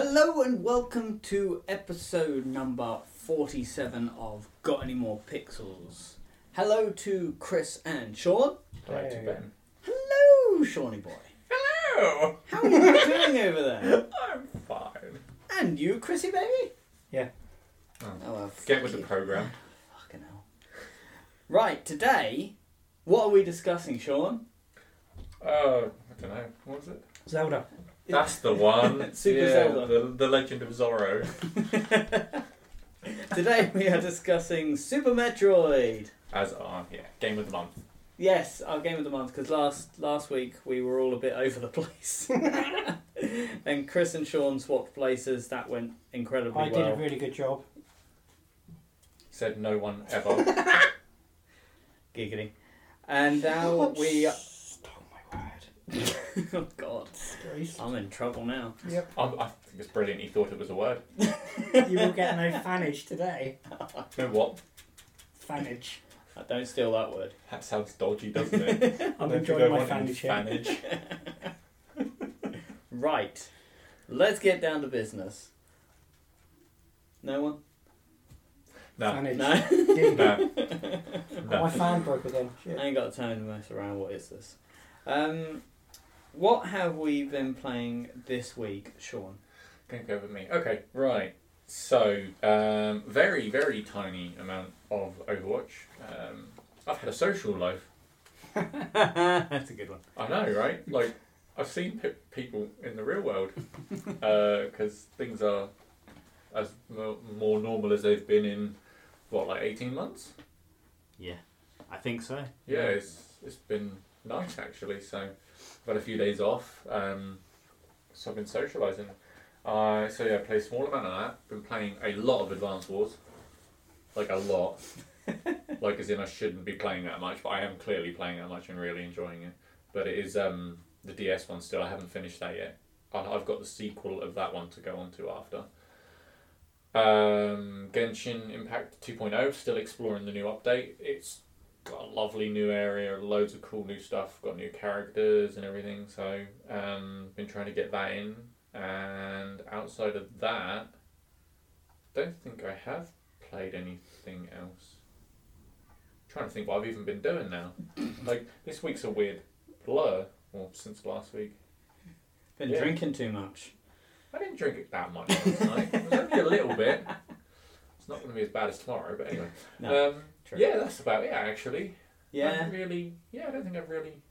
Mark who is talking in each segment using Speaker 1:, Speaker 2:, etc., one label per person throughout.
Speaker 1: Hello and welcome to episode number 47 of Got Any More Pixels. Hello to Chris and Sean.
Speaker 2: Right to
Speaker 3: Yeah.
Speaker 2: Ben.
Speaker 1: Hello, Shawny boy.
Speaker 2: Hello!
Speaker 1: How are you doing over there?
Speaker 2: I'm fine.
Speaker 1: And you, Chrissy baby?
Speaker 3: Yeah.
Speaker 2: Oh.
Speaker 1: Oh, well,
Speaker 2: Get
Speaker 1: fuck
Speaker 2: with the
Speaker 1: you.
Speaker 2: program.
Speaker 1: Fucking hell. Right, today, what are we discussing, Sean?
Speaker 2: Oh, I don't know. What was it?
Speaker 3: Zelda.
Speaker 2: That's the one.
Speaker 1: Super
Speaker 2: yeah,
Speaker 1: Zelda.
Speaker 2: The, the Legend of Zorro.
Speaker 1: Today we are discussing Super Metroid.
Speaker 2: As on, yeah. Game of the month.
Speaker 1: Yes, our game of the month because last last week we were all a bit over the place, and Chris and Sean swapped places. That went incredibly
Speaker 3: I
Speaker 1: well.
Speaker 3: did a really good job.
Speaker 2: Said no one ever.
Speaker 1: Giggity, and now we.
Speaker 3: Stole my word.
Speaker 1: oh God, I'm in trouble now.
Speaker 3: Yep.
Speaker 2: I, I think it's brilliant. He thought it was a word.
Speaker 3: you will get no fanage today.
Speaker 2: You know what?
Speaker 3: Fanage.
Speaker 1: I Uh, don't steal that word.
Speaker 2: That sounds dodgy, doesn't it?
Speaker 3: I'm
Speaker 2: Don't you
Speaker 3: enjoying
Speaker 2: go
Speaker 3: my
Speaker 2: wanting
Speaker 3: fanage here.
Speaker 2: fanage?
Speaker 1: Right, let's get down to business. No one.
Speaker 2: No.
Speaker 3: Fanage.
Speaker 1: No.
Speaker 3: Didn't it?
Speaker 2: No. No.
Speaker 3: My fan broke again. Shit.
Speaker 1: I ain't got time to mess around. What is this? Um, what have we been playing this week, Sean?
Speaker 2: Don't go with me. Okay, right. So, um, very, very tiny amount of Overwatch. Um, I've had a social life.
Speaker 1: That's a good one.
Speaker 2: I know, right? Like, I've seen pe- people in the real world because things are as mo- more normal as they've been in what, like eighteen months?
Speaker 1: Yeah, I think so.
Speaker 2: Yeah, it's it's been nice actually. So, I've had a few days off, um, so I've been socialising. Uh, so yeah, I play a small amount of that. Been playing a lot of Advanced Wars, like a lot. like as in, I shouldn't be playing that much, but I am clearly playing that much and really enjoying it. But it is um, the DS one still. I haven't finished that yet. I- I've got the sequel of that one to go on to after. Um, Genshin Impact 2.0, still exploring the new update. It's got a lovely new area, loads of cool new stuff, got new characters and everything. So, um, been trying to get that in. And outside of that, don't think I have played anything else. trying to think what I've even been doing now. like this week's a weird blur. Well, since last week,
Speaker 1: Been
Speaker 2: Yeah.
Speaker 1: drinking too much.
Speaker 2: I didn't drink it that much last night. It was only a little bit. It's not going to be as bad as tomorrow, but anyway.
Speaker 1: No,
Speaker 2: um,
Speaker 1: true.
Speaker 2: yeah, that's about it actually. I
Speaker 1: Yeah.
Speaker 2: haven't really. Yeah, I don't think I've really.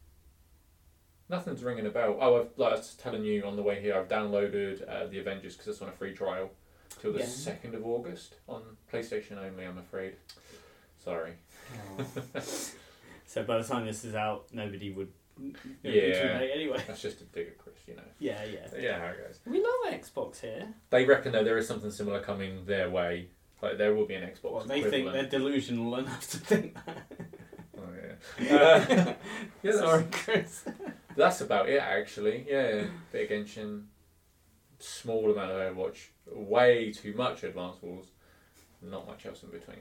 Speaker 2: Nothing's ringing a bell. Oh, I've, like I was telling you on the way here, I've downloaded uh, the Avengers because it's on a free trial till the
Speaker 1: Yeah.
Speaker 2: second of August on PlayStation only. I'm afraid. Sorry.
Speaker 1: Oh. So by the time this is out, nobody would.
Speaker 2: Yeah.
Speaker 1: Anyway.
Speaker 2: That's just a dig at Chris, you know.
Speaker 1: Yeah, yeah.
Speaker 2: Yeah, how it goes.
Speaker 1: We love Xbox here.
Speaker 2: They reckon though there is something similar coming their way. Like there will be an Xbox.
Speaker 1: Well, they think they're
Speaker 2: equivalent.
Speaker 1: delusional enough to think that.
Speaker 2: Oh, yeah. Uh, yeah, that's-
Speaker 1: Sorry, Chris.
Speaker 2: That's about it, actually. Yeah, bit of Genshin, small amount of Overwatch, way too much Advanced Wars, not much else in between.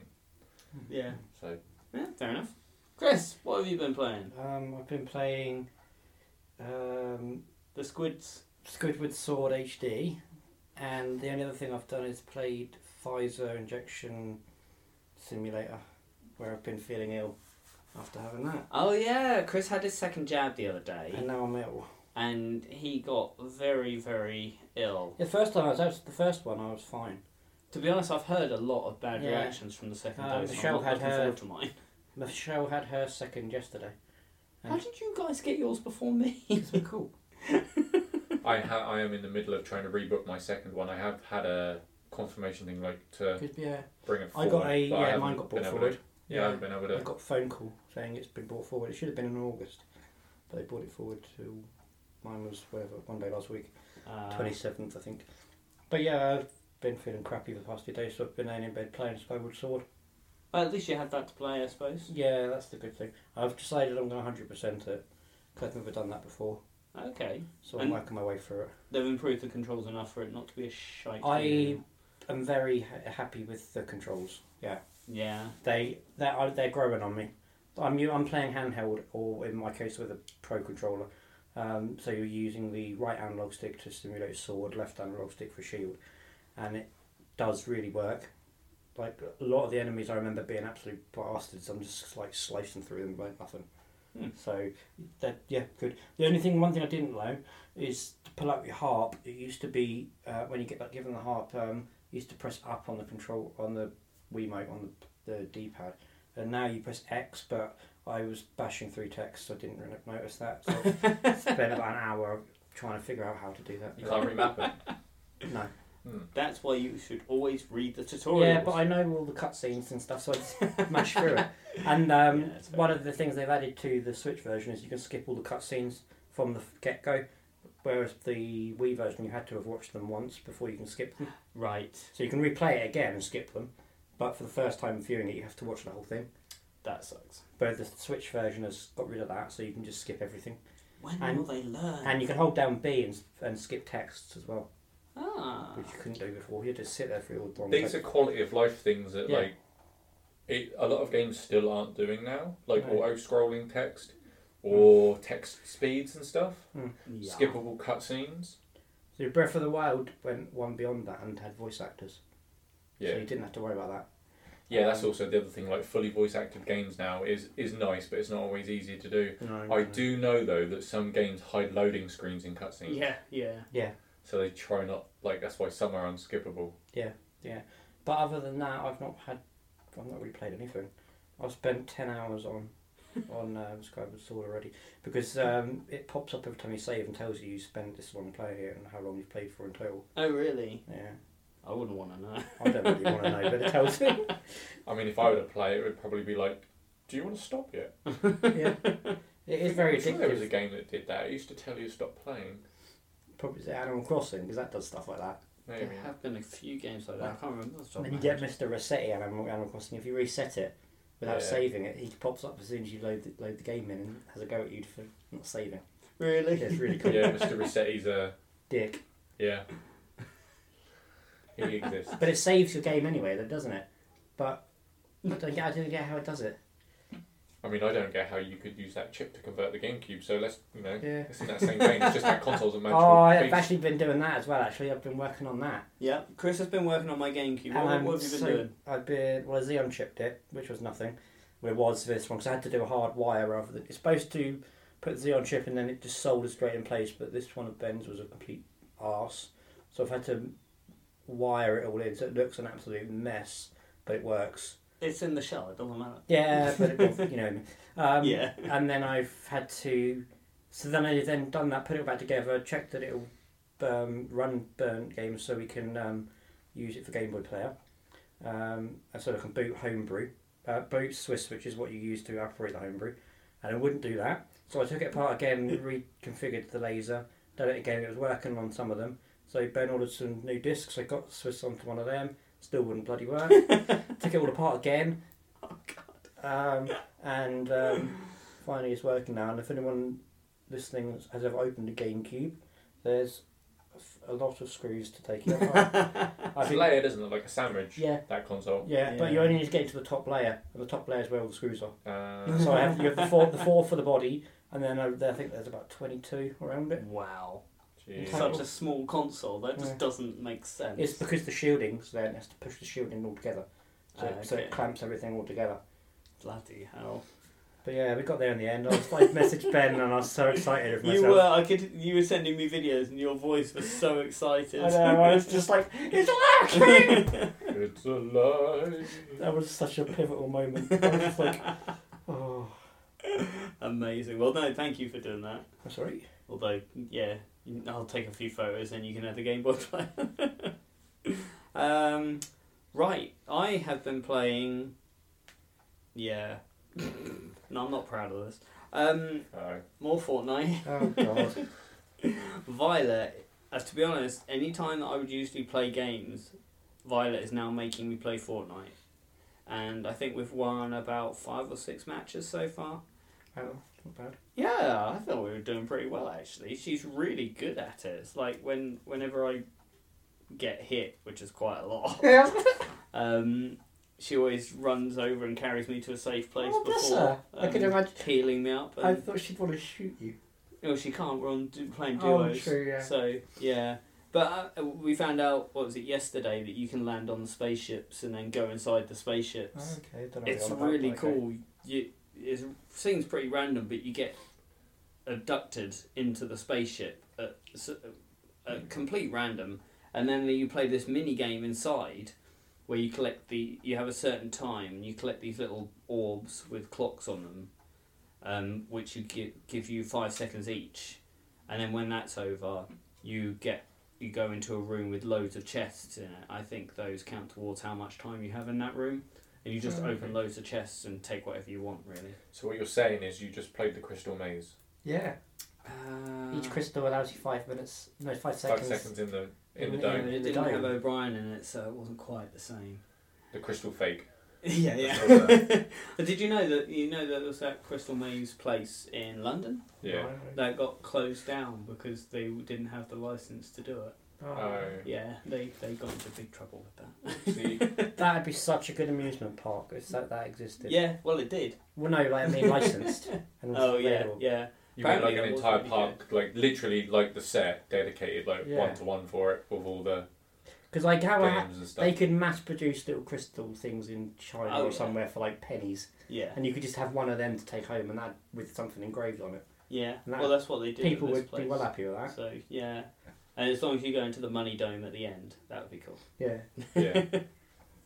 Speaker 1: Yeah.
Speaker 2: So
Speaker 1: Yeah, fair enough. Chris, what have you been playing?
Speaker 3: Um, I've been playing um,
Speaker 1: The Squids.
Speaker 3: Squidward Sword HD, and the only other thing I've done is played Pfizer Injection Simulator, where I've been feeling ill after having that.
Speaker 1: Oh yeah, Chris had his second jab the other
Speaker 3: And
Speaker 1: day,
Speaker 3: now I'm ill.
Speaker 1: and he got very, very ill.
Speaker 3: The first time I was out, the first one I was fine.
Speaker 1: To be honest, I've heard a lot of bad
Speaker 3: Yeah.
Speaker 1: reactions from the second
Speaker 3: Um,
Speaker 1: dose.
Speaker 3: Michelle
Speaker 1: I'm not
Speaker 3: had
Speaker 1: looking forward
Speaker 3: her-
Speaker 1: to mine.
Speaker 3: Michelle had her second yesterday.
Speaker 1: How did you guys get yours before me?
Speaker 3: So cool.
Speaker 2: I ha- I am in the middle of trying to rebook my second one. I have had a confirmation thing like to
Speaker 3: Good, yeah.
Speaker 2: bring it
Speaker 3: I
Speaker 2: forward.
Speaker 3: got a
Speaker 2: but I
Speaker 3: yeah. Mine
Speaker 2: haven't been
Speaker 3: got brought
Speaker 2: able to-
Speaker 3: forward.
Speaker 2: yeah, I haven't been able
Speaker 3: I
Speaker 2: to.
Speaker 3: got a phone call saying it's been brought forward. It should have been in August, but they brought it forward to mine was whatever one day last week,
Speaker 1: Uh,
Speaker 3: twenty seventh, I think. But yeah, I've been feeling crappy the past few days, so I've been laying in bed playing Skyward Sword.
Speaker 1: Well, at least you had that to play, I suppose.
Speaker 3: Yeah, that's the good thing. I've decided I'm going to hundred percent it. i I've never done that before,
Speaker 1: Okay.
Speaker 3: so
Speaker 1: And-
Speaker 3: I'm working my way through it.
Speaker 1: They've improved the controls enough for it not to be a shite.
Speaker 3: I
Speaker 1: game.
Speaker 3: am very ha- happy with the controls. Yeah.
Speaker 1: Yeah.
Speaker 3: they they're, uh, they're growing on me. I'm u- I'm playing handheld or in my case with a pro controller, Um, so you're using the right analog stick to simulate sword, left analog stick for shield, and it does really work. Like a lot of the enemies, I remember being absolute bastards. I'm just like slicing through them like nothing.
Speaker 1: Hmm.
Speaker 3: So that yeah, good. The only thing, one thing I didn't know is to pull out your harp. It used to be uh, when you get like given the harp, um, you used to press up on the control on the Wiimote on the, the D-pad, and now you press X. But I was bashing through text, so I didn't really notice that. So I spent about an hour trying to figure out how to do
Speaker 2: You
Speaker 3: that.
Speaker 2: can't remap it. Hmm.
Speaker 3: No.
Speaker 1: That's why you should always read the tutorials.
Speaker 3: Yeah, but I know all the cutscenes and stuff, so I just mash through it. And um,
Speaker 1: Yeah, that's fair.
Speaker 3: one of the things they've added to the Switch version is you can skip all the cutscenes from the get go, whereas the Wii version you had to have watched them once before you can skip them.
Speaker 1: Right,
Speaker 3: So you can replay it again and skip them, but for the first time viewing it, you have to watch the whole thing.
Speaker 1: that sucks.
Speaker 3: But the Switch version has got rid of that, so you can just skip everything.
Speaker 1: When
Speaker 3: And-
Speaker 1: will they learn?
Speaker 3: And you can hold down B and, and skip texts as well,
Speaker 1: ah,
Speaker 3: which you couldn't do before. You had to sit there for all the long
Speaker 2: These are quality of life things that
Speaker 3: Yeah.
Speaker 2: like it, a lot of games still aren't doing now, like
Speaker 3: No.
Speaker 2: auto scrolling text or text speeds and stuff,
Speaker 1: yeah.
Speaker 2: skippable cutscenes.
Speaker 3: So Breath of the Wild went one beyond that and had voice actors. So
Speaker 2: Yeah,
Speaker 3: you didn't have to worry about that.
Speaker 2: yeah. That's
Speaker 3: Um,
Speaker 2: also the other thing. Like fully voice acted games now is is nice, but it's not always easy to do.
Speaker 3: No,
Speaker 2: I do know though that some games hide loading screens in cutscenes.
Speaker 1: Yeah, yeah.
Speaker 3: Yeah,
Speaker 2: So they try not like that's why some are unskippable.
Speaker 3: but other than that, I've not had, I've not really played anything. I've spent ten hours on, on um, Skyward Sword already because um, it pops up every time you save and tells you you spent this long playing it and how long you've played for in total.
Speaker 1: Oh, really?
Speaker 3: Yeah,
Speaker 1: I wouldn't want to know.
Speaker 3: I don't really want to know, but it tells you.
Speaker 2: I mean, if I were to play, it would probably be like, "Do you want to stop yet?"
Speaker 3: yeah, it is very
Speaker 2: I'm sure there was a
Speaker 3: addictive.
Speaker 2: game that did that. It used to tell you to stop playing.
Speaker 3: Probably the Animal Crossing because that does stuff like that.
Speaker 2: Maybe.
Speaker 1: There have been a few games like that. I can't remember. off the top
Speaker 3: And
Speaker 1: of
Speaker 3: then you
Speaker 1: my
Speaker 3: get
Speaker 1: head.
Speaker 3: Mr. Rossetti Animal, Animal Crossing. If you reset it without
Speaker 2: Yeah.
Speaker 3: saving it, he pops up as soon as you load the, load the game in and has a go at you for not saving.
Speaker 1: really?
Speaker 3: Yeah, it's really cool.
Speaker 2: yeah, Mr. Rossetti's a
Speaker 3: Dick.
Speaker 2: yeah. He exists.
Speaker 3: But it saves your game anyway, though, doesn't it? But I don't get, I don't get how it does it.
Speaker 2: I mean, I don't get how you could use that chip to convert the GameCube. So let's, you know,
Speaker 3: Yeah.
Speaker 2: it's in that same vein. It's just that consoles are magical.
Speaker 3: Oh, I've
Speaker 2: beast.
Speaker 3: actually been doing that as well. Actually, I've been working on that.
Speaker 1: Yeah. Chris has been working on my GameCube.
Speaker 3: And
Speaker 1: What,
Speaker 3: I'm
Speaker 1: what have you been
Speaker 3: so-
Speaker 1: doing?
Speaker 3: I've been well, I Xeon chipped it, which was nothing. Well, it was this one because I had to do a hard wire rather than it's supposed to put Xeon chip and then it just soldered straight in place. But this one of Ben's was a complete arse, so I've had to wire it all in. So it looks an absolute mess, but it works.
Speaker 1: It's in the shell. It doesn't matter.
Speaker 3: Yeah, but it, you know, um,
Speaker 1: yeah.
Speaker 3: and then I've had to. So then I then done that, put it all back together, checked that it'll um, run burnt games, so we can um, use it for Game Boy Player. Um, and so I can boot Homebrew, uh, boot Swiss, which is what you use to operate the Homebrew, and it wouldn't do that. So I took it apart again, reconfigured the laser, done it again. It was working on some of them. So Ben ordered some new discs. I got Swiss onto one of them. Still wouldn't bloody work. took it all apart again. Oh God. Um, and um, finally it's working now. And if anyone listening has ever opened a GameCube, there's a lot of screws to take it apart. I
Speaker 2: It's
Speaker 3: think,
Speaker 2: layered, isn't it? Like a sandwich.
Speaker 3: yeah,
Speaker 2: That console.
Speaker 3: yeah, but
Speaker 1: Yeah.
Speaker 3: you only need to get to the top layer, and the top layer is where all the screws are.
Speaker 2: Uh,
Speaker 1: Uh-huh.
Speaker 3: So I have you have the four, the four for the body, and then I, I think there's about twenty-two around it.
Speaker 1: Wow.
Speaker 2: geez.
Speaker 3: So-
Speaker 1: Such a small console. That just
Speaker 3: Yeah.
Speaker 1: doesn't make sense.
Speaker 3: It's because the shielding's there, and it has to push the shielding all together, so,
Speaker 1: Ah,
Speaker 3: so it
Speaker 1: okay.
Speaker 3: clamps everything all together.
Speaker 1: Bloody hell.
Speaker 3: But yeah, we got there in the end. I was like, messaged Ben, and I was so excited of myself.
Speaker 1: You were. I could. You were sending me videos, and your voice was so excited.
Speaker 3: I know. I was just like, it's working.
Speaker 2: It's alive.
Speaker 3: that was such a pivotal moment. I was just like, oh,
Speaker 1: Amazing. Well, no, thank you for doing that.
Speaker 3: I'm sorry.
Speaker 1: Although, yeah, you- I'll take a few photos and you can have the Game Boy Player. um, right, I have been playing. Yeah. no, I'm not proud of this. Um,
Speaker 2: Oh,
Speaker 1: more Fortnite.
Speaker 3: Oh God.
Speaker 1: Violet, as to be honest, any time that I would usually play games, Violet is now making me play Fortnite. And I think we've won about five or six matches so far.
Speaker 3: oh, not bad.
Speaker 1: Yeah, I thought we were doing pretty well actually. She's really good at it. It's like when whenever I get hit, which is quite a lot, um, she always runs over and carries me to a safe place
Speaker 3: Oh, bless
Speaker 1: before um,
Speaker 3: her. I could imagine-
Speaker 1: healing me up.
Speaker 3: I
Speaker 1: And
Speaker 3: thought she'd want to shoot you.
Speaker 1: No, she can't. We're on du- playing
Speaker 4: Oh,
Speaker 1: duos.
Speaker 4: true, yeah.
Speaker 1: So yeah, but uh, we found out what was it yesterday that you can land on the spaceships and then go inside the spaceships.
Speaker 3: Oh, Okay, don't know
Speaker 1: it's
Speaker 3: what you're on about,
Speaker 1: really
Speaker 3: but okay.
Speaker 1: cool. You it seems pretty random, but you get abducted into the spaceship at, s-
Speaker 3: Hmm.
Speaker 1: at complete random, and then you play this mini game inside where you collect the you have a certain time and you collect these little orbs with clocks on them, um, which you give, give you five seconds each, and then when that's over, you get. You go into a room with loads of chests in it. I think those count towards how much time you have in that room, and you just
Speaker 4: Oh,
Speaker 1: open loads of chests and take whatever you want, really.
Speaker 2: So what you're saying is you just played the Crystal Maze.
Speaker 4: Yeah.
Speaker 1: Uh,
Speaker 3: Each crystal allows you five minutes, no, five
Speaker 2: Five
Speaker 3: seconds.
Speaker 2: seconds in the in the
Speaker 3: Yeah,
Speaker 2: dome.
Speaker 3: yeah.
Speaker 1: It didn't have O'Brien in it, so it wasn't quite the same.
Speaker 2: The Crystal Fake.
Speaker 1: yeah,
Speaker 2: That's
Speaker 1: yeah. But Did you know that you know that there was that Crystal Maze place in London
Speaker 2: Yeah.
Speaker 1: that got closed down because they didn't have the license to do it?
Speaker 4: Oh.
Speaker 2: Oh.
Speaker 1: Yeah, they they got into big trouble with that.
Speaker 2: See,
Speaker 3: That'd be such a good amusement park if that, that existed.
Speaker 1: Yeah, well it did.
Speaker 3: Well, no, like, I mean licensed. And
Speaker 1: Oh yeah,
Speaker 3: available.
Speaker 1: yeah.
Speaker 2: you made like
Speaker 1: Apparently
Speaker 2: an
Speaker 1: that was
Speaker 2: entire
Speaker 1: really
Speaker 2: park, like literally like the set dedicated like
Speaker 3: Yeah.
Speaker 2: one to one for it with all the
Speaker 3: Because like how ha-
Speaker 2: games and stuff.
Speaker 3: they could mass produce little crystal things in China
Speaker 1: Oh,
Speaker 3: or
Speaker 1: yeah.
Speaker 3: somewhere for like pennies,
Speaker 1: Yeah,
Speaker 3: and you could just have one of them to take home and that with something engraved on it.
Speaker 1: yeah.
Speaker 3: Nah.
Speaker 1: Well, that's what they did.
Speaker 3: People
Speaker 1: with
Speaker 3: would
Speaker 1: this place.
Speaker 3: be well happy with that.
Speaker 1: So yeah, and as long as you go into the money dome at the end, that would be cool.
Speaker 3: Yeah.
Speaker 2: Yeah.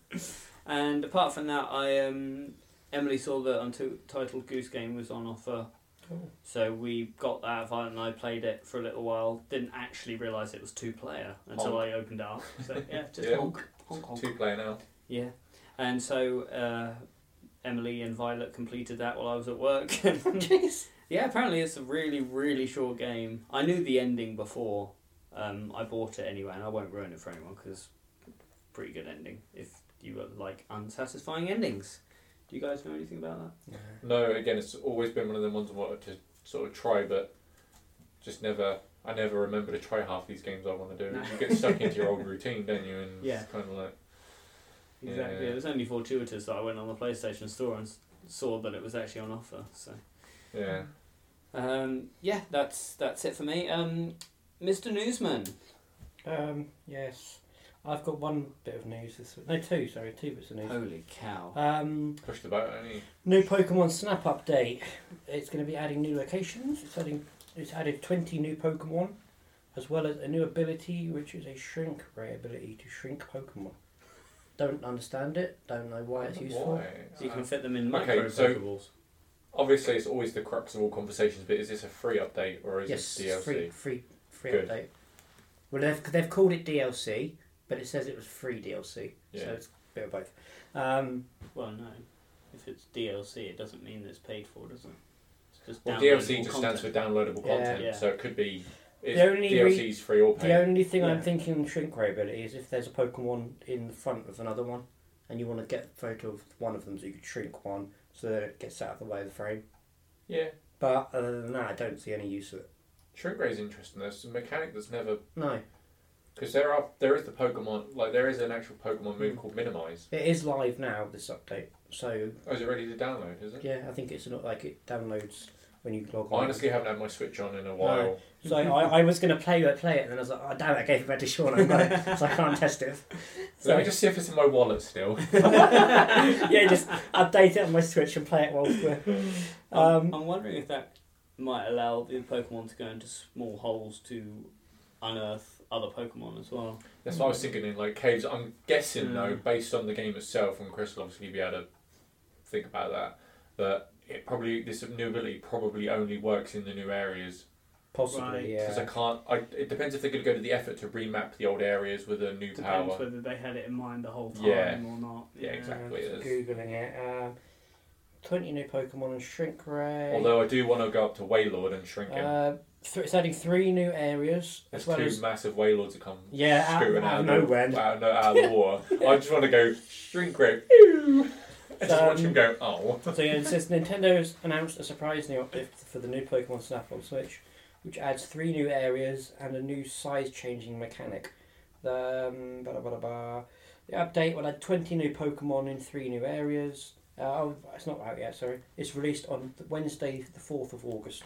Speaker 1: And apart from that, I um, Emily saw that Untitled Goose Game was on offer,
Speaker 4: Cool.
Speaker 1: so we got that. Violet and I played it for a little while. Didn't actually realise it was two player until
Speaker 2: Honk.
Speaker 1: I opened it up. So yeah, just
Speaker 2: Yeah.
Speaker 1: honk, honk, honk.
Speaker 2: Two player now.
Speaker 1: Yeah, and so uh, Emily and Violet completed that while I was at work. yeah, apparently it's a really, really short game. I knew the ending before. Um, I bought it anyway, and I won't ruin it for anyone because pretty good ending. If you like unsatisfying endings, do you guys know anything about that?
Speaker 2: No, again, it's always been one of them ones I wanted to sort of try, but just never. I never remember to try half these games I want to do.
Speaker 1: No.
Speaker 2: You get stuck into your old routine, don't you? And
Speaker 1: Yeah.
Speaker 2: it's kind of like
Speaker 1: Exactly.
Speaker 2: Yeah.
Speaker 1: It was only fortuitous that I went on the PlayStation store and s- saw that it was actually on offer. So.
Speaker 2: yeah.
Speaker 1: Um, yeah, that's that's it for me. Um, Mr. Newsman.
Speaker 3: Um, yes. I've got one bit of news this week. No, two, sorry, two bits of news.
Speaker 1: Holy cow.
Speaker 3: Um,
Speaker 2: Push the button. Only.
Speaker 3: new Pokemon Snap update. It's going to be adding new locations. It's adding. It's added twenty new Pokemon, as well as a new ability, which is a shrink ray ability to shrink Pokemon. Don't understand it. Don't know why it's useful.
Speaker 2: Why?
Speaker 1: So you
Speaker 2: Uh,
Speaker 1: can fit them in
Speaker 2: okay,
Speaker 1: micro
Speaker 2: so-
Speaker 1: Pokeballs.
Speaker 2: obviously, it's always the crux of all conversations. But is this a free update or is
Speaker 3: Yes,
Speaker 2: it DLC?
Speaker 3: it's free, free, free
Speaker 2: Good.
Speaker 3: update. Well, they've they've called it DLC, but it says it was free DLC, so
Speaker 2: Yeah.
Speaker 3: it's a bit of both. Um,
Speaker 1: Well, no. If it's DLC, it doesn't mean that it's paid for, does it? It's just
Speaker 2: Well,
Speaker 1: downloadable
Speaker 2: DLC just stands for
Speaker 1: content.
Speaker 2: downloadable
Speaker 3: Yeah.
Speaker 2: content,
Speaker 1: Yeah.
Speaker 2: so it could be it's
Speaker 3: The only re-
Speaker 2: DLC's free or paid.
Speaker 3: The only thing
Speaker 1: Yeah.
Speaker 3: I'm thinking shrink ray ability is if there's a Pokemon in the front of another one, and you want to get a photo of one of them, so you could shrink one so that it gets out of the way of the frame.
Speaker 2: yeah,
Speaker 3: But other than that, I don't see any use of it.
Speaker 2: shrink ray is interesting. There's a mechanic that's never
Speaker 3: No,
Speaker 2: because there are there is the Pokemon like there is an actual Pokemon move called Minimize.
Speaker 3: it is live now this update, so
Speaker 2: Oh, is it ready to download? Is it?
Speaker 3: yeah, I think it's not like it downloads when you log
Speaker 2: I
Speaker 3: on.
Speaker 2: honestly haven't had my Switch on in a while.
Speaker 3: So I, I was gonna play it, play it, and then I was like, oh damn it, I gave it back to Sean, I've got it, so I can't test it.
Speaker 2: Let me just see if it's in my wallet still.
Speaker 3: yeah, just update it on my Switch and play it whilst we're. Um,
Speaker 1: I'm, I'm wondering if that might allow the Pokemon to go into small holes to unearth other Pokemon as well.
Speaker 2: That's what I was thinking in like caves. I'm guessing though,
Speaker 1: Mm.
Speaker 2: based on the game itself, and Chris will obviously be able to think about that, that it probably this new ability probably only works in the new areas
Speaker 3: Possibly,
Speaker 1: Right.
Speaker 2: because I
Speaker 3: yeah.
Speaker 2: can't. I, it depends if they're going to go to the effort to remap the old areas with a new
Speaker 1: Depends
Speaker 2: power.
Speaker 1: whether they had it in mind the whole time
Speaker 2: Yeah.
Speaker 1: or not.
Speaker 2: Yeah, exactly, it
Speaker 3: just
Speaker 2: is.
Speaker 3: Googling it. Um, 20 new Pokemon and Shrink Ray.
Speaker 2: Although I do want to go up to Waylord and shrink him.
Speaker 3: uh, th- it's adding three new areas
Speaker 2: There's
Speaker 3: as well
Speaker 2: two
Speaker 3: as.
Speaker 2: massive Waylords that come
Speaker 3: Yeah, out-
Speaker 2: scooting
Speaker 3: out
Speaker 2: out,
Speaker 3: of
Speaker 2: of
Speaker 3: nowhere.
Speaker 2: The, out, of- out of the water. I just want to go shrink ray. I just watch
Speaker 3: Um,
Speaker 2: him go. Oh.
Speaker 3: So yeah, it says Nintendo has announced a surprise new uplift for the new Pokemon Snap on Switch, which adds three new areas and a new size-changing mechanic. Um, blah, blah, blah, blah. The update will add 20 new Pokemon in three new areas. Uh, oh, it's not out yet, sorry. It's released on th- Wednesday, the 4th of August.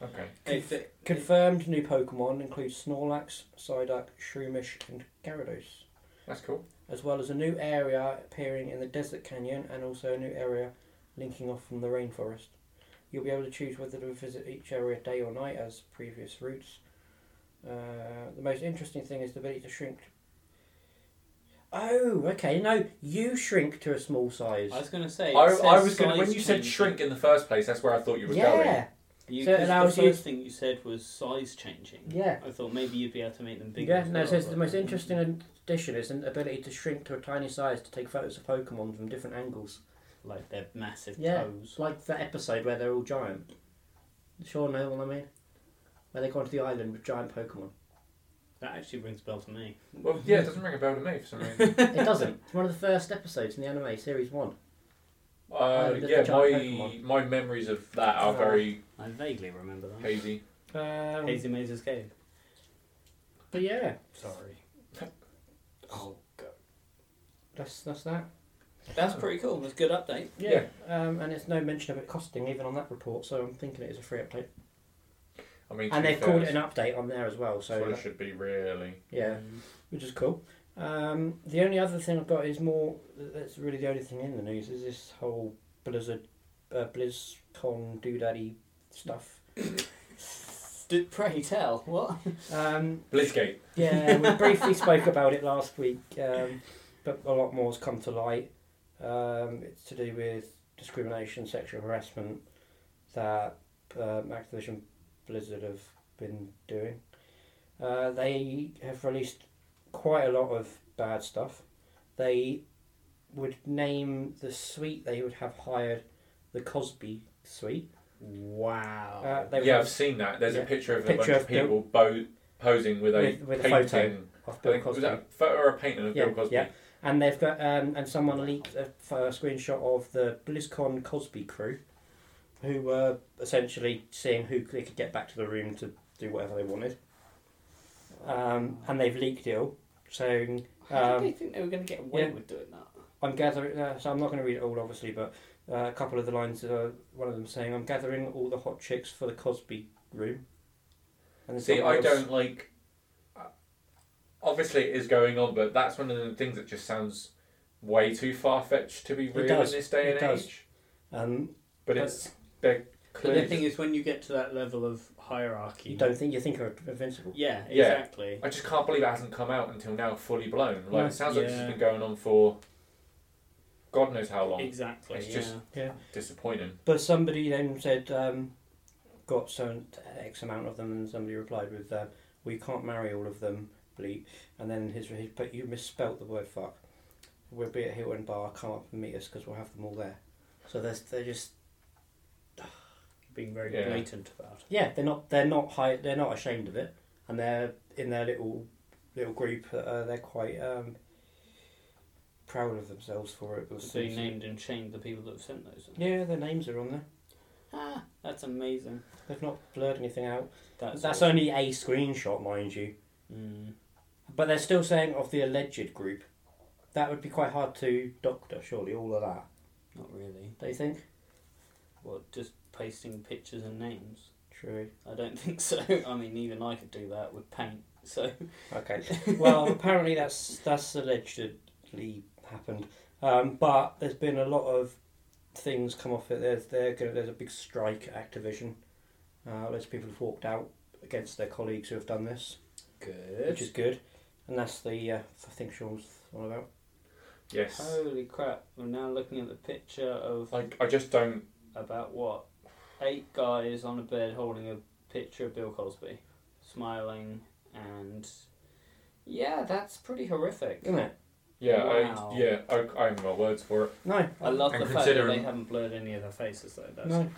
Speaker 2: Okay.
Speaker 1: If it,
Speaker 3: Confirmed new Pokemon include Snorlax, Psyduck, Shroomish, and Gyarados,
Speaker 2: That's cool.
Speaker 3: as well as a new area appearing in the Desert Canyon and also a new area linking off from the rainforest. You'll be able to choose whether to visit each area day or night as previous routes. Uh, the most interesting thing is the ability to shrink. Oh, okay. No, you shrink to a small size.
Speaker 1: I was going to say.
Speaker 2: I,
Speaker 1: it says
Speaker 2: I was gonna,
Speaker 1: size
Speaker 2: when you said
Speaker 1: changes.
Speaker 2: shrink in the first place, that's where I thought you were
Speaker 3: yeah.
Speaker 1: You,
Speaker 3: So it
Speaker 1: 'cause
Speaker 3: allows
Speaker 1: the
Speaker 3: you-
Speaker 1: first thing you said was size changing.
Speaker 3: Yeah.
Speaker 1: I thought maybe you'd be able to make them bigger.
Speaker 3: Yeah,
Speaker 1: as
Speaker 3: no, it
Speaker 1: well,
Speaker 3: says the
Speaker 1: but-
Speaker 3: most interesting addition is an ability to shrink to a tiny size to take photos of Pokemon from different angles.
Speaker 1: Like their massive
Speaker 3: Yeah.
Speaker 1: toes.
Speaker 3: It's like that episode where they're all giant. Sure, know what I mean? Where they go onto the island with giant Pokemon.
Speaker 1: That actually rings a bell to me.
Speaker 2: going. Well, yeah, it doesn't ring a bell to me for some reason.
Speaker 3: It doesn't. It's one of the first episodes in the anime, series one.
Speaker 2: uh,
Speaker 3: did the
Speaker 2: yeah, my
Speaker 3: giant
Speaker 2: my memories of that are
Speaker 3: Oh.
Speaker 2: very
Speaker 1: I vaguely remember that.
Speaker 2: hazy.
Speaker 3: Um,
Speaker 1: Hazy Mazes Cave.
Speaker 3: But yeah,
Speaker 1: Sorry. oh god.
Speaker 3: that's that's that.
Speaker 1: That's pretty cool. That's a good update.
Speaker 3: Yeah. Um, and it's no mention of it costing even on that report, so I'm thinking it is a free update.
Speaker 2: I mean, to
Speaker 3: And
Speaker 2: be
Speaker 3: they've called
Speaker 2: fair,
Speaker 3: it an update on there as well,
Speaker 2: that's what
Speaker 3: so
Speaker 2: it should be really.
Speaker 3: yeah. which is cool. Um, the only other thing I've got is more. That's really the only thing in the news is this whole Blizzard, uh, BlizzCon doodaddy stuff.
Speaker 1: Did, pray tell what?
Speaker 3: Um,
Speaker 2: Blitzgate.
Speaker 3: yeah, we briefly spoke about it last week, um, but a lot more has come to light. Um, it's to do with discrimination, sexual harassment that um, Activision Blizzard have been doing. Uh, they have released quite a lot of bad stuff. They would name the suite they would have hired the Cosby suite.
Speaker 1: Wow.
Speaker 3: Uh, they would
Speaker 2: Yeah, I've
Speaker 3: have,
Speaker 2: seen that. There's
Speaker 3: yeah.
Speaker 2: a picture of a
Speaker 3: Picture
Speaker 2: bunch
Speaker 3: of
Speaker 2: of
Speaker 3: Bill-
Speaker 2: people bo- posing with a
Speaker 3: With- with a
Speaker 2: painting.
Speaker 3: photo of
Speaker 2: I
Speaker 3: Bill
Speaker 2: think, was
Speaker 3: Cosby.
Speaker 2: that a photo or a painting of
Speaker 3: Yeah,
Speaker 2: Bill Cosby?
Speaker 3: yeah. And they've got um, and someone leaked a, f- a screenshot of the BlizzCon Cosby crew, who were essentially seeing who they could get back to the room to do whatever they wanted. Um, and they've leaked it all. So
Speaker 1: How
Speaker 3: um,
Speaker 1: did they think they were going to get away
Speaker 3: yeah.
Speaker 1: with doing that?
Speaker 3: I'm gathering. Uh, so I'm not going to read it all, obviously, but uh, a couple of the lines are one of them saying, "I'm gathering all the hot chicks for the Cosby room." And
Speaker 2: See,
Speaker 3: someone
Speaker 2: I
Speaker 3: else-
Speaker 2: don't like. uh, Obviously, it is going on, but that's one of the things that just sounds way too far fetched to be real
Speaker 3: does,
Speaker 2: in this day
Speaker 3: it
Speaker 2: and
Speaker 3: does.
Speaker 2: age.
Speaker 3: Um,
Speaker 2: But
Speaker 3: But-
Speaker 2: it's they're
Speaker 1: But the
Speaker 2: clearly.
Speaker 1: thing is, when you get to that level of hierarchy,
Speaker 3: you don't think you think are invincible.
Speaker 1: Yeah,
Speaker 2: Yeah.
Speaker 1: exactly.
Speaker 2: I just can't believe it hasn't come out until now, fully blown. Like
Speaker 3: No.
Speaker 2: it sounds like this has
Speaker 1: Yeah.
Speaker 2: been going on for God knows how long.
Speaker 1: Exactly.
Speaker 2: It's
Speaker 1: yeah.
Speaker 2: just-
Speaker 3: Yeah.
Speaker 2: Disappointing.
Speaker 3: But somebody then said, um, got so X amount of them, and somebody replied with, uh, "We can't marry all of them, bleep." And then his, his but you misspelt the word fuck. We'll be at Hill and Bar. Come up and meet us because we'll have them all there. So they're, they're just
Speaker 1: being very
Speaker 2: Yeah.
Speaker 1: blatant about it.
Speaker 3: yeah, they're not they're not high, they're not ashamed of it, and they're in their little little group. Uh, they're quite um, proud of themselves for it.
Speaker 1: So you named and shamed the people that have sent those. in.
Speaker 3: Yeah, their names are on there.
Speaker 1: Ah, that's amazing.
Speaker 3: They've not blurred anything out.
Speaker 1: That's,
Speaker 3: That's
Speaker 1: awesome.
Speaker 3: only a screenshot, mind you.
Speaker 1: Mm.
Speaker 3: But they're still saying of the alleged group. That would be quite hard to doctor, surely, all of that.
Speaker 1: Not really.
Speaker 3: Don't you think?
Speaker 1: What, just pasting pictures and names?
Speaker 3: True.
Speaker 1: I don't think so. I mean, even I could do that with paint. So
Speaker 3: Okay. well, apparently that's that's allegedly happened. Um, but there's been a lot of things come off it. There's they're gonna, there's a big strike at Activision. Uh, loads of people have walked out against their colleagues who have done this,
Speaker 1: good.
Speaker 3: which is good. And that's the uh, I think Sean's on about.
Speaker 2: Yes.
Speaker 3: Oh.
Speaker 1: Holy crap! We're now looking at the picture of
Speaker 2: Like I just don't.
Speaker 1: about what eight guys on a bed holding a picture of Bill Cosby, smiling, and yeah, that's pretty horrific.
Speaker 3: Isn't it?
Speaker 2: Yeah.
Speaker 1: Wow.
Speaker 2: I, yeah. I, I haven't got words for it.
Speaker 3: No.
Speaker 1: I love
Speaker 2: And
Speaker 1: the fact that they
Speaker 2: considering-
Speaker 1: haven't blurred any of their faces though. That's
Speaker 3: No,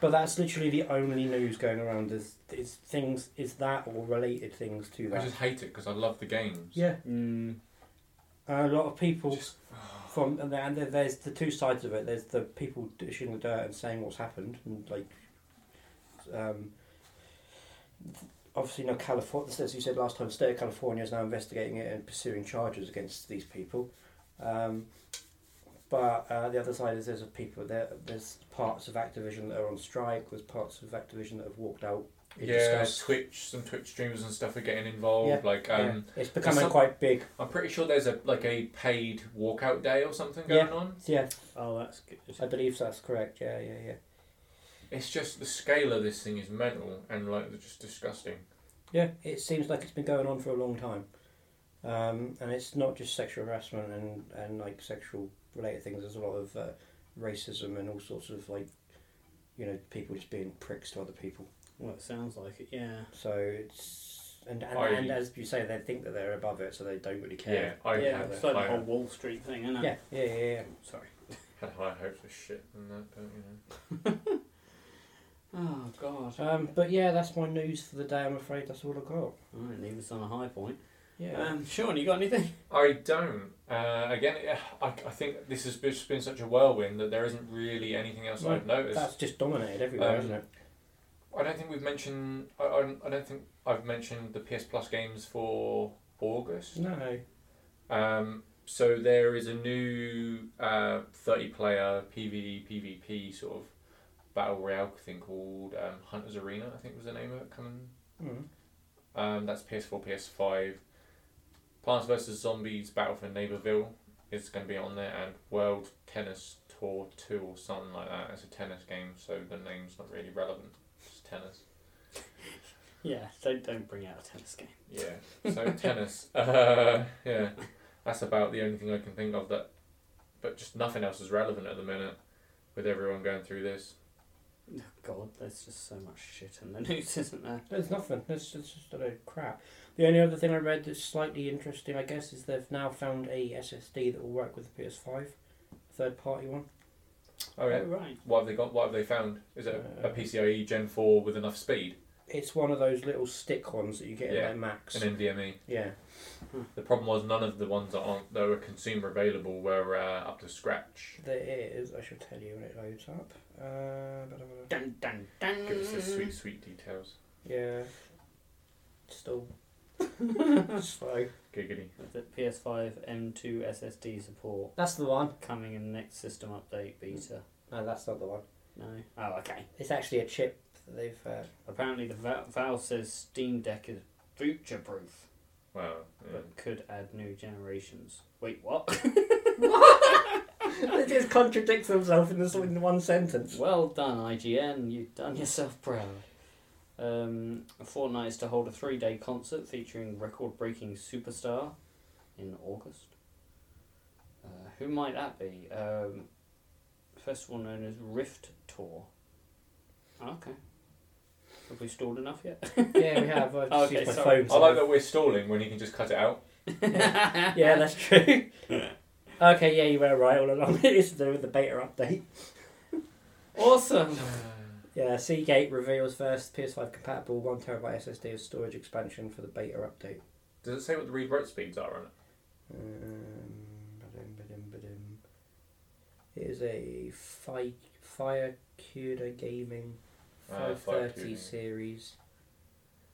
Speaker 3: but that's literally the only news going around. Is is things is that or related things
Speaker 2: I
Speaker 3: to that?
Speaker 2: just hate it because I love the games.
Speaker 3: Yeah,
Speaker 1: Mm,
Speaker 3: a lot of people
Speaker 2: Just- oh.
Speaker 3: from and there- and there- there's the two sides of it. There's the people dishing the dirt and saying what's happened and like, um, obviously no California. As you said last time, the state of California is now investigating it and pursuing charges against these people. Um, But uh, the other side is there's a people there. There's parts of Activision that are on strike. There's parts of Activision that have walked out. in
Speaker 2: Yeah,
Speaker 3: disgust.
Speaker 2: Twitch, some Twitch streamers and stuff are getting involved. Like, um,
Speaker 3: Yeah, It's becoming
Speaker 2: some-
Speaker 3: quite big.
Speaker 2: I'm pretty sure there's a like a paid walkout day or something going
Speaker 3: Yeah.
Speaker 2: on.
Speaker 3: Yeah,
Speaker 1: Oh, that's good.
Speaker 3: I believe that's correct. Yeah, yeah, yeah.
Speaker 2: It's just the scale of this thing is mental and like they're just disgusting.
Speaker 3: Yeah, it seems like it's been going on for a long time, um, and it's not just sexual harassment and, and like sexual related things. There's a lot of uh, racism and all sorts of like, you know, people just being pricks to other people.
Speaker 1: Well, it sounds like it. Yeah.
Speaker 3: So it's and and,
Speaker 2: I-
Speaker 3: and as you say, they think that they're above it, so they don't really
Speaker 2: Yeah,
Speaker 3: care.
Speaker 2: I
Speaker 1: yeah,
Speaker 2: had,
Speaker 1: it's like
Speaker 2: I
Speaker 1: the whole Wall Street thing, isn't it?
Speaker 3: yeah, yeah, yeah. yeah.
Speaker 1: Sorry.
Speaker 2: had higher hopes of shit than that, but you know.
Speaker 1: Oh God.
Speaker 3: Um, but yeah, that's my news for the day. I'm afraid that's all I got.
Speaker 1: All right, leave us on a high point.
Speaker 3: Yeah.
Speaker 1: Um, Sean, you got anything?
Speaker 2: I don't. Uh, again, eh, I, I think this has just been such a whirlwind that there isn't really anything else
Speaker 3: No,
Speaker 2: I've noticed.
Speaker 3: Mm, that's just dominated everywhere,
Speaker 2: Um,
Speaker 3: isn't it?
Speaker 2: I don't think we've mentioned. I, I, don't- I don't think I've mentioned the PS Plus games for August.
Speaker 3: No.
Speaker 2: Um, so there is a new uh, thirty-player PVE PvP sort of battle royale thing called um, Hunters Arena. I think was the name of it coming
Speaker 3: Mm.
Speaker 2: Um, that's PS4, PS5. Plants vs. Zombies Battle for Neighborville is going to be on there, and World Tennis Tour 2 or something like that. It's a tennis game, so the name's not really relevant. It's tennis.
Speaker 1: Yeah. Don't don't bring out a tennis game.
Speaker 2: Yeah, so tennis. Uh, yeah, that's about the only thing I can think of that. But just nothing else is relevant at the minute with everyone going through this.
Speaker 1: Oh God, there's just so much shit in the news, isn't there?
Speaker 3: There's nothing. There's just, just a load of crap. The only other thing I read that's slightly interesting, I guess, is they've now found a SSD that will work with the PS5, third party one.
Speaker 2: Oh, yeah. Uh,
Speaker 1: Oh, right.
Speaker 2: What have they got? What have they found? Is it a, a PCIe E Gen 4 with enough speed?
Speaker 3: It's one of those little stick ones that you get
Speaker 2: Yeah.
Speaker 3: in like Max.
Speaker 2: An NVMe?
Speaker 3: yeah.
Speaker 2: E? The problem was none of the ones that aren't that were consumer available were uh, up to scratch.
Speaker 3: There it is. I should tell you when it loads up. Uh, blah, blah, blah.
Speaker 1: Dun dun dun.
Speaker 2: Give us the sweet, sweet details.
Speaker 3: yeah. Still slow.
Speaker 2: Giggity.
Speaker 1: With The PS5 M2 SSD support
Speaker 3: That's the one.
Speaker 1: coming in the next system update beta.
Speaker 3: No, that's not the one.
Speaker 1: No. Oh, okay.
Speaker 3: It's actually a chip that they've. Uh,
Speaker 1: Apparently, the Val- Valve says Steam Deck is future proof,
Speaker 2: Wow. Yeah.
Speaker 1: but could add new generations. Wait, what?
Speaker 3: it just contradicts themselves in this in one sentence.
Speaker 1: Well done, IGN. You've done yourself proud. Um, Fortnite is to hold a three day concert featuring record breaking superstar in August. Uh, who might that be? Um, festival known as Rift Tour. Okay. Have we stalled enough yet?
Speaker 3: yeah, we have. I've just
Speaker 1: Okay,
Speaker 3: used my
Speaker 1: sorry.
Speaker 3: phone.
Speaker 2: I like that we're stalling when you can just cut it out.
Speaker 3: yeah, that's true. okay, yeah, you were right all along. it is to do with the beta update.
Speaker 1: Awesome!
Speaker 3: Yeah, Seagate reveals first PS5 compatible 1TB SSD of storage expansion for the beta update.
Speaker 2: Does it say what the read write speeds are on it?
Speaker 3: Um, ba-dum, ba-dum, ba-dum. It is a Fi- Firecuda Gaming
Speaker 2: Ah,
Speaker 3: 530
Speaker 2: Firecuda.
Speaker 3: series.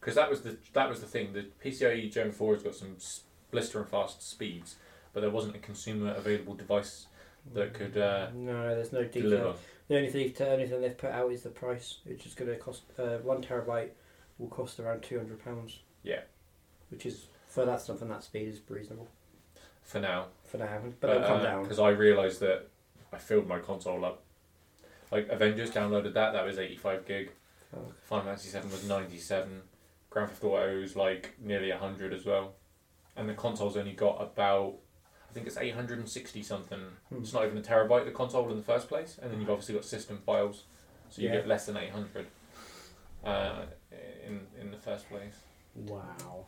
Speaker 2: Because that was the that was the thing. The PCIe E Gen Four has got some s- blistering fast speeds, but there wasn't a consumer available device that could uh,
Speaker 3: No, there's no detail.
Speaker 2: deliver.
Speaker 3: The only thing, the only thing they've put out is the price, which is going to cost uh, one terabyte will cost around two hundred pounds.
Speaker 2: Yeah.
Speaker 3: Which is for that something that speed is reasonable
Speaker 2: For now,
Speaker 3: for now, but it'll
Speaker 2: uh,
Speaker 3: come down.
Speaker 2: Because I realised that I filled my console up. Like Avengers downloaded that, that was 85 gig.
Speaker 3: Oh.
Speaker 2: Final Fantasy 7 was 97. Grand Theft Auto was like nearly 100 as well. And the console's only got about, I think it's 860 something.
Speaker 3: Hmm.
Speaker 2: It's not even a terabyte, the console in the first place. And then you've obviously got system files, so you
Speaker 3: Yeah.
Speaker 2: get less than 800 uh, in, in the first place.
Speaker 1: Wow.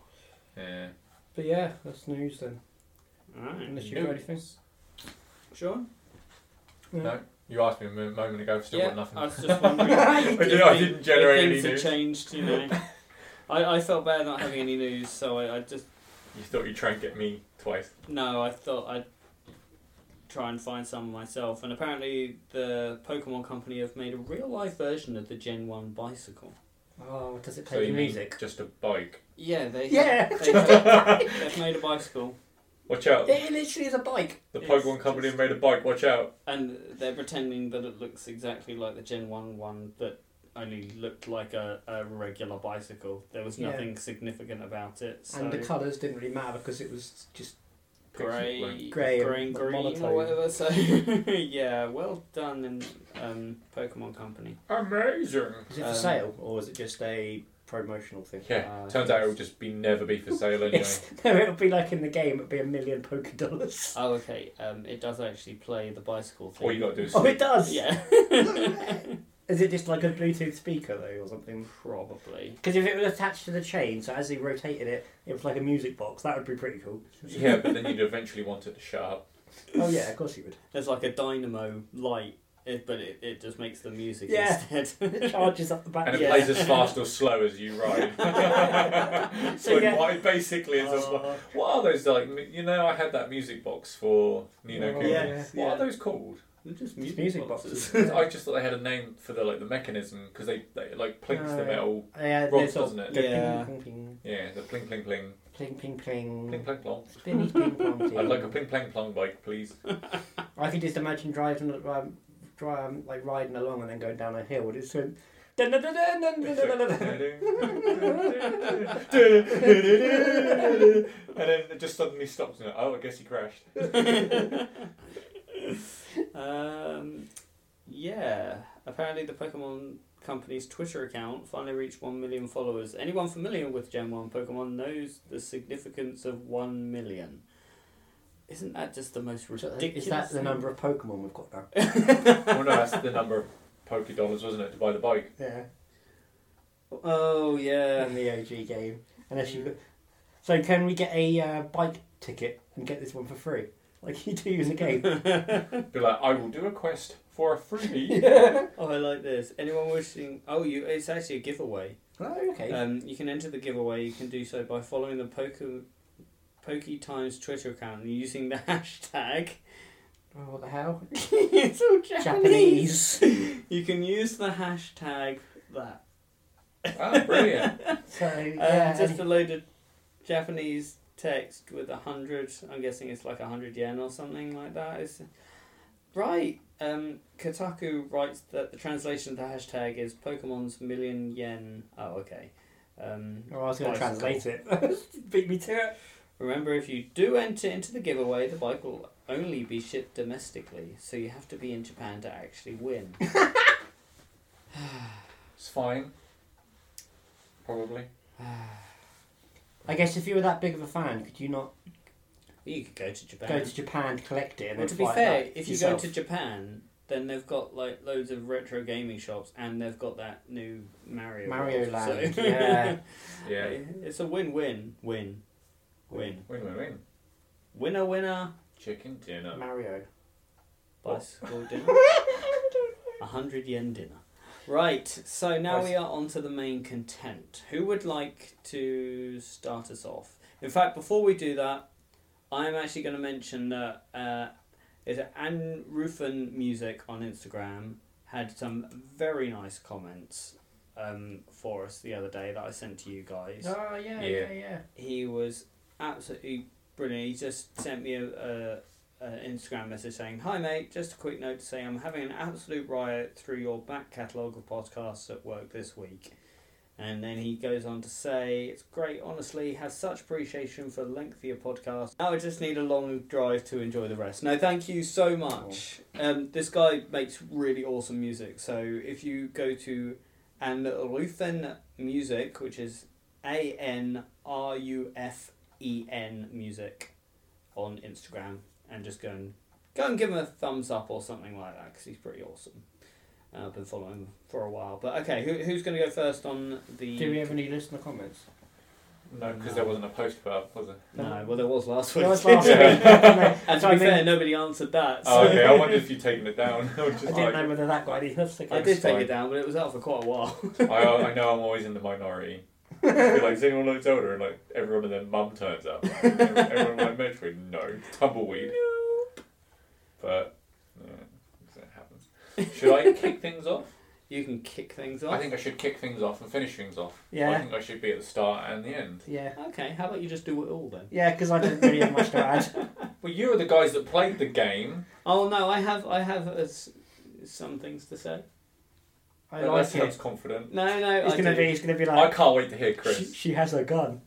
Speaker 2: Yeah.
Speaker 3: But yeah, that's news then.
Speaker 1: Alright.
Speaker 3: Unless you've got anything.
Speaker 2: News.
Speaker 1: Sean?
Speaker 2: No, you asked me a mo- moment ago, I've still got nothing.
Speaker 1: I was just wondering.
Speaker 2: I, did, I
Speaker 1: If
Speaker 2: didn't
Speaker 1: things- if
Speaker 2: generate any
Speaker 1: things
Speaker 2: news.
Speaker 1: have changed, you know. I, I felt bad not having any news, so I, I just
Speaker 2: You thought you'd try and get me twice.
Speaker 1: no. I thought I'd try and find some myself, and apparently the Pokemon company have made a real life version of the Gen One bicycle.
Speaker 3: Oh, does it
Speaker 2: So
Speaker 3: play
Speaker 2: you mean
Speaker 3: music?
Speaker 2: just a bike.
Speaker 1: Yeah, they
Speaker 3: Yeah.
Speaker 1: They have, they've made a bicycle
Speaker 2: Watch out.
Speaker 3: It literally is a bike.
Speaker 2: The
Speaker 1: It's
Speaker 2: Pokemon company
Speaker 1: just-
Speaker 2: made a bike. Watch out.
Speaker 1: And they're pretending that it looks exactly like the Gen 1 one that only looked like a, a regular bicycle. There was
Speaker 3: Yeah.
Speaker 1: nothing significant about it. So
Speaker 3: And the colours didn't really matter because it was just
Speaker 1: grey,
Speaker 3: Grey
Speaker 1: grey,
Speaker 3: and
Speaker 1: green, green,
Speaker 3: monotone.
Speaker 1: or whatever. So, yeah, well done, and um, Pokemon Company.
Speaker 2: Amazing.
Speaker 3: was it for
Speaker 1: Um,
Speaker 3: sale or was it just a promotional thing?
Speaker 2: Yeah.
Speaker 1: Uh,
Speaker 2: turns out it will just be never be for sale anyway.
Speaker 3: It's, no, it'll be like in the game. It'll be a million poker dollars.
Speaker 1: Oh, okay. Um, it does actually play the bicycle thing.
Speaker 2: All you gotta do is
Speaker 3: Oh, it does.
Speaker 1: Yeah,
Speaker 3: Is it just like a Bluetooth speaker though, or something?
Speaker 1: probably.
Speaker 3: Because if it was attached to the chain, so as he rotated it, it was like a music box. That would be pretty cool.
Speaker 2: yeah, but then you'd eventually want it to shut up.
Speaker 3: Oh yeah, of course he would.
Speaker 1: There's like a dynamo light, it, but it, it just makes the music
Speaker 3: Yeah. It
Speaker 1: instead.
Speaker 3: charges up the
Speaker 2: And
Speaker 3: battery.
Speaker 2: it
Speaker 1: Yeah.
Speaker 2: plays as fast or slow as you ride. so
Speaker 3: So,
Speaker 2: it
Speaker 3: yeah.
Speaker 2: might- basically it's just like,
Speaker 1: Oh,
Speaker 2: what are those like? You know, I had that music box for Nino
Speaker 3: Oh,
Speaker 2: Kuni.
Speaker 3: yeah.
Speaker 2: What are those called?
Speaker 1: They're just
Speaker 3: It's
Speaker 1: music,
Speaker 3: music
Speaker 1: boxes.
Speaker 3: boxes.
Speaker 2: I just thought they had a name for the like the mechanism because they, they like plinks the
Speaker 3: Oh.
Speaker 2: metal.
Speaker 3: Yeah,
Speaker 2: Rods,
Speaker 3: there's all-
Speaker 2: doesn't it?
Speaker 3: the
Speaker 1: Yeah.
Speaker 3: Ping, pling,
Speaker 2: Yeah, the pling pling pling
Speaker 3: pling, pling,
Speaker 2: pling
Speaker 3: pling,
Speaker 2: pling plong.
Speaker 3: spinny, ping, pong,
Speaker 2: I'd
Speaker 3: ting.
Speaker 2: like a pling pling plong bike, please.
Speaker 3: I could just imagine driving, um, dri- um, like riding along and then going down a hill. And it's going. dun, dun, dun, dun, dun, dun, dun, dun, dun.
Speaker 2: and then it just suddenly stops. And oh, I guess he crashed.
Speaker 1: um, yeah. Apparently, the Pokemon Company's Twitter account finally reached 1 million followers. Anyone familiar with Gen 1 Pokemon knows the significance of 1 million. Isn't that just the most ridiculous?
Speaker 3: Is that the
Speaker 1: thing?
Speaker 3: number of Pokemon we've got now?
Speaker 2: Well, no, that's the number of Poké dollars, wasn't it, to buy the bike?
Speaker 3: Yeah,
Speaker 1: Oh, yeah.
Speaker 3: in the OG game. Unless you,
Speaker 1: Mm.
Speaker 3: so can we get a uh, bike ticket and get this one for free, like you do in the game?
Speaker 2: Be like, I will do a quest for a freebie.
Speaker 1: Oh, I like this. Anyone wishing. Oh, you. it's actually a giveaway.
Speaker 3: Oh, okay.
Speaker 1: Um, you can enter the giveaway. You can do so by following the Poke, Pokey Times Twitter account and using the hashtag.
Speaker 3: oh, what the hell?
Speaker 1: it's all Japanese.
Speaker 3: Japanese.
Speaker 1: You can use the hashtag that.
Speaker 2: Ah, brilliant.
Speaker 3: so yeah,
Speaker 1: Um, just a load of Japanese text with a hundred. I'm guessing it's like a hundred yen or something like that. It's, right. Um, Kotaku writes that the translation of the hashtag is Pokemon's million yen. Oh, okay. Um,
Speaker 3: or Oh, I was going to
Speaker 1: bicycle.
Speaker 3: translate it. Beat me to it.
Speaker 1: Remember, if you do enter into the giveaway, the bike will only be shipped domestically, so you have to be in Japan to actually win.
Speaker 2: It's fine. Probably.
Speaker 3: I guess if you were that big of a fan, could you not
Speaker 1: You could go to Japan.
Speaker 3: go to Japan, collect it, and
Speaker 1: well,
Speaker 3: then
Speaker 1: to be
Speaker 3: buy it
Speaker 1: fair,
Speaker 3: back
Speaker 1: if
Speaker 3: yourself?
Speaker 1: you go to Japan, then they've got like loads of retro gaming shops, and they've got that new Mario
Speaker 3: Mario
Speaker 1: World,
Speaker 3: Land,
Speaker 1: so-
Speaker 3: yeah,
Speaker 2: Yeah.
Speaker 1: it's a win-win, win, win,
Speaker 2: Win win win.
Speaker 1: winner, winner,
Speaker 2: Chicken dinner.
Speaker 3: Mario.
Speaker 1: bicycle dinner, a hundred yen dinner. Right, so now we are on to the main content. Who would like to start us off? In fact, before we do that, I'm actually going to mention that uh, is it Anne Rufin Music on Instagram had some very nice comments um, for us the other day that I sent to you guys
Speaker 3: Oh yeah, yeah,
Speaker 2: Yeah.
Speaker 3: yeah.
Speaker 1: he was absolutely brilliant. He just sent me a, a, a Instagram message saying, "Hi mate, just a quick note to say I'm having an absolute riot through your back catalogue of podcasts at work this week." And then he goes on to say, "It's great, honestly. Have such appreciation for lengthier podcasts. Now I just need a long drive to enjoy the rest." No, thank you so much. Um, this guy makes really awesome music. So if you go to and Rufen Music, which is a N R U F E N music on Instagram and just go and go and give him a thumbs up or something like that because he's pretty awesome. Uh, I've been following him for a while, but okay, who, who's going to go first on the?
Speaker 3: Do we have any listener comments?
Speaker 2: No, because there wasn't a post put up, was there?
Speaker 1: No, well there was last week.
Speaker 3: No, it's last week.
Speaker 1: and
Speaker 3: That's
Speaker 1: to
Speaker 3: what
Speaker 1: be
Speaker 3: I mean.
Speaker 1: fair, nobody answered that. So.
Speaker 2: Oh, okay. I wondered if you'd taken it down. I, was
Speaker 3: I
Speaker 2: just
Speaker 3: didn't
Speaker 2: like-
Speaker 3: know whether that got any hoof
Speaker 1: I did
Speaker 2: It's
Speaker 1: take
Speaker 2: fine.
Speaker 1: it down, but it was out for quite a while.
Speaker 2: I, I know I'm always in the minority. Be like, does anyone like Zelda? And like, everyone and their mum turns up. everyone like Metroid? No. Tumbleweed. But, yeah, that happens. Should I kick things off?
Speaker 1: You can kick things off.
Speaker 2: I think I should kick things off and finish things off. I
Speaker 3: Yeah.
Speaker 2: think I should be at the start and the end.
Speaker 3: Yeah.
Speaker 1: Okay, how about you just do it all then?
Speaker 3: Yeah, because I don't really have much to add.
Speaker 2: Well, you were the guys that played the game.
Speaker 1: Oh no, I have I have uh, s- some things to say.
Speaker 3: I
Speaker 2: Well,
Speaker 3: like
Speaker 2: that sounds
Speaker 3: it.
Speaker 2: confident.
Speaker 1: No, no,
Speaker 3: It's
Speaker 1: I
Speaker 3: gonna
Speaker 1: do.
Speaker 3: be. It's gonna be
Speaker 2: I
Speaker 3: like.
Speaker 2: can't wait to hear
Speaker 3: She,
Speaker 2: Chris.
Speaker 3: she has a gun.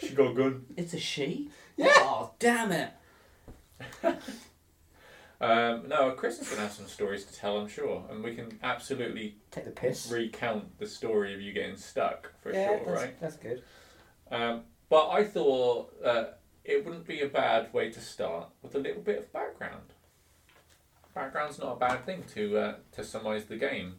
Speaker 2: She got a gun.
Speaker 1: It's a she.
Speaker 3: Yeah.
Speaker 1: Oh damn it!
Speaker 2: Um, no, Chris is going to have some stories to tell, I'm sure. And we can absolutely
Speaker 3: Take the piss.
Speaker 2: recount the story of you getting stuck, for
Speaker 3: yeah,
Speaker 2: sure,
Speaker 3: that's,
Speaker 2: right?
Speaker 3: that's good.
Speaker 2: Um, but I thought uh, it wouldn't be a bad way to start with a little bit of background. Background's not a bad thing to uh, to summarise the game.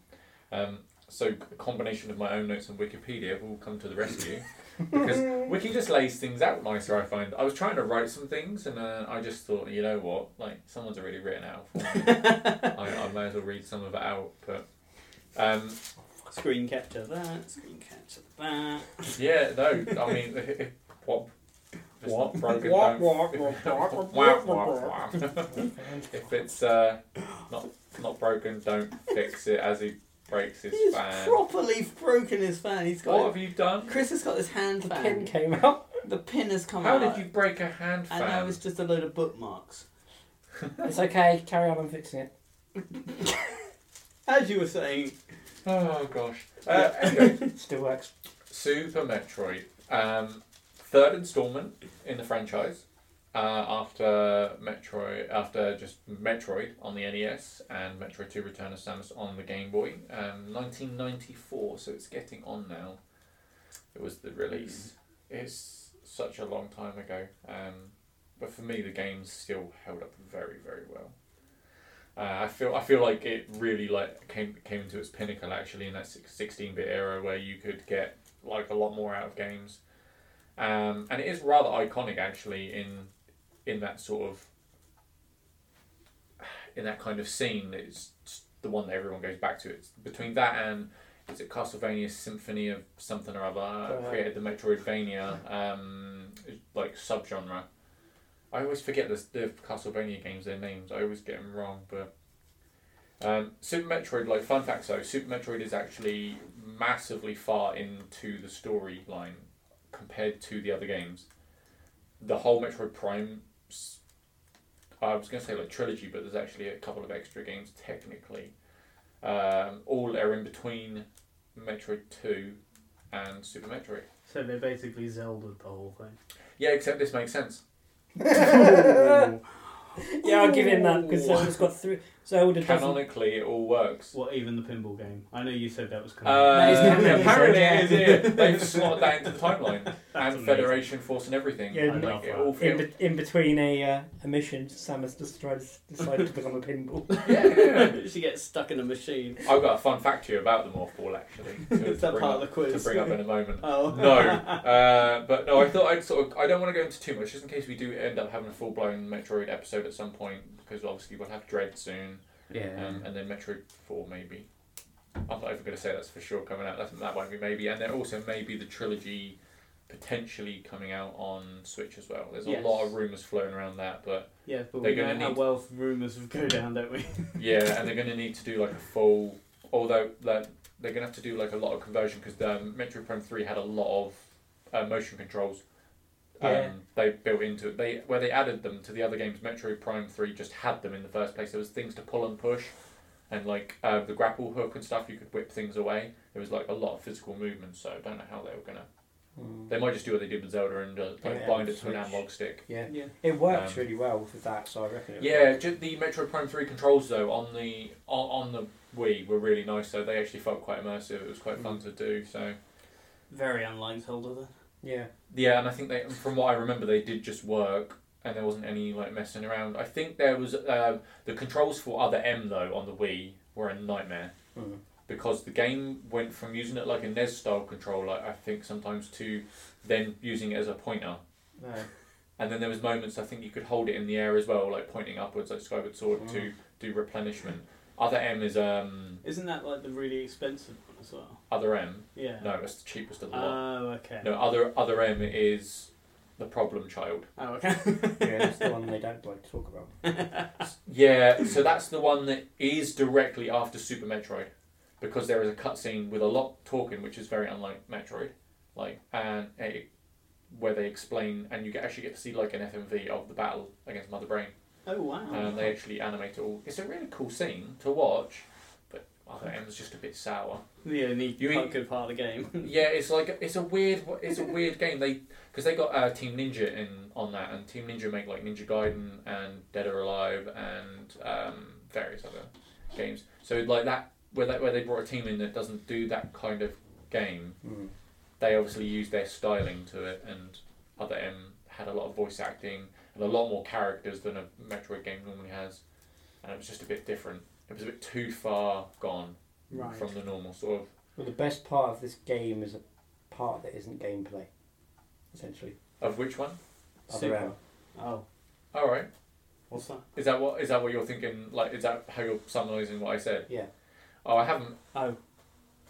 Speaker 2: Um, so a combination of my own notes and Wikipedia will come to the rescue because Wiki just lays things out nicer. I find I was trying to write some things and uh, I just thought, you know what, like someone's already written out. For me. I, I may as well read some of it out, but. Um,
Speaker 1: Screen capture that. Screen capture that.
Speaker 2: Yeah, no, I mean, what? If it's not broken,
Speaker 1: Wop,
Speaker 2: don't-
Speaker 1: wop,
Speaker 2: if-
Speaker 1: wop, wop, wop,
Speaker 2: wop, wop, wop. If it's uh, not not broken, don't fix it as he breaks his
Speaker 1: He's
Speaker 2: fan.
Speaker 1: properly broken his fan. He's
Speaker 2: What
Speaker 1: got.
Speaker 2: have you done?
Speaker 1: Chris has got this hand
Speaker 3: The
Speaker 1: fan.
Speaker 3: pin came out.
Speaker 1: The pin has come
Speaker 2: How
Speaker 1: out.
Speaker 2: did you break a hand
Speaker 1: And now
Speaker 2: fan?
Speaker 1: it's just a load of bookmarks.
Speaker 3: It's okay. Carry on. I'm fixing it.
Speaker 1: As you were saying,
Speaker 2: Oh gosh. Uh, anyway,
Speaker 3: Still works.
Speaker 2: Super Metroid, um, third installment in the franchise. Uh, after Metroid, after just Metroid on the NES and Metroid Two: Return of Samus on the Game Boy, um, 1994. So it's getting on now. It was the release. It's such a long time ago, um, but for me, the game still held up very, very well. Uh, I feel I feel like it really like came came into its pinnacle actually in that sixteen bit era where you could get like a lot more out of games, um, and it is rather iconic actually in in that sort of in that kind of scene. It's the one that everyone goes back to. It's between that and is it Castlevania Symphony of something or other
Speaker 3: Uh,
Speaker 2: created the Metroidvania um, like subgenre. I always forget the, the Castlevania games, their names. I always get them wrong, but. Um, Super Metroid, like fun fact though, Super Metroid is actually massively far into the storyline compared to the other games. The whole Metroid Prime, s- I was going to say like trilogy, but there's actually a couple of extra games technically. Um, all are in between Metroid 2 and Super Metroid.
Speaker 4: So they basically Zelda the whole thing.
Speaker 2: Yeah, except this makes sense.
Speaker 3: Yeah, I'll give him that because Zelda's got three. Zelda doesn't.
Speaker 2: Canonically, it all works.
Speaker 4: What, even the pinball game? I know you said that was kind of.
Speaker 2: Uh,
Speaker 3: That is not
Speaker 2: apparently,
Speaker 3: what
Speaker 2: it
Speaker 3: he
Speaker 2: is.
Speaker 3: said,
Speaker 2: yeah. They've slotted that into the timeline and
Speaker 4: amazing.
Speaker 2: Federation Force and everything.
Speaker 3: Yeah,
Speaker 2: Like,
Speaker 4: I love
Speaker 2: it
Speaker 4: that.
Speaker 2: all
Speaker 3: In,
Speaker 2: feels.
Speaker 3: be- in between a, uh, a mission, Samus just tries, decided to become a pinball.
Speaker 2: Yeah, yeah.
Speaker 1: she gets stuck in a machine.
Speaker 2: I've got a fun fact to you about the morph ball actually. To,
Speaker 1: Is that
Speaker 2: bring
Speaker 1: part of
Speaker 2: up,
Speaker 1: the quiz?
Speaker 2: to bring up in a moment.
Speaker 1: Oh
Speaker 2: no, uh, but no, I thought I'd sort of. I don't want to go into too much, just in case we do end up having a full blown Metroid episode at some point, because obviously we'll have Dread soon,
Speaker 4: yeah.
Speaker 2: um, and then Metroid Four maybe. I'm not even going to say that's for sure coming out. That's, that might be maybe, and then also maybe the trilogy potentially coming out on Switch as well. There's
Speaker 1: Yes.
Speaker 2: a lot of rumors floating around that, but
Speaker 1: Yeah, but
Speaker 2: They're
Speaker 1: we know
Speaker 2: gonna
Speaker 1: how
Speaker 2: need-
Speaker 1: well rumours go down, don't we?
Speaker 2: Yeah, and they're going to need to do like a full. Although like, they're going to have to do like a lot of conversion because the Metroid Prime Three had a lot of uh, motion controls.
Speaker 3: Yeah.
Speaker 2: Um, they built into it. They where they added them to the other games. Metroid Prime Three just had them in the first place. There was things to pull and push, and like uh, the grapple hook and stuff. You could whip things away. There was like a lot of physical movement. So I don't know how they were gonna.
Speaker 3: Hmm.
Speaker 2: They might just do what they did with Zelda and uh, like
Speaker 3: Yeah,
Speaker 2: bind it to an
Speaker 3: switch.
Speaker 2: analog stick.
Speaker 3: Yeah.
Speaker 1: Yeah.
Speaker 3: It works
Speaker 2: Um,
Speaker 3: really well with that, so I reckon it
Speaker 2: Yeah, ju- the Metro Prime Three controls though on the on, on the Wii were really nice. So they actually felt quite immersive. It was quite fun to do. So
Speaker 1: Very unlike Zelda. Then.
Speaker 3: Yeah.
Speaker 2: yeah, and I think they, from what I remember, they did just work, and there wasn't any like messing around. I think there was uh, the controls for other M though on the Wii were a nightmare
Speaker 3: Mm.
Speaker 2: because the game went from using it like a NES style controller, I think sometimes to then using it as a pointer.
Speaker 3: No.
Speaker 2: And then there was moments I think you could hold it in the air as well, like pointing upwards, like Skyward Sword to
Speaker 3: Mm.
Speaker 2: do replenishment. Other M is um
Speaker 1: Isn't that like the really expensive one as well?
Speaker 2: other M.
Speaker 1: Yeah.
Speaker 2: No, it's the cheapest
Speaker 4: Uh,
Speaker 2: of the lot.
Speaker 1: Oh, okay.
Speaker 2: No, other other M is the problem child.
Speaker 1: Oh, okay.
Speaker 3: yeah, that's the one they don't like to talk about.
Speaker 2: Yeah, so that's the one that is directly after Super Metroid. because there is a cutscene with a lot talking, which is very unlike Metroid. Like and it, where they explain, and you get, actually get to see like an FMV of the battle against Mother Brain.
Speaker 1: Oh wow.
Speaker 2: Um, they actually animate it all. It's a really cool scene to watch, but other end's just a bit sour.
Speaker 1: the only
Speaker 2: You mean-
Speaker 1: good part of the game.
Speaker 2: Yeah, it's like it's a weird, it's a weird game. They because they got uh, Team Ninja in on that, and Team Ninja make like Ninja Gaiden and Dead or Alive and um, various other games. So like that, where that where they brought a team in that doesn't do that kind of game,
Speaker 3: Mm.
Speaker 2: they obviously used their styling to it, and Other M had a lot of voice acting and a lot more characters than a Metroid game normally has, and it was just a bit different. It was a bit too far gone
Speaker 4: Right.
Speaker 2: from the normal sort of.
Speaker 3: Well, the best part of this game is a part that isn't gameplay, essentially.
Speaker 2: Of which one?
Speaker 3: Other
Speaker 1: Super.
Speaker 3: M.
Speaker 4: Oh,
Speaker 2: All right.
Speaker 4: what's that?
Speaker 2: Is that what is that what you're thinking? Like, is that how you're summarising what I said?
Speaker 3: Yeah.
Speaker 2: Oh, I haven't.
Speaker 4: Oh.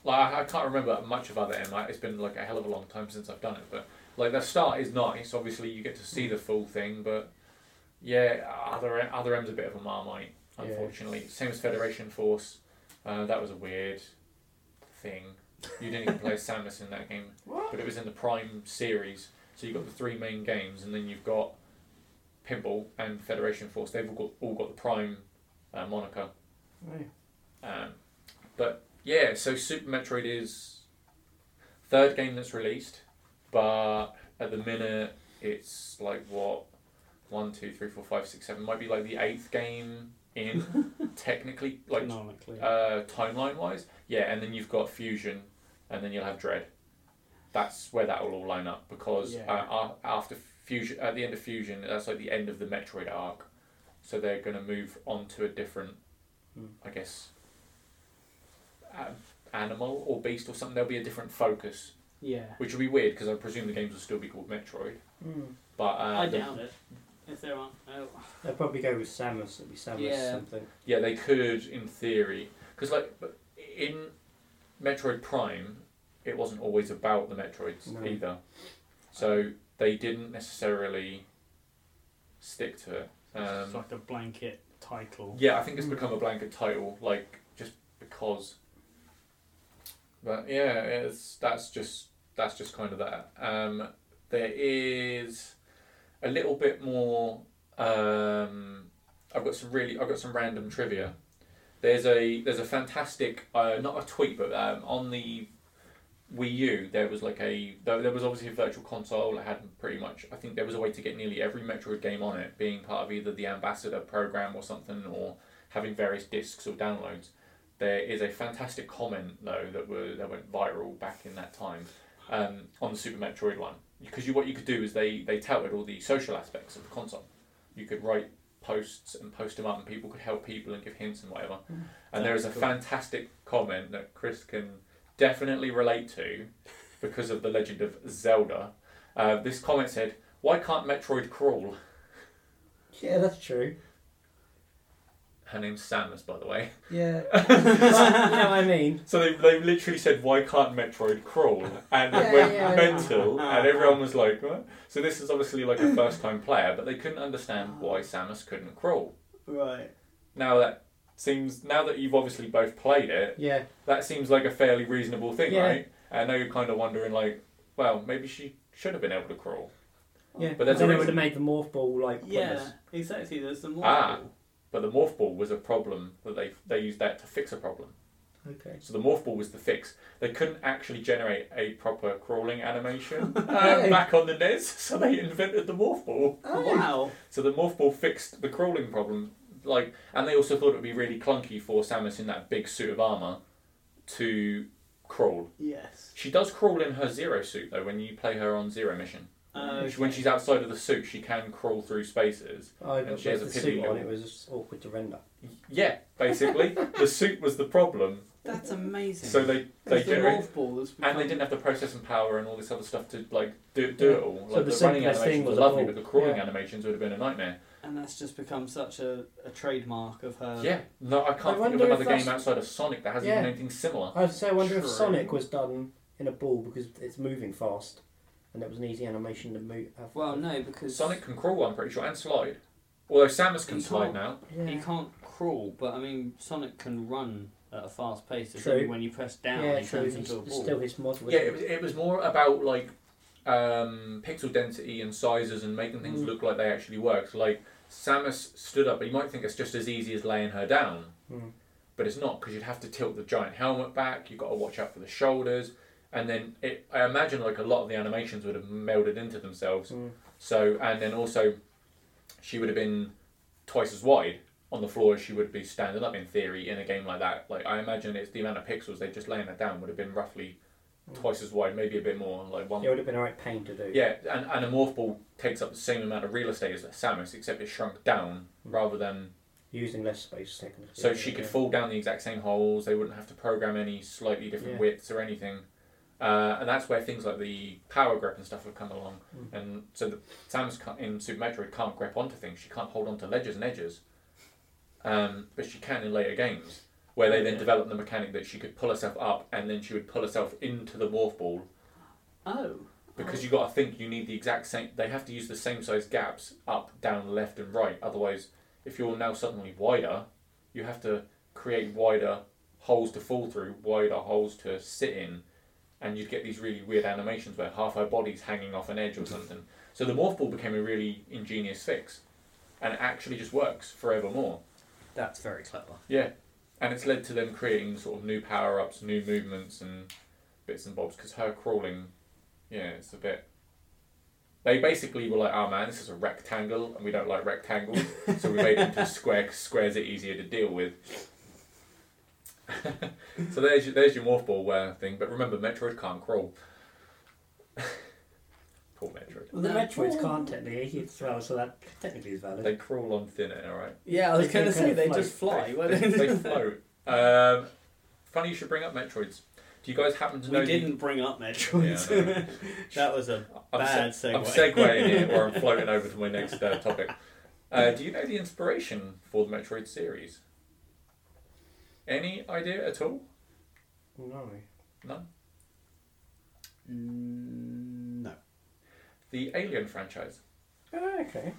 Speaker 2: Like, I, I can't remember much of other M. Like, it's been like a hell of a long time since I've done it. But like, the start is nice. Obviously, you get to see the full thing. But yeah, other other M's a bit of a marmite,
Speaker 3: Yeah.
Speaker 2: unfortunately. Same as Federation Force. Uh, that was a weird thing. You didn't even play Samus in that game,
Speaker 1: What?
Speaker 2: but it was in the Prime series. So you've got the three main games, and then you've got Pinball and Federation Force. They've all got, all got the Prime uh, moniker.
Speaker 3: Oh,
Speaker 2: Um, but yeah, so Super Metroid is third game that's released, but at the minute it's like what one, two, three, four, five, six, seven. Might be like the eighth game in technically, like
Speaker 4: Canonically.
Speaker 2: uh, timeline wise. Yeah, and then you've got Fusion, and then you'll have Dread. That's where that will all line up because
Speaker 4: Yeah.
Speaker 2: uh, a- after Fusion, at the end of Fusion, that's like the end of the Metroid arc. So they're going to move on to a different,
Speaker 3: Hmm.
Speaker 2: I guess, a- animal or beast or something. There'll be a different focus,
Speaker 4: yeah.
Speaker 2: which will be weird because I presume the games will still be called Metroid.
Speaker 3: Hmm.
Speaker 2: But uh,
Speaker 1: I
Speaker 2: the-
Speaker 1: doubt it. If there aren't, oh.
Speaker 3: They'll probably go with Samus. It'll be Samus
Speaker 1: Yeah.
Speaker 3: something.
Speaker 2: Yeah, they could in theory, because like but in Metroid Prime, it wasn't always about the Metroids
Speaker 3: No.
Speaker 2: either, so they didn't necessarily stick to it.
Speaker 4: it's
Speaker 2: Um,
Speaker 4: like a blanket title.
Speaker 2: yeah, I think it's become a blanket title, like just because. But yeah, it's that's just that's just kind of that. Um, there is a little bit more. Um, I've got some really I've got some random trivia. There's a there's a fantastic uh, not a tweet but um, on the Wii U there was like a there, there was obviously a virtual console that had pretty much I think there was a way to get nearly every Metroid game on it being part of either the ambassador program or something or having various discs or downloads. There is a fantastic comment though that were that went viral back in that time um, on the Super Metroid one because you what you could do is they they touted all the social aspects of the console. You could write posts and post them up, and people could help people and give hints and whatever. And there is a
Speaker 4: Cool.
Speaker 2: fantastic comment that Chris can definitely relate to because of the Legend of Zelda. Uh, this comment said, "Why can't Metroid crawl?"
Speaker 3: Yeah, that's true.
Speaker 2: Her name's Samus, by the way.
Speaker 3: Yeah. you know what I mean?
Speaker 2: So they, they literally said, "Why can't Metroid crawl?" and it
Speaker 3: Yeah,
Speaker 2: went
Speaker 3: yeah, yeah.
Speaker 2: mental, and everyone was like, "What?" So this is obviously like a first-time player, but they couldn't understand
Speaker 3: Oh.
Speaker 2: why Samus couldn't crawl.
Speaker 1: Right.
Speaker 2: Now that seems now that you've obviously both played it,
Speaker 3: Yeah.
Speaker 2: that seems like a fairly reasonable thing,
Speaker 3: Yeah.
Speaker 2: right? And now you're kind of wondering, like, well, maybe she should have been able to crawl,
Speaker 3: Yeah.
Speaker 2: But
Speaker 3: But
Speaker 2: there's
Speaker 3: then
Speaker 2: a
Speaker 3: it would
Speaker 2: reason-
Speaker 3: have made the morph ball like
Speaker 1: Yeah,
Speaker 3: pointless.
Speaker 1: exactly. There's the more.
Speaker 2: Ah. but the morph ball was a problem that they they used that to fix a problem.
Speaker 3: Okay.
Speaker 2: So the morph ball was the fix. They couldn't actually generate a proper crawling animation um,
Speaker 3: Hey.
Speaker 2: back on the NES, so they invented the morph ball.
Speaker 1: Oh, Wow.
Speaker 2: So the morph ball fixed the crawling problem. Like, and they also thought it would be really clunky for Samus in that big suit of armor to crawl.
Speaker 1: Yes.
Speaker 2: She does crawl in her zero suit though. When you play her on zero mission,
Speaker 1: Uh,
Speaker 2: She- when she's outside of the suit, she can crawl through spaces.
Speaker 3: I
Speaker 2: And
Speaker 3: got
Speaker 2: she has
Speaker 3: the
Speaker 2: a pity
Speaker 3: suit on.
Speaker 2: little-
Speaker 3: It was just awkward to render.
Speaker 2: Yeah, basically, the suit was the problem.
Speaker 1: that's
Speaker 4: Uh,
Speaker 1: amazing.
Speaker 2: So they they
Speaker 1: It's the
Speaker 2: generate
Speaker 1: morph ball that's
Speaker 2: and they
Speaker 1: become-
Speaker 2: didn't have the processing power and all this other stuff to like do, do it all.
Speaker 3: So
Speaker 2: Like
Speaker 3: the
Speaker 2: the running
Speaker 3: simplest thing
Speaker 2: animations were
Speaker 3: was a
Speaker 2: lovely,
Speaker 3: ball.
Speaker 2: but the crawling
Speaker 3: Yeah.
Speaker 2: animations would have been a nightmare.
Speaker 1: and that's just become such a, a trademark of her.
Speaker 2: yeah, no, I
Speaker 3: Uh, I
Speaker 2: can't think
Speaker 3: wonder
Speaker 2: of
Speaker 3: if
Speaker 2: another game
Speaker 3: that's-
Speaker 2: outside of Sonic that has
Speaker 3: Yeah.
Speaker 2: even anything similar.
Speaker 3: I was say, I wonder
Speaker 1: True.
Speaker 3: if Sonic was done in a ball because it's moving fast, and it was an easy animation to move. Have,
Speaker 1: Well, Oh, no, because
Speaker 2: Sonic can crawl, I'm pretty sure, and slide. Although Samus can
Speaker 1: He can't.
Speaker 2: slide now.
Speaker 3: Yeah.
Speaker 1: he can't crawl, but I mean Sonic can run at a fast pace. It's
Speaker 3: True.
Speaker 1: only when you press down,
Speaker 3: yeah,
Speaker 1: it
Speaker 3: true.
Speaker 1: turns
Speaker 3: It's,
Speaker 1: into a
Speaker 3: it's
Speaker 1: ball.
Speaker 3: still his mod.
Speaker 2: Yeah, it was, it was more about like um, pixel density and sizes and making things
Speaker 3: Mm.
Speaker 2: look like they actually worked. Like Samus stood up, but you might think it's just as easy as laying her down,
Speaker 3: Mm.
Speaker 2: but it's not because you'd have to tilt the giant helmet back. You've got to watch out for the shoulders, and then it, I imagine like a lot of the animations would have melded into themselves.
Speaker 3: Mm.
Speaker 2: So and then also, she would have been twice as wide on the floor as she would be standing up in theory in a game like that. Like I imagine it's the amount of pixels they just laying her down would have been roughly twice as wide, maybe a bit more, like one.
Speaker 3: It would have been alright pain to do.
Speaker 2: Yeah, and, and a morph ball takes up the same amount of real estate as a Samus, except it's shrunk down rather than
Speaker 3: Using less space taken.
Speaker 2: so she could fall down the exact same holes. They wouldn't have to program any slightly different
Speaker 3: Yeah.
Speaker 2: widths or anything. Uh, and that's where things like the power grip and stuff have come along. And so the Samus can't, in Super Metroid can't grip onto things. She can't hold onto ledges and edges. Um, but she can in later games, where they then
Speaker 1: Yeah.
Speaker 2: develop the mechanic that she could pull herself up and then she would pull herself into the morph ball
Speaker 1: Oh,
Speaker 2: because you got to think you need the exact same. They have to use the same size gaps up, down, left, and right. Otherwise, if you're now suddenly wider, you have to create wider holes to fall through, wider holes to sit in, and you'd get these really weird animations where half her body's hanging off an edge or something. So the morph ball became a really ingenious fix, and it actually just works forevermore.
Speaker 1: that's very clever.
Speaker 2: Yeah, and it's led to them creating sort of new power ups, new movements, and bits and bobs. Because her crawling, yeah, it's a bit. They basically were like, "Oh man, this is a rectangle, and we don't like rectangles, so we made it into a square. 'cause squares are easier to deal with." so there's your, there's your morph ball uh, thing. But remember, Metroid can't crawl. Poor Metroid.
Speaker 3: Well, the
Speaker 1: No.
Speaker 3: Metroids can't technically as well, so that technically is valid.
Speaker 2: They crawl on thin air, all right.
Speaker 1: Yeah, I
Speaker 3: They
Speaker 1: was going
Speaker 3: can
Speaker 1: to say
Speaker 3: kinda
Speaker 1: they
Speaker 3: float.
Speaker 1: just fly.
Speaker 2: They,
Speaker 1: weren't
Speaker 2: they
Speaker 1: they?
Speaker 2: float. Um, funny you should bring up Metroids. Do you guys happen to know?
Speaker 1: we didn't bring up Metroid.
Speaker 2: Yeah,
Speaker 1: that was a
Speaker 2: The, I'm,
Speaker 1: bad
Speaker 2: se-
Speaker 1: segue.
Speaker 2: I'm segueing here, or I'm floating over to my next uh, topic. Uh, do you know the inspiration for the Metroid series? Any idea at all?
Speaker 3: No.
Speaker 2: None.
Speaker 1: Mm, no.
Speaker 2: The Alien franchise.
Speaker 3: Oh, okay.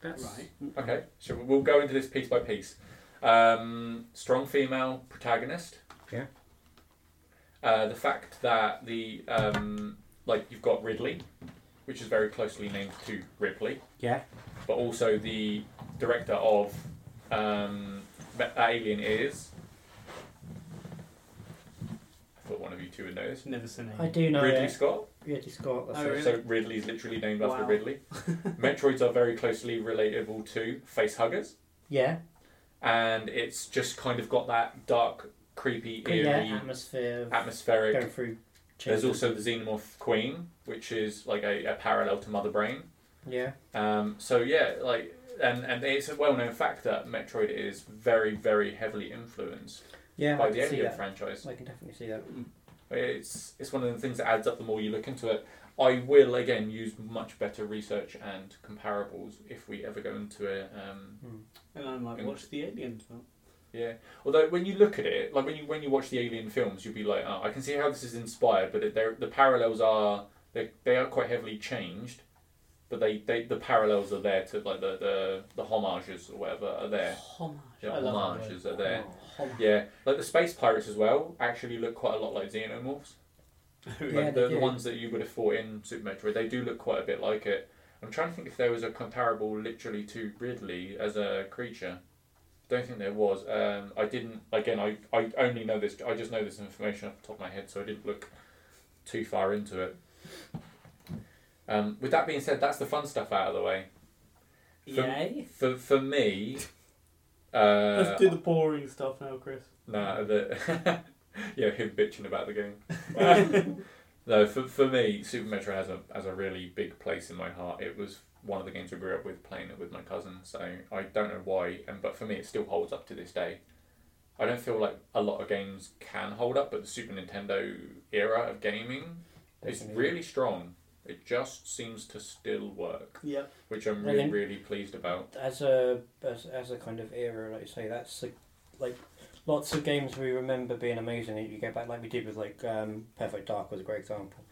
Speaker 3: That's
Speaker 1: Right.
Speaker 2: Okay, so we'll go into this piece by piece. Um, strong female protagonist.
Speaker 3: Yeah.
Speaker 2: Uh, the fact that the um, like you've got Ridley, which is very closely named to Ripley,
Speaker 3: Yeah.
Speaker 2: but also the director of um, Ma- Alien is. I thought one of you two would know this.
Speaker 1: Never seen
Speaker 3: I
Speaker 1: it.
Speaker 3: do know
Speaker 2: Ridley
Speaker 3: it.
Speaker 2: Scott.
Speaker 3: Ridley Scott. That's
Speaker 1: Oh,
Speaker 3: it.
Speaker 1: really?
Speaker 2: So Ridley's literally named after
Speaker 1: Wow.
Speaker 2: Ridley. Metroids are very closely relatable to face huggers
Speaker 3: Yeah.
Speaker 2: and it's just kind of got that dark, creepy,
Speaker 3: Good,
Speaker 2: eerie,
Speaker 3: yeah. Atmosphere. of
Speaker 2: atmospheric.
Speaker 3: Going through.
Speaker 2: There's
Speaker 3: changes.
Speaker 2: also the Xenomorph Queen, which is like a, a parallel to Mother Brain.
Speaker 3: Yeah.
Speaker 2: Um, so yeah, like, and and it's a well-known fact that Metroid is very, very heavily influenced
Speaker 3: Yeah.
Speaker 2: by
Speaker 3: I
Speaker 2: the
Speaker 3: can see
Speaker 2: Alien
Speaker 3: that.
Speaker 2: franchise.
Speaker 3: I can definitely see that.
Speaker 2: It's it's one of the things that adds up the more you look into it. I will again use much better research and comparables if we ever go into a um,
Speaker 1: And I might watch the Alien film.
Speaker 2: Yeah. Although when you look at it, like when you when you watch the Alien films, you'll be like, oh, I can see how this is inspired, but they're- the parallels are they they are quite heavily changed, but they, they the parallels are there to like the the, the homages or whatever are there.
Speaker 1: Homage.
Speaker 2: Yeah,
Speaker 1: I love that
Speaker 2: homages
Speaker 1: word.
Speaker 2: are there.
Speaker 3: Oh.
Speaker 1: Homage.
Speaker 2: Yeah, like the space pirates as well actually look quite a lot like xenomorphs. Like
Speaker 3: Yeah, they
Speaker 2: the, the
Speaker 3: do.
Speaker 2: ones that you would have fought in Super Metroid, they do look quite a bit like it. I'm trying to think if there was a comparable literally to Ridley as a creature. Don't think there was. Um, I didn't. Again, I, I only know this. I just know this information off the top of my head, so I didn't look too far into it. Um, with that being said, that's the fun stuff out of the way. For,
Speaker 1: Yay.
Speaker 2: For for me, uh,
Speaker 4: Let's do the boring stuff now, Chris.
Speaker 2: no, the yeah, him bitching about the game. no, for, for me, Super Metro has a has a really big place in my heart. It was one of the games I grew up with playing it with my cousin, so I don't know why, and but for me, it still holds up to this day. I don't feel like a lot of games can hold up, but the Super Nintendo era of gaming is
Speaker 3: Definitely.
Speaker 2: really strong. It just seems to still work,
Speaker 1: Yep.
Speaker 2: which I'm
Speaker 3: Well,
Speaker 2: really
Speaker 3: then-
Speaker 2: really pleased about.
Speaker 3: as a as, as a kind of era, like you say, that's a, like lots of games we remember being amazing. and You go back like we did with like um, Perfect Dark was a great example,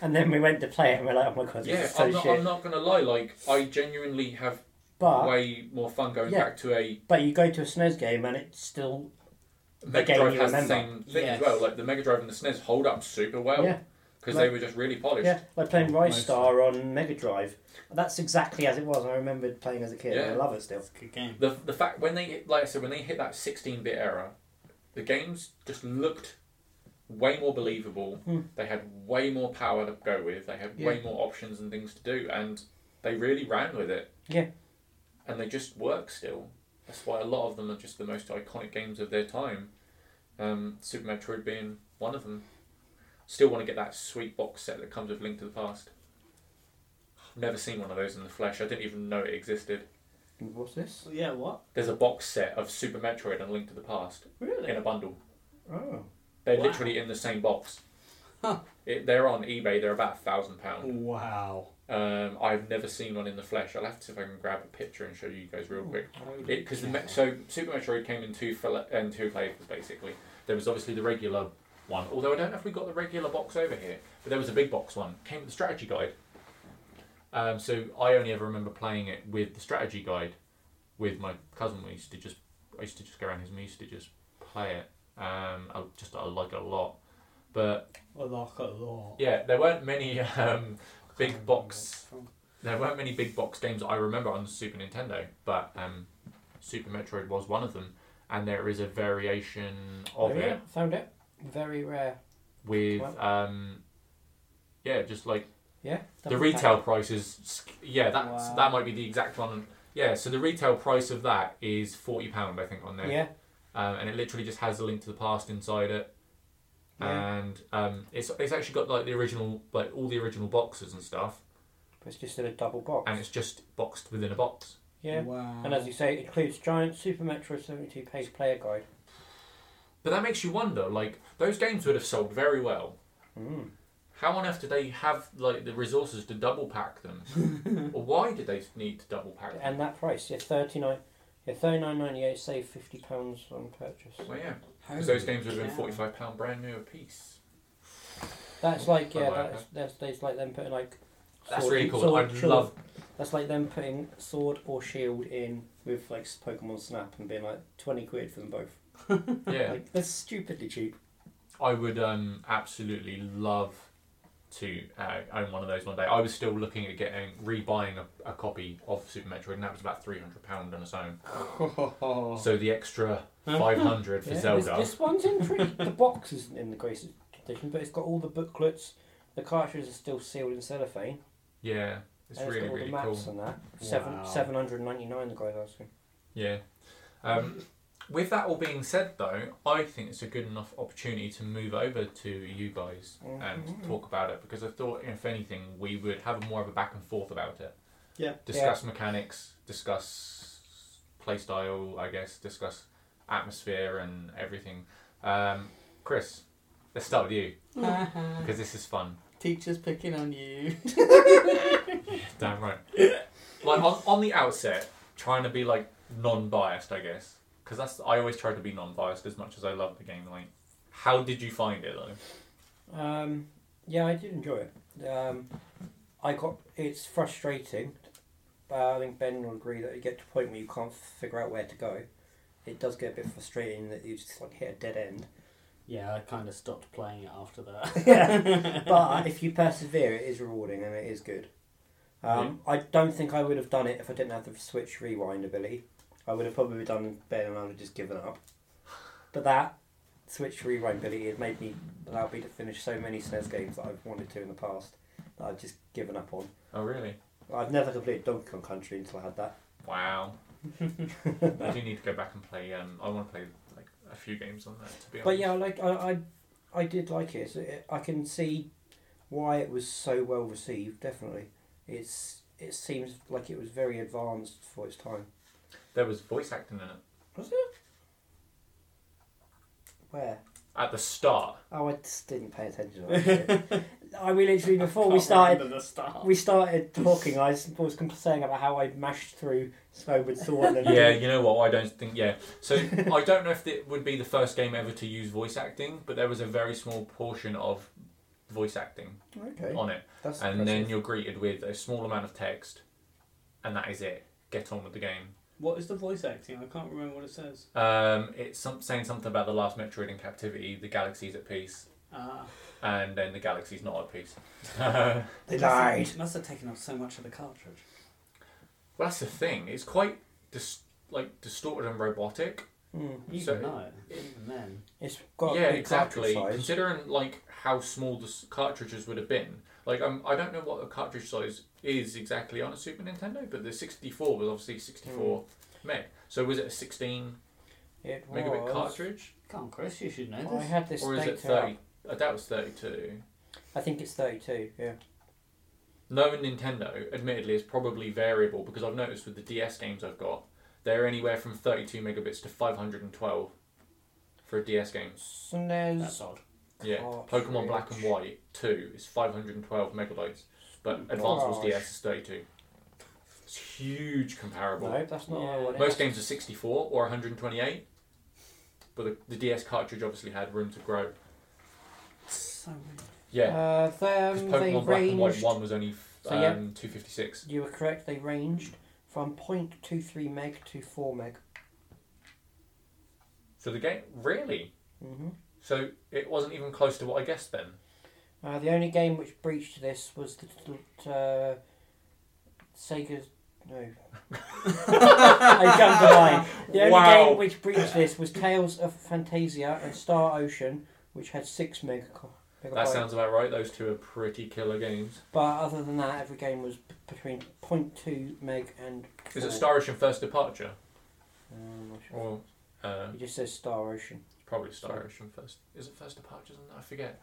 Speaker 3: and then we went to play it and we're like, oh my god, this
Speaker 2: Yeah,
Speaker 3: is so
Speaker 2: I'm not,
Speaker 3: shit.
Speaker 2: I'm not gonna lie. Like I genuinely have
Speaker 3: but
Speaker 2: way more fun going
Speaker 3: Yeah.
Speaker 2: back to a
Speaker 3: E but you go to a SNES game and it's still
Speaker 2: Mega
Speaker 3: game
Speaker 2: Drive
Speaker 3: you
Speaker 2: has the
Speaker 3: remember.
Speaker 2: same thing
Speaker 1: Yes.
Speaker 2: as well. Like the Mega Drive and the SNES hold up super well
Speaker 3: Yeah.
Speaker 2: because they
Speaker 3: Like-
Speaker 2: were just really polished.
Speaker 3: Yeah, like playing
Speaker 2: Oh,
Speaker 3: Rise
Speaker 2: mostly.
Speaker 3: Star on Mega Drive. That's exactly as it was. I remembered playing as a kid. and I
Speaker 2: Yeah.
Speaker 3: love it still.
Speaker 1: It's a good game.
Speaker 2: The the fact when they like I said when they hit that 16-bit era, the games just looked way more believable.
Speaker 3: Hmm.
Speaker 2: They had way more power to go with. They had way more options and things to do, and they really ran with it.
Speaker 3: Yeah.
Speaker 2: and they just work still. That's why a lot of them are just the most iconic games of their time. Um, Super Metroid being one of them. Still want to get that sweet box set that comes with Link to the Past. I've never seen one of those in the flesh. I didn't even know it existed.
Speaker 3: What's this?
Speaker 1: Yeah, what?
Speaker 2: There's a box set of Super Metroid and Link to the Past in
Speaker 1: Really?
Speaker 2: a bundle.
Speaker 3: Oh,
Speaker 2: They're
Speaker 1: Wow.
Speaker 2: literally in the same box.
Speaker 1: Huh.
Speaker 2: It, they're on eBay. They're about a thousand pound.
Speaker 1: Wow.
Speaker 2: Um, I've never seen one in the flesh. I'll have to see if I can grab a picture and show you guys real quick. Because me- so Super Metroid came in two fla- um, two flavors basically. There was obviously the regular one, although I don't know if we got the regular box over here, but there was a big box one. Came with the strategy guide. Um, so I only ever remember playing it with the strategy guide with my cousin. We used to just I used to just go around his and we used to just play it. Um, I just I like it a lot, but
Speaker 1: I like a lot.
Speaker 2: yeah, there weren't many um, big box there weren't many big box games that I remember on the Super Nintendo, but um, Super Metroid was one of them, and there is a variation of
Speaker 3: there we
Speaker 2: it
Speaker 3: are. oh, Found it. Very rare.
Speaker 2: with
Speaker 3: Wow.
Speaker 2: um, yeah, just like
Speaker 3: Yeah.
Speaker 2: the retail price is sk- yeah, that's
Speaker 1: Wow.
Speaker 2: that might be the exact one. Yeah, so the retail price of that is forty pound, I think, on there,
Speaker 3: Yeah.
Speaker 2: um, and it literally just has a link to the past inside it.
Speaker 3: Yeah.
Speaker 2: And um, it's it's actually got like the original like all the original boxes and stuff,
Speaker 3: But it's just in a double box.
Speaker 2: and it's just boxed within a box.
Speaker 3: yeah.
Speaker 1: Wow.
Speaker 3: And as you say, it includes Giant Super Metroid 72 page player guide.
Speaker 2: But that makes you wonder, like, those games would have sold very well.
Speaker 3: Mm.
Speaker 2: How on earth did they have, like, the resources to double pack them? or why did they need to double pack them?
Speaker 3: And that price, yeah, thirty nine, yeah, thirty nine ninety eight. Save fifty pounds on purchase.
Speaker 2: Well, yeah, because
Speaker 3: Oh,
Speaker 2: those games would have been forty-five pound brand new a piece.
Speaker 3: That's like
Speaker 2: I
Speaker 3: yeah,
Speaker 2: like
Speaker 3: that's, that's that's like them putting like.
Speaker 2: That's
Speaker 3: sword-
Speaker 2: really cool.
Speaker 3: sword
Speaker 2: I'd
Speaker 3: shield.
Speaker 2: love.
Speaker 3: That's like them putting sword or shield in with like Pokemon Snap and being like twenty quid for them both.
Speaker 2: Yeah,
Speaker 3: Like that's stupidly cheap.
Speaker 2: I would um, absolutely love to uh, own one of those one day. I was still looking at getting rebuying a, a copy of Super Metroid, and that was about three hundred pound on its own. So the extra five hundred for
Speaker 3: Yeah,
Speaker 2: Zelda.
Speaker 3: This, this one's in pretty. the box isn't in the greatest condition, but it's got all the booklets. The cartridges are still sealed in cellophane.
Speaker 2: Yeah, it's
Speaker 3: and
Speaker 2: really
Speaker 3: it's got all
Speaker 2: really
Speaker 3: the
Speaker 2: cool.
Speaker 3: maps and that. Seven
Speaker 1: Wow.
Speaker 3: seven hundred ninety nine. The guy's asking.
Speaker 2: Yeah. Um, with that all being said, though, I think it's a good enough opportunity to move over to you guys and
Speaker 1: Mm-hmm.
Speaker 3: Mhm.
Speaker 2: talk about it because I thought, if anything, we would have more of a back and forth about it.
Speaker 1: Yeah.
Speaker 2: Discuss mechanics, discuss playstyle, I guess, discuss atmosphere and everything. Um, Chris, let's start with you because this is fun.
Speaker 1: Teachers picking on you.
Speaker 2: Damn right. like on, on the outset, trying to be like non-biased, I guess, because that's I always try to be non-biased as much as I love the game. Like, how did you find it though?
Speaker 3: Um, yeah, I did enjoy it. Um, I got it's frustrating. But I think Ben will agree that you get to a point where you can't figure out where to go. It does get a bit frustrating that you just like hit a dead end.
Speaker 1: Yeah, I kind of stopped playing it after that.
Speaker 3: Yeah, but if you persevere, it is rewarding and it is good. Um, I don't think I would have done it if I didn't have the Switch rewind ability. I would have probably done better and I would have just given up. But that Switch rewind ability has made me allowed me to finish so many SNES games that I've wanted to in the past that I've just given up on.
Speaker 2: Oh really?
Speaker 3: I've never completed Donkey Kong Country until I had that.
Speaker 2: Wow. I do need to go back and play. Um, I want to play like a few games on that. To be honest.
Speaker 3: But yeah, like I, I, I did like it. So it. I can see why it was so well received. Definitely, it's it seems like it was very advanced for its time.
Speaker 2: there was voice acting in it
Speaker 3: Was it? Where?
Speaker 2: at the start.
Speaker 3: Oh, I just didn't pay attention. actually. I mean, literally before we started.
Speaker 1: the start.
Speaker 3: We started talking. I was was com- saying about how I mashed through Snow with Sword. And
Speaker 2: Yeah, you know what? I don't think. Yeah, so I don't know if it would be the first game ever to use voice acting, but there was a very small portion of voice acting
Speaker 3: Okay.
Speaker 2: on it.
Speaker 3: That's
Speaker 2: and
Speaker 3: impressive.
Speaker 2: then you're greeted with a small amount of text, and that is it. Get on with the game.
Speaker 1: What is the voice acting? I can't remember what it says.
Speaker 2: Um, it's some, saying something about the last Metroid in captivity, the galaxy's at peace,
Speaker 1: Ah,
Speaker 2: and then the galaxy's not at peace. well,
Speaker 3: They lied.
Speaker 1: Must have, must have taken off so much of the cartridge.
Speaker 2: that's the thing. It's quite dis- like distorted and robotic.
Speaker 3: Mm.
Speaker 1: Even
Speaker 2: So-
Speaker 1: know it. Even then.
Speaker 3: It's got
Speaker 2: yeah,
Speaker 3: a big
Speaker 2: exactly.
Speaker 3: cartridge size.
Speaker 2: Considering like how small the s- cartridges would have been. Like um, I don't know what the cartridge size is exactly on a Super Nintendo, but the 64 was obviously 64 meg. So was it a 16
Speaker 3: It
Speaker 2: megabit
Speaker 3: Hmm. was-
Speaker 2: cartridge,
Speaker 1: Come on, Chris, you should know
Speaker 3: I
Speaker 1: this.
Speaker 3: had this
Speaker 2: or is
Speaker 3: data.
Speaker 2: it uh, 30? I doubt it's 32.
Speaker 3: I think it's 32, yeah.
Speaker 2: knowing Nintendo, admittedly, is probably variable because I've noticed with the DS games I've got, they're anywhere from 32 megabits to 512 for a DS game.
Speaker 1: That's
Speaker 3: SNES.
Speaker 1: odd.
Speaker 2: Yeah,
Speaker 3: Cartridge.
Speaker 2: Pokemon Black and White 2 is 512 megabytes, but Advance Wars
Speaker 3: Gosh.
Speaker 2: DS is 32. It's huge comparable.
Speaker 3: No, that's not
Speaker 1: Yeah.
Speaker 3: what I
Speaker 2: Most
Speaker 3: wanted.
Speaker 2: games are 64 or 128, but the, the DS cartridge obviously had room to grow.
Speaker 1: So weird.
Speaker 2: Yeah,
Speaker 3: Uh,
Speaker 2: because
Speaker 3: then they
Speaker 2: Pokemon Black and White
Speaker 3: ranged.
Speaker 2: 1 was only f-
Speaker 3: So, yeah.
Speaker 2: um, 256.
Speaker 3: You were correct, they ranged from 0.23 meg to 4 meg.
Speaker 2: So the game, really?
Speaker 3: hmm
Speaker 2: So it wasn't even close to what I guessed then.
Speaker 3: Uh, the only game which breached this was the t- uh, Sega's. No. I jumped the line. The only
Speaker 2: Wow.
Speaker 3: game which breached this was Tales of Fantasia and Star Ocean, which had 6 meg.
Speaker 2: That sounds about right. Those two are pretty killer games.
Speaker 3: But other than that, every game was b- between 0.2 meg and.
Speaker 2: Is
Speaker 3: 4.
Speaker 2: it Star Ocean First Departure?
Speaker 3: Um, not sure.
Speaker 2: Or uh,
Speaker 3: It just says Star Ocean.
Speaker 2: probably Star Ocean First. Is it First Departures? I forget.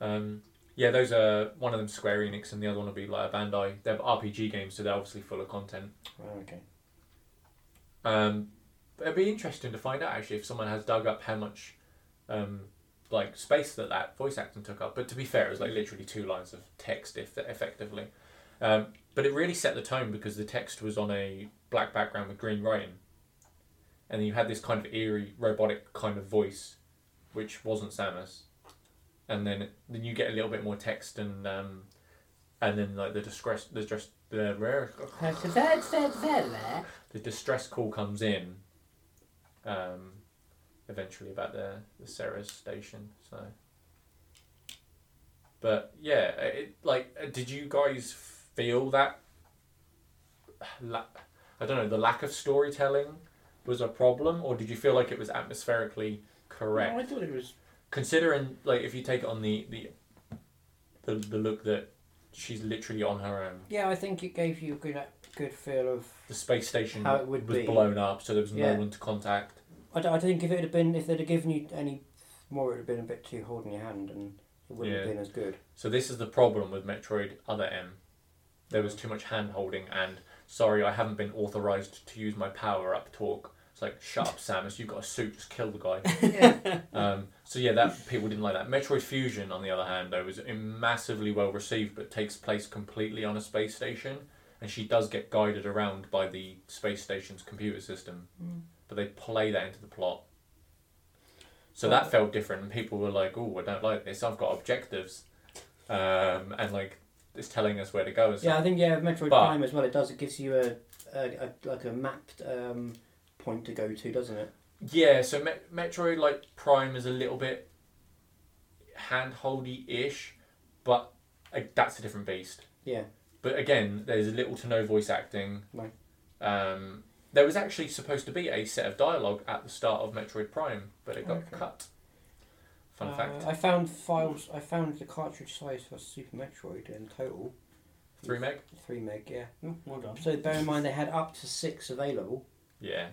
Speaker 2: Um, yeah, those are one of them Square Enix and the other one will be like a Bandai. They're RPG games, so they're obviously full of content.
Speaker 3: Oh, okay.
Speaker 2: Um, but it'd be interesting to find out actually if someone has dug up how much um, like space that that voice acting took up. But to be fair, it was like literally two lines of text, if effectively. Um, but it really set the tone because the text was on a black background with green writing, and you had this kind of eerie, robotic kind of voice, which wasn't Samus. And then then you get a little bit more text and um, and then like the distress, the just the rare the distress call comes in um, eventually about the, the Sarah's station. So, but yeah, it, like, uh, did you guys feel that? La- I don't know. The lack of storytelling was a problem, or did you feel like it was atmospherically correct?
Speaker 3: No, I thought it was.
Speaker 2: Considering, like, if you take it on the the the, the look that she's literally on her own.
Speaker 3: Yeah, I think it gave you a good, uh, good feel of.
Speaker 2: The space station
Speaker 3: How it would
Speaker 2: was
Speaker 3: be.
Speaker 2: blown up, so there was
Speaker 3: Yeah.
Speaker 2: no one to contact.
Speaker 3: I, don't- I think if it had been, if they'd have given you any more, it would have been a bit too holding your hand, and it wouldn't have
Speaker 2: Yeah.
Speaker 3: been as good.
Speaker 2: So this is the problem with Metroid Other M. There was too much hand holding and sorry, I haven't been authorized to use my power up talk. It's like shut up, Samus. You've got a suit. Just kill the guy. um, so yeah, that people didn't like that. Metroid Fusion, on the other hand, though, was massively well received, but takes place completely on a space station, and she does get guided around by the space station's computer system. But they play that into the plot. So that felt different, and people were like, "Oh, I don't like this. I've got objectives," um, and like it's telling us where to go. And stuff.
Speaker 3: Yeah, I think yeah, Metroid
Speaker 2: But-
Speaker 3: Prime as well. It does. It gives you a, a, a like a mapped um, point to go to, doesn't it?
Speaker 2: Yeah, so Met- Metroid like Prime is a little bit handholdy ish, but uh, that's a different beast.
Speaker 3: Yeah.
Speaker 2: But again, there's little to no voice acting.
Speaker 3: No.
Speaker 2: Um, there was actually supposed to be a set of dialogue at the start of Metroid Prime, but it got
Speaker 3: Okay.
Speaker 2: cut. Fun
Speaker 3: Uh,
Speaker 2: fact:
Speaker 3: I found files. I found the cartridge size for Super Metroid in total.
Speaker 2: three meg.
Speaker 3: Three meg, yeah.
Speaker 1: Mm, Well done.
Speaker 3: So bear in mind they had up to six available.
Speaker 2: Yeah,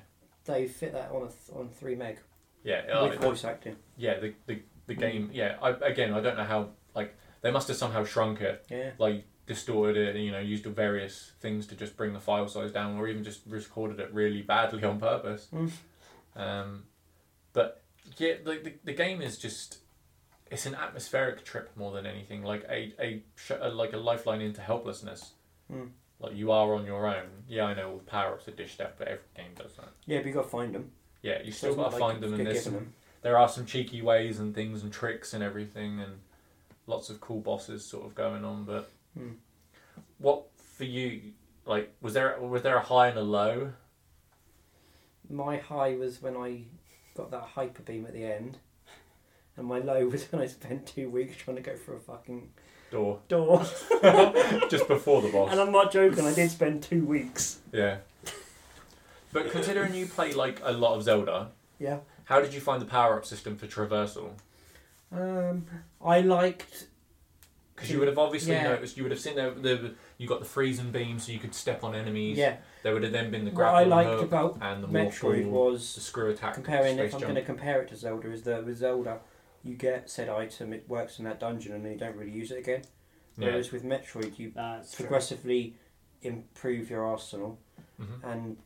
Speaker 3: They fit that on a th- on three meg
Speaker 2: yeah. oh,
Speaker 3: with
Speaker 2: it-
Speaker 3: voice acting.
Speaker 2: yeah, the the, the game. Yeah, I, again, I don't know how. Like they must have somehow shrunk it
Speaker 3: Yeah.
Speaker 2: like distorted it, you know, used various things to just bring the file size down, or even just recorded it really badly on purpose.
Speaker 3: Mm.
Speaker 2: Um, but yeah, the, the the game is just it's an atmospheric trip more than anything, like a a, sh- a like a lifeline into helplessness.
Speaker 3: Mm.
Speaker 2: Like you are on your own. Yeah, I know all the power ups are dished out, but every game does that.
Speaker 3: Yeah, but you got to find them.
Speaker 2: Yeah, you still got to find them, and there's some
Speaker 3: them.
Speaker 2: there are some cheeky ways and things and tricks and everything and lots of cool bosses sort of going on but
Speaker 3: Hmm.
Speaker 2: what for you like was there was there a high and a low
Speaker 3: My high was when I got that hyper beam at the end, and my low was when I spent two weeks trying to go for a fucking
Speaker 2: Door.
Speaker 3: door.
Speaker 2: Just before the boss.
Speaker 3: And I'm not joking. I did spend two weeks.
Speaker 2: Yeah. But considering you play like a lot of Zelda,
Speaker 3: Yeah.
Speaker 2: how did you find the power up system for traversal?
Speaker 3: Um, I liked.
Speaker 2: Because you would have obviously
Speaker 3: Yeah.
Speaker 2: noticed, you would have seen there, the you got the freezing beam, so you could step on enemies.
Speaker 3: Yeah.
Speaker 2: There would have then been the
Speaker 3: What I
Speaker 2: grappling
Speaker 3: liked
Speaker 2: hook
Speaker 3: about
Speaker 2: and the
Speaker 3: Metroid
Speaker 2: morph ball,
Speaker 3: was
Speaker 2: the screw attack,
Speaker 3: comparing
Speaker 2: space
Speaker 3: if I'm
Speaker 2: jump.
Speaker 3: going to compare it to Zelda is that with Zelda you get said item it works in that dungeon and then you don't really use it again
Speaker 2: Yeah.
Speaker 3: whereas with Metroid you
Speaker 1: That's true.
Speaker 3: progressively improve your arsenal
Speaker 2: Mhm.
Speaker 3: and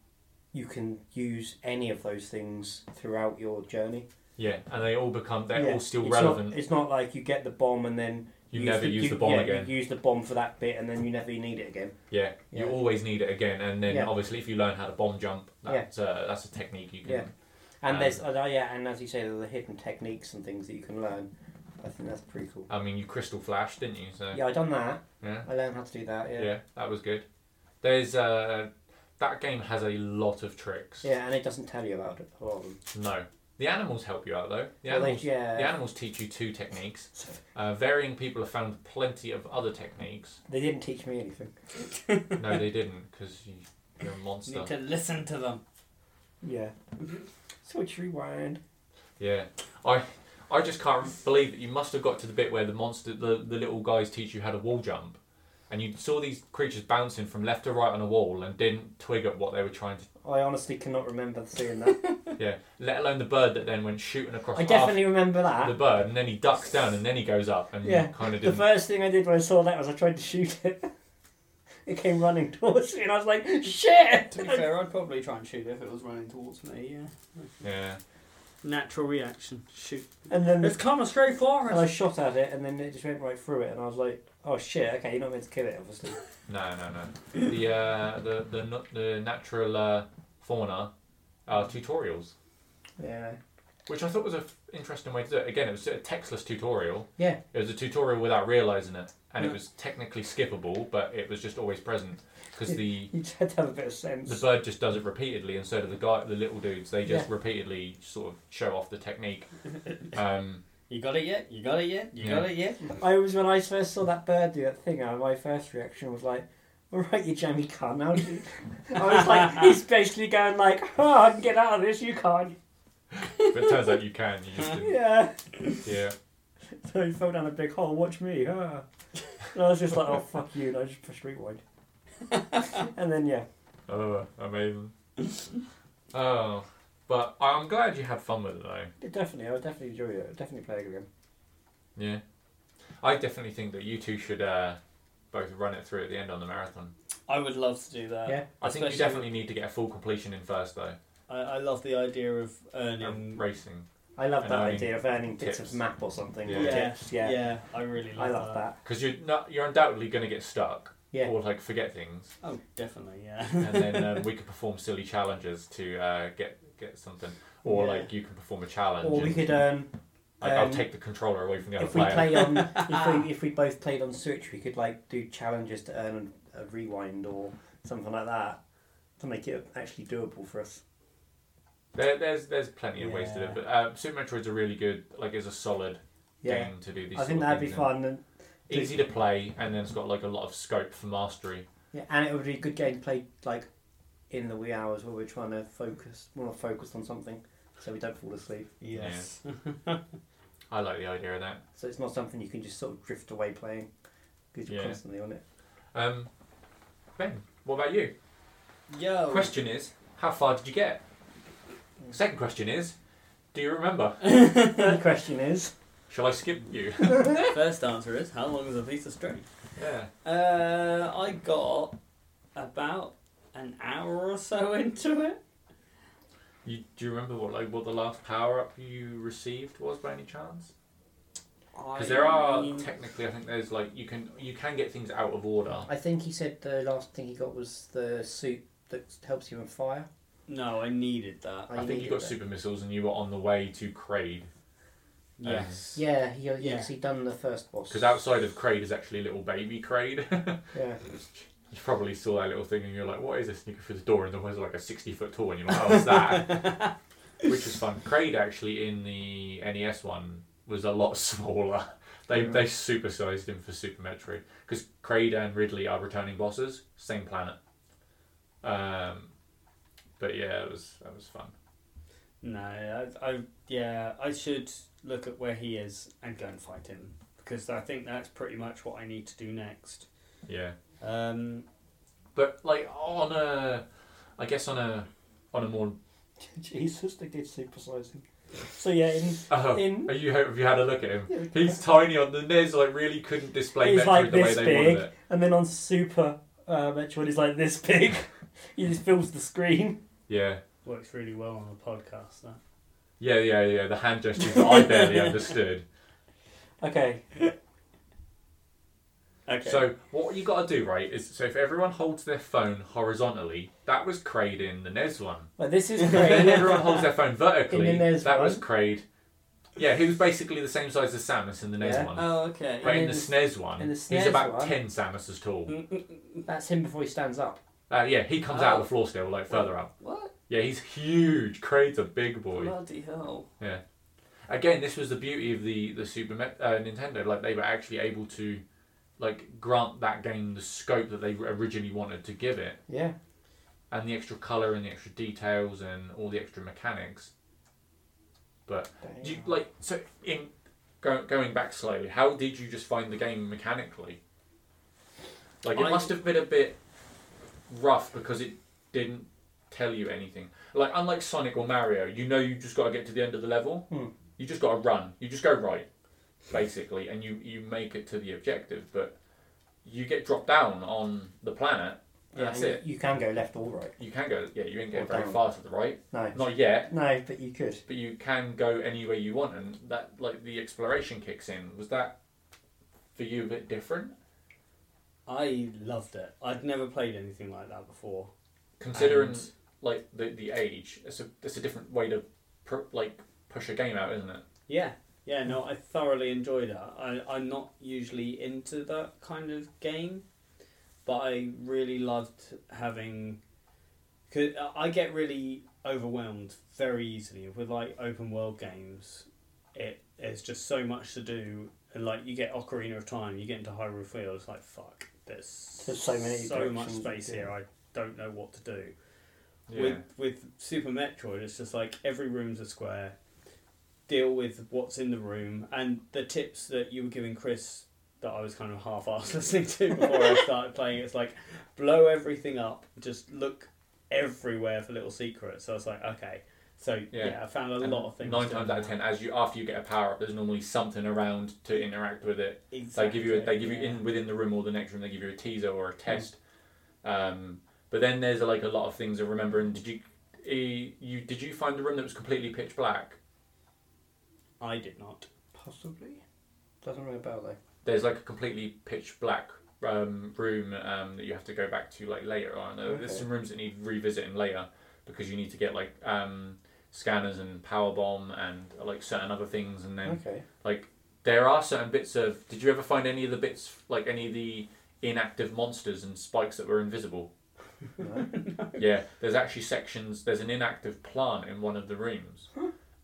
Speaker 3: you can use any of those things throughout your journey
Speaker 2: yeah, and they all become they're
Speaker 3: Yeah.
Speaker 2: all still
Speaker 3: it's
Speaker 2: relevant.
Speaker 3: not, it's not like you get the bomb and then
Speaker 2: you never use the bomb
Speaker 3: yeah,
Speaker 2: again.
Speaker 3: you use the bomb for that bit and then you never need it again
Speaker 2: Yeah, you
Speaker 3: Yeah.
Speaker 2: always need it again, and then
Speaker 3: Yeah.
Speaker 2: obviously if you learn how to bomb jump,
Speaker 3: Yeah.
Speaker 2: that's uh, that's a technique you can.
Speaker 3: Yeah. and
Speaker 2: Um,
Speaker 3: there's uh, yeah and as you say there are the hidden techniques and things that you can learn I think that's pretty cool
Speaker 2: I mean, you crystal flash, didn't you? So
Speaker 3: yeah I done that
Speaker 2: yeah.
Speaker 3: I learned how to do that
Speaker 2: yeah,
Speaker 3: yeah
Speaker 2: that was good. There's uh, that game has a lot of tricks.
Speaker 3: Yeah, and it doesn't tell you about it. A lot of them.
Speaker 2: No, the animals help you out though. The
Speaker 3: Well, they- uh,
Speaker 2: animals,
Speaker 3: yeah.
Speaker 2: the animals teach you two techniques. Uh, varying people have found plenty of other techniques.
Speaker 3: They didn't teach me anything.
Speaker 2: No, they didn't, because you, you're a monster.
Speaker 1: Need to listen to them.
Speaker 3: Yeah. Switch rewind.
Speaker 2: Yeah, I I just can't believe that you must have got to the bit where the monster, the, the little guys teach you how to wall jump, and you saw these creatures bouncing from left to right on a wall and didn't twig at what they were trying to.
Speaker 3: I honestly cannot remember seeing that.
Speaker 2: Yeah, let alone the bird that then went shooting across.
Speaker 3: I
Speaker 2: half
Speaker 3: definitely remember
Speaker 2: the
Speaker 3: that.
Speaker 2: bird, and then he ducks down, and then he goes up, and
Speaker 3: Yeah,
Speaker 2: kind of
Speaker 3: The
Speaker 2: didn't.
Speaker 3: first thing I did when I saw that was I tried to shoot it. It came running towards me, and I was like, "Shit!"
Speaker 1: To be fair, I'd probably try and shoot if it was running towards me. Yeah.
Speaker 2: yeah,
Speaker 1: Natural reaction. Shoot.
Speaker 3: And then
Speaker 1: It's coming straight for
Speaker 3: and I
Speaker 1: us.
Speaker 3: shot at it, and then it just went right through it, and I was like, "Oh shit! Okay, you're not meant to kill it, obviously."
Speaker 2: no, no, no. The uh, the the nu- the natural uh, fauna uh, tutorials,
Speaker 3: Yeah.
Speaker 2: which I thought was an interesting way to do it. Again, it was a textless tutorial.
Speaker 3: Yeah.
Speaker 2: It was a tutorial without realizing it, and it
Speaker 1: Yeah.
Speaker 2: was technically skippable, but it was just always present because the
Speaker 3: You just had to have a bit of sense.
Speaker 2: the bird just does it repeatedly, and so do the guy, the little dudes. They just repeatedly sort of show off the technique. Um,
Speaker 1: You got it yet? You got it yet? You got it yet?
Speaker 3: I was when I first saw that bird do that thing. uh, My first reaction was like, "All right, you jammy cunt." How do you-" I was like, he's basically going like, "Oh, I can get out of this. You can't."
Speaker 2: but it turns out you can. You just didn't.
Speaker 3: Yeah.
Speaker 2: yeah.
Speaker 3: So he fell down a big hole. Watch me. ah. And I was just like, "Oh fuck you!" And I just pushed rewind. and then yeah,
Speaker 2: Oh, amazing. oh, but I'm glad you had fun with it though.
Speaker 3: it definitely, I would definitely enjoy it. I'd definitely play it again.
Speaker 2: Yeah, I definitely think that you two should uh, both run it through at the end on the marathon.
Speaker 1: I would love to do that.
Speaker 3: Yeah.
Speaker 2: I think you
Speaker 1: Especially-
Speaker 2: definitely need to get a full completion in first though.
Speaker 1: I, I love the idea of
Speaker 2: Um,
Speaker 1: earning.
Speaker 2: racing.
Speaker 3: I love
Speaker 2: And
Speaker 3: that
Speaker 2: earning
Speaker 3: idea of earning bits
Speaker 2: tips.
Speaker 3: of map or something.
Speaker 2: Yeah.
Speaker 3: Or
Speaker 1: Yeah.
Speaker 3: tips. yeah.
Speaker 1: yeah, I really love,
Speaker 3: I love that.
Speaker 2: Because you're not, you're undoubtedly going to get stuck
Speaker 3: Yeah.
Speaker 2: or like forget things,
Speaker 1: Oh, definitely, yeah.
Speaker 2: and then um, we could perform silly challenges to uh, get get something, or
Speaker 1: Yeah.
Speaker 2: like you can perform a challenge.
Speaker 3: Or we
Speaker 2: and,
Speaker 3: could um,
Speaker 2: like, I'll
Speaker 3: um,
Speaker 2: take the controller away from the other
Speaker 3: if we
Speaker 2: player.
Speaker 3: play on if we if we both played on Switch, we could like do challenges to earn a rewind or something like that to make it actually doable for us.
Speaker 2: There, there's there's plenty of ways to do
Speaker 1: Yeah.
Speaker 2: it, but uh, Super Metroid's a really good like it's a solid
Speaker 3: Yeah,
Speaker 2: game to do these.
Speaker 3: I
Speaker 2: sort
Speaker 3: think
Speaker 2: of
Speaker 3: that'd be
Speaker 2: things in.
Speaker 3: fun, and,
Speaker 2: Easy to play, and then it's got like a lot of scope for mastery.
Speaker 3: yeah, and it would be a good game played like in the wee hours where we're trying to focus, want to focus on something, so we don't fall asleep.
Speaker 1: yes.
Speaker 2: I like the idea of that.
Speaker 3: So it's not something you can just sort of drift away playing because you're
Speaker 2: Yeah.
Speaker 3: constantly on it.
Speaker 2: Um, ben, what about you?
Speaker 1: Yo.
Speaker 2: Question is, how far did you get? Second question is, do you remember?
Speaker 3: Third question is,
Speaker 2: Shall I skip you?
Speaker 1: First answer is how long is a piece of string?
Speaker 2: yeah.
Speaker 1: Uh, I got about an hour or so into it.
Speaker 2: You, do you remember what like what the last power up you received was by any chance? Because there are
Speaker 1: I-
Speaker 2: technically, I think there's like you can you can get things out of order.
Speaker 3: I think he said the last thing he got was the suit that helps you in fire.
Speaker 1: No, I needed that.
Speaker 2: I think you
Speaker 3: needed
Speaker 2: got
Speaker 3: that.
Speaker 2: super missiles and you were on the way to Crade.
Speaker 1: Yes.
Speaker 3: Yeah, he, he's
Speaker 1: Yeah.
Speaker 2: Um,
Speaker 3: actually done the first boss.
Speaker 2: Because outside of Crade is actually little baby Crade.
Speaker 3: Yeah.
Speaker 2: You probably saw that little thing and you're like, what is this? And you go through the door and there was like a 60 foot tall and you're like, oh, what's that? Which is fun. Kraid actually in the NES one was a lot smaller. They,
Speaker 3: Yeah.
Speaker 2: they supersized him for Super Metroid because Kraid and Ridley are returning bosses, same planet. Um, but yeah, it was that was fun.
Speaker 4: No, I, I yeah, I should look at where he is and go and fight him because I think that's pretty much what I need to do next.
Speaker 2: Yeah,
Speaker 4: Um,
Speaker 2: but like on a, I guess on a, on a more.
Speaker 3: Jesus, they did supersize him. So yeah, in,
Speaker 2: Oh,
Speaker 3: in
Speaker 2: are you have you had a look at him?
Speaker 3: yeah,
Speaker 2: He's tiny on the NES. Like really couldn't display
Speaker 3: He's
Speaker 2: Metroid
Speaker 3: like
Speaker 2: the way
Speaker 3: this
Speaker 2: they
Speaker 3: big.
Speaker 2: wanted it.
Speaker 3: and then on Super uh, Metroid, he's like this big. he just fills the screen.
Speaker 2: Yeah,
Speaker 4: works really well on the podcast. That
Speaker 2: yeah, yeah, yeah. The hand gestures that I barely understood.
Speaker 3: Okay,
Speaker 4: okay.
Speaker 2: So what you got to do, right, is so if everyone holds their phone horizontally, that was Kraid in the NES one.
Speaker 3: but this is
Speaker 2: If
Speaker 3: great.
Speaker 2: everyone holds their phone vertically,
Speaker 3: In the NES
Speaker 2: that was
Speaker 3: one.
Speaker 2: Kraid. Yeah, he was basically the same size as Samus in the NES
Speaker 3: Yeah.
Speaker 2: one.
Speaker 4: oh okay.
Speaker 2: but
Speaker 3: Uh, and
Speaker 2: in
Speaker 3: in
Speaker 2: the
Speaker 3: the-
Speaker 2: SNES one,
Speaker 3: in the
Speaker 2: he's
Speaker 3: SNES
Speaker 2: about
Speaker 3: one- Mm.
Speaker 2: 10 Samus as tall.
Speaker 3: That's him before he stands up.
Speaker 2: Uh, yeah, he comes out of
Speaker 4: Oh.
Speaker 2: the floor still, like further up.
Speaker 4: What?
Speaker 2: Yeah, he's huge. Kraid's a big boy.
Speaker 4: Bloody hell!
Speaker 2: again, this was the beauty of the the Super Met, uh, Nintendo. Like they were actually able to, like, grant that game the scope that they originally wanted to give it,
Speaker 3: Yeah,
Speaker 2: and the extra color and the extra details and all the extra mechanics. But do you, like so in go, going back slowly, how did you just find the game mechanically? Like it
Speaker 4: I-
Speaker 2: must have been a bit rough because it didn't tell you anything. Like unlike Sonic or Mario, you know you just got to get to the end of the level.
Speaker 3: Hmm.
Speaker 2: You just got to run. You just go right, basically, and you you make it to the objective. But you get dropped down on the planet. and that's
Speaker 3: you,
Speaker 2: it.
Speaker 3: You can go left or right.
Speaker 2: You can go. Yeah, you didn't
Speaker 3: Or
Speaker 2: get very
Speaker 3: down.
Speaker 2: far to the right.
Speaker 3: No,
Speaker 2: Not yet,
Speaker 3: no, but you could.
Speaker 2: but you can go any way you want, and that like the exploration kicks in. Was that for you a bit different?
Speaker 4: I loved it. I'd never played anything like that before.
Speaker 2: Considering
Speaker 4: And-
Speaker 2: like the the age, it's a it's a different way to pr- like push a game out, isn't it?
Speaker 4: Yeah, yeah. No, I thoroughly enjoyed that. I, I'm not usually into that kind of game, but I really loved having. Cause I get really overwhelmed very easily with like open world games. It there's just so much to do, and like you get Ocarina of Time, you get into Hyrule Field. It's like fuck. There's,
Speaker 3: There's so many
Speaker 4: so much
Speaker 3: directions you
Speaker 4: space
Speaker 3: can
Speaker 4: here.
Speaker 3: go.
Speaker 4: I don't know what to do. With with Super Metroid, it's just like every room's a square. Deal with what's in the room and the tips that you were giving Chris that I was kind of half assed listening to before I started playing. It's like blow everything up, just look everywhere for little secrets. So I was like, okay. So yeah,
Speaker 2: Yeah.
Speaker 4: I found a
Speaker 2: And
Speaker 4: lot of things.
Speaker 2: Nine
Speaker 4: doing
Speaker 2: times out of
Speaker 4: that.
Speaker 2: ten, as you after you get a power up, there's normally something around to interact with it. They give you a, they give you
Speaker 4: Exactly, Hmm.
Speaker 2: in within the room or the next room. They give you a teaser or a test. Um, but then there's like a lot of things to remember. And did you eh, you did you find the room that was completely pitch black?
Speaker 4: yeah. I did not.
Speaker 3: Possibly. Doesn't ring a bell though.
Speaker 2: There's like a completely pitch black um, room um, that you have to go back to like later on. Uh, There's
Speaker 3: Okay.
Speaker 2: some rooms that need revisiting later because you need to get like um, scanners and power bomb and like certain other things. And then
Speaker 3: Okay.
Speaker 2: like there are certain bits of. Did you ever find any of the bits like any of the inactive monsters and spikes that were invisible?
Speaker 3: No.
Speaker 2: Yeah, there's actually sections. There's an inactive plant in one of the rooms,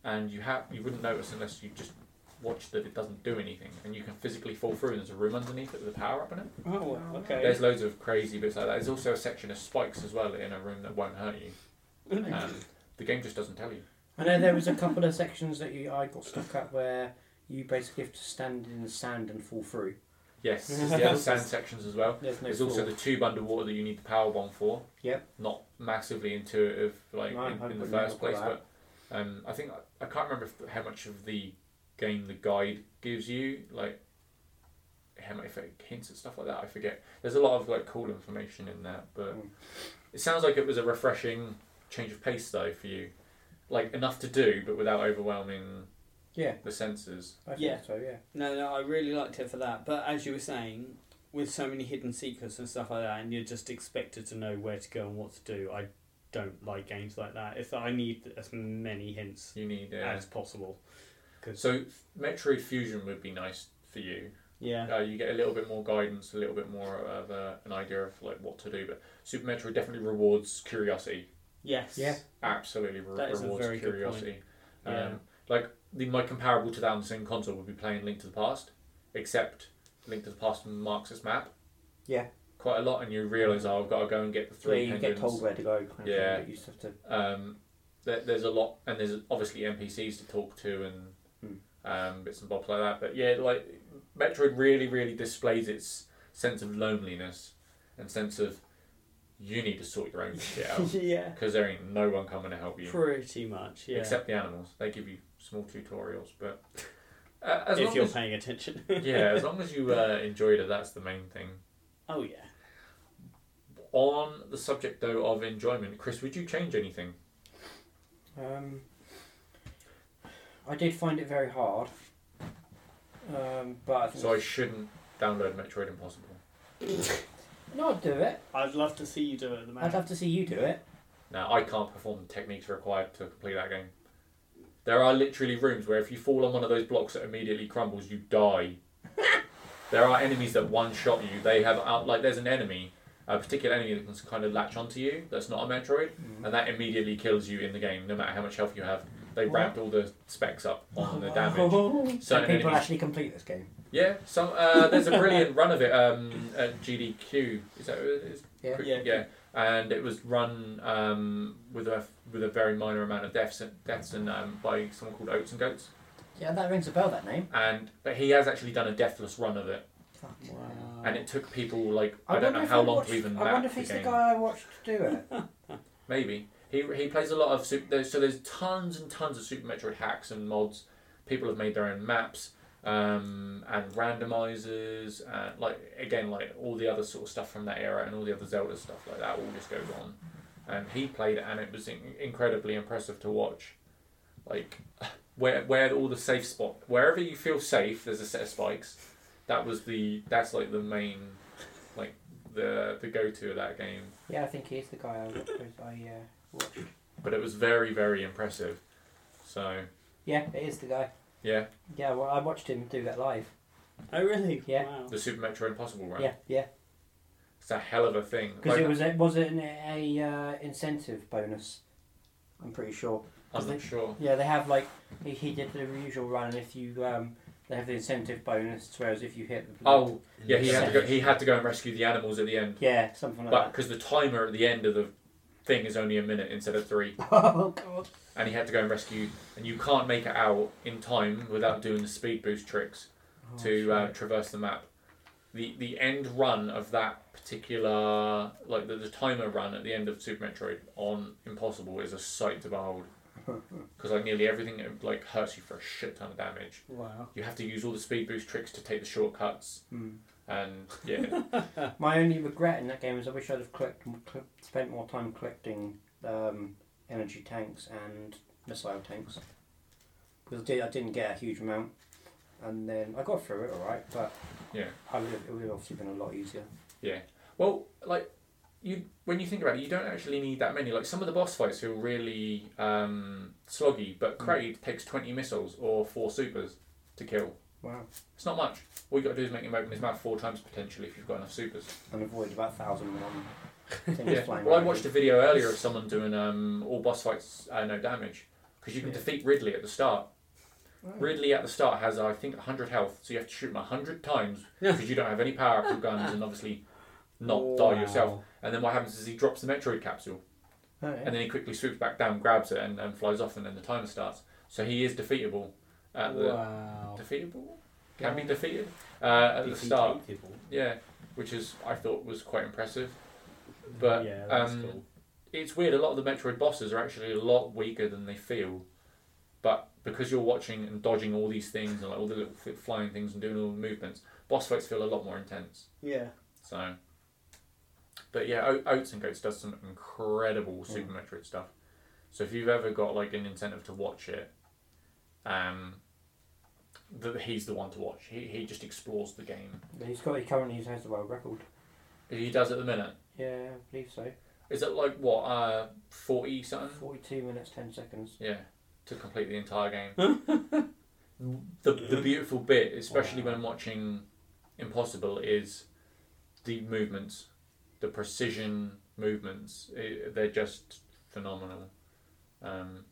Speaker 2: and you have you wouldn't notice unless you just watch that it doesn't do anything, and you can physically fall through. And there's a room underneath it with a power up in it.
Speaker 4: Oh, okay.
Speaker 2: There's loads of crazy bits like that. There's also a section of spikes as well in a room that won't hurt you. Um, the game just doesn't tell you.
Speaker 3: I know there was a couple of sections that you I got stuck at where you basically have to stand in the sand and fall through.
Speaker 2: Yes, there's the other sand sections as well.
Speaker 3: There's no
Speaker 2: There's
Speaker 3: floor.
Speaker 2: also the tube underwater that you need the power bomb for.
Speaker 3: Yep.
Speaker 2: Not massively intuitive, like
Speaker 3: No, I
Speaker 2: in, in the
Speaker 3: wouldn't
Speaker 2: first
Speaker 3: remember
Speaker 2: place, but um, I think I, I can't remember if, how much of the game the guide gives you, like how much if it hints at stuff like that. I forget. There's a lot of like cool information in that, but
Speaker 3: Mm.
Speaker 2: it sounds like it was a refreshing change of pace though for you, like enough to do, but without overwhelming
Speaker 3: Yeah,
Speaker 2: the senses.
Speaker 3: I think
Speaker 4: Yeah.
Speaker 3: so, yeah.
Speaker 4: No, no, I really liked it for that. But as you were saying, with so many hidden secrets and stuff like that, and you're just expected to know where to go and what to do, I don't like games like that. It's that I need as many hints
Speaker 2: You need. Uh,
Speaker 4: as possible.
Speaker 2: so Metroid Fusion would be nice for you.
Speaker 1: Yeah.
Speaker 2: Uh, you get a little bit more guidance, a little bit more of uh, an idea of like what to do. But Super Metroid definitely rewards curiosity.
Speaker 1: Yes.
Speaker 3: Yeah.
Speaker 2: Absolutely re-
Speaker 1: That is a
Speaker 2: rewards
Speaker 1: very good
Speaker 2: curiosity.
Speaker 1: point. Yeah.
Speaker 2: Um, like the, my comparable to that on the same console would be playing Link to the Past, except Link to the Past marks its map.
Speaker 3: Yeah.
Speaker 2: Quite a lot, and you realise, oh, I've got to go and get the
Speaker 3: Yeah,
Speaker 2: three.
Speaker 3: you get
Speaker 2: penguins.
Speaker 3: told where to go. Kind
Speaker 2: Yeah.
Speaker 3: Of thing, but you just have to.
Speaker 2: um, there, there's a lot, and there's obviously NPCs to talk to and
Speaker 3: Hmm.
Speaker 2: um, bits and bobs like that. But yeah, like Metroid really, really displays its sense of loneliness and sense of you need to sort your own shit out
Speaker 1: yeah.
Speaker 2: because there ain't no one coming to help you
Speaker 1: Pretty much. Yeah.
Speaker 2: except the animals. They give you small tutorials, but uh, as
Speaker 1: if
Speaker 2: long
Speaker 1: you're
Speaker 2: as
Speaker 1: paying attention.
Speaker 2: yeah, as long as you uh, enjoyed it, that's the main thing.
Speaker 1: oh yeah.
Speaker 2: On the subject though of enjoyment, Chris, would you change anything?
Speaker 3: Um, I did find it very hard. Um, but I think
Speaker 2: So I shouldn't download Metroid Impossible.
Speaker 3: no, I'd do it.
Speaker 4: I'd love to see you do it at the
Speaker 3: I'd
Speaker 4: moment.
Speaker 3: love to see you do it.
Speaker 2: Now, I can't perform the techniques required to complete that game. There are literally rooms where if you fall on one of those blocks that immediately crumbles, you die. there are enemies that one shot you. They have out like there's an enemy, a particular enemy that can kind of latch onto you. That's not a Metroid, and that immediately kills you in the game, no matter how much health you have. They
Speaker 3: What?
Speaker 2: ramped all the specs up on the damage.
Speaker 3: damage. So
Speaker 2: Certain
Speaker 3: people
Speaker 2: enemies
Speaker 3: actually complete this game.
Speaker 2: yeah, some uh, there's a brilliant run of it um, at GDQ. Is that what it is?
Speaker 3: Yeah.
Speaker 1: Yeah.
Speaker 2: And it was run um, with a with a very minor amount of deaths and deaths and um, by someone called Oats and Goats.
Speaker 3: Yeah, that rings a bell. That name.
Speaker 2: And but he has actually done a deathless run of it,
Speaker 3: Fucking
Speaker 1: Wow.
Speaker 3: hell.
Speaker 2: and it took people like I,
Speaker 3: Oh. wonder
Speaker 2: don't know
Speaker 3: if
Speaker 2: how long
Speaker 3: watched,
Speaker 2: to even
Speaker 3: I
Speaker 2: map
Speaker 3: wonder if
Speaker 2: the
Speaker 3: he's
Speaker 2: game.
Speaker 3: the guy I watched do it.
Speaker 2: Maybe he he plays a lot of super, there's, so there's tons and tons of Super Metroid hacks and mods. People have made their own maps um, and randomizers and like again like all the other sort of stuff from that era and all the other Zelda stuff like that all just goes on. And he played it and it was in- incredibly impressive to watch. Like where where all the safe spot wherever you feel safe there's a set of spikes. That was the that's like the main like the the go to of that game
Speaker 3: yeah, I think he is the guy I watched. I, uh, watched.
Speaker 2: but it was very very impressive so
Speaker 3: Yeah, it is the guy.
Speaker 2: yeah
Speaker 3: Yeah, well, I watched him do that live.
Speaker 1: Oh really?
Speaker 3: Yeah.
Speaker 1: Wow.
Speaker 2: the super metro impossible run
Speaker 3: Yeah, yeah.
Speaker 2: it's a hell of a thing
Speaker 3: Because
Speaker 2: Like,
Speaker 3: it was it was an a uh, incentive bonus. I'm pretty sure.
Speaker 2: i'm
Speaker 3: they-
Speaker 2: not sure
Speaker 3: Yeah, they have like he, he did the usual run, and if you um, they have the incentive bonus, whereas if you hit. the-
Speaker 2: oh yeah he had to go he had to go and rescue the animals at the end
Speaker 3: Yeah, something like
Speaker 2: but because the timer at the end of the thing is only a minute instead of three
Speaker 3: that. oh god.
Speaker 2: and he had to go and rescue and you can't make it out in time without doing the speed boost tricks
Speaker 3: Oh,
Speaker 2: to uh, traverse the map. The the end run of that particular like the, the timer run at the end of Super Metroid on Impossible is a sight to behold because like nearly everything it, like hurts you for a shit ton of damage.
Speaker 1: Wow.
Speaker 2: You have to use all the speed boost tricks to take the shortcuts
Speaker 3: Hmm.
Speaker 2: and yeah
Speaker 3: My only regret in that game is I wish I'd have collect, cl- spent more time collecting um, energy tanks and missile tanks. Because I, did, I didn't get a huge amount. And then I got through it alright, but
Speaker 2: Yeah.
Speaker 3: I would have, it would have obviously been a lot easier.
Speaker 2: well like you when you think about it you don't actually need that many like some of the boss fights feel really um, sloggy but Kraid takes twenty missiles or four supers to kill.
Speaker 3: Wow.
Speaker 2: It's not much. All you got to do is make him open his mouth four times potentially if you've got enough supers.
Speaker 3: And avoid about 1,001 things
Speaker 2: Yeah.
Speaker 3: flying
Speaker 2: Well, I
Speaker 3: around.
Speaker 2: watched a video earlier of someone doing um, all boss fights uh, no damage because you can
Speaker 3: Yeah.
Speaker 2: defeat Ridley at the start.
Speaker 3: Oh.
Speaker 2: Ridley at the start has I think 100 health, so you have to shoot him 100 times because you don't have any power up or guns and obviously not
Speaker 1: Wow.
Speaker 2: die yourself. And then what happens is he drops the Metroid capsule
Speaker 3: Oh, yeah.
Speaker 2: and then he quickly swoops back down, grabs it, and, and flies off, and then the timer starts. So he is defeatable at the
Speaker 1: wow.
Speaker 2: defeatable can be
Speaker 3: Yeah.
Speaker 2: defeated uh, at the start.
Speaker 1: Defeatable.
Speaker 2: Yeah, which is I thought was quite impressive. But
Speaker 1: yeah, that's
Speaker 2: um,
Speaker 1: cool.
Speaker 2: it's weird. A lot of the Metroid bosses are actually a lot weaker than they feel. But because you're watching and dodging all these things and like all the little fl- flying things and doing all the movements, boss fights feel a lot more intense.
Speaker 1: Yeah.
Speaker 2: So, but yeah, o- Oats and Goats does some
Speaker 1: Mm.
Speaker 2: incredible Super Metroid stuff. So if you've ever got like an incentive to watch it, um, th- he's the one to watch. He he just explores the game.
Speaker 3: He's got he currently has the world record.
Speaker 2: He does at the minute.
Speaker 3: Yeah, I believe so.
Speaker 2: Is it like what, uh, 40 something?
Speaker 3: Forty-two minutes ten seconds.
Speaker 2: Yeah, to complete the entire game. the, the beautiful bit, especially when watching impossible is the movements, the precision movements. It, they're just phenomenal. Um,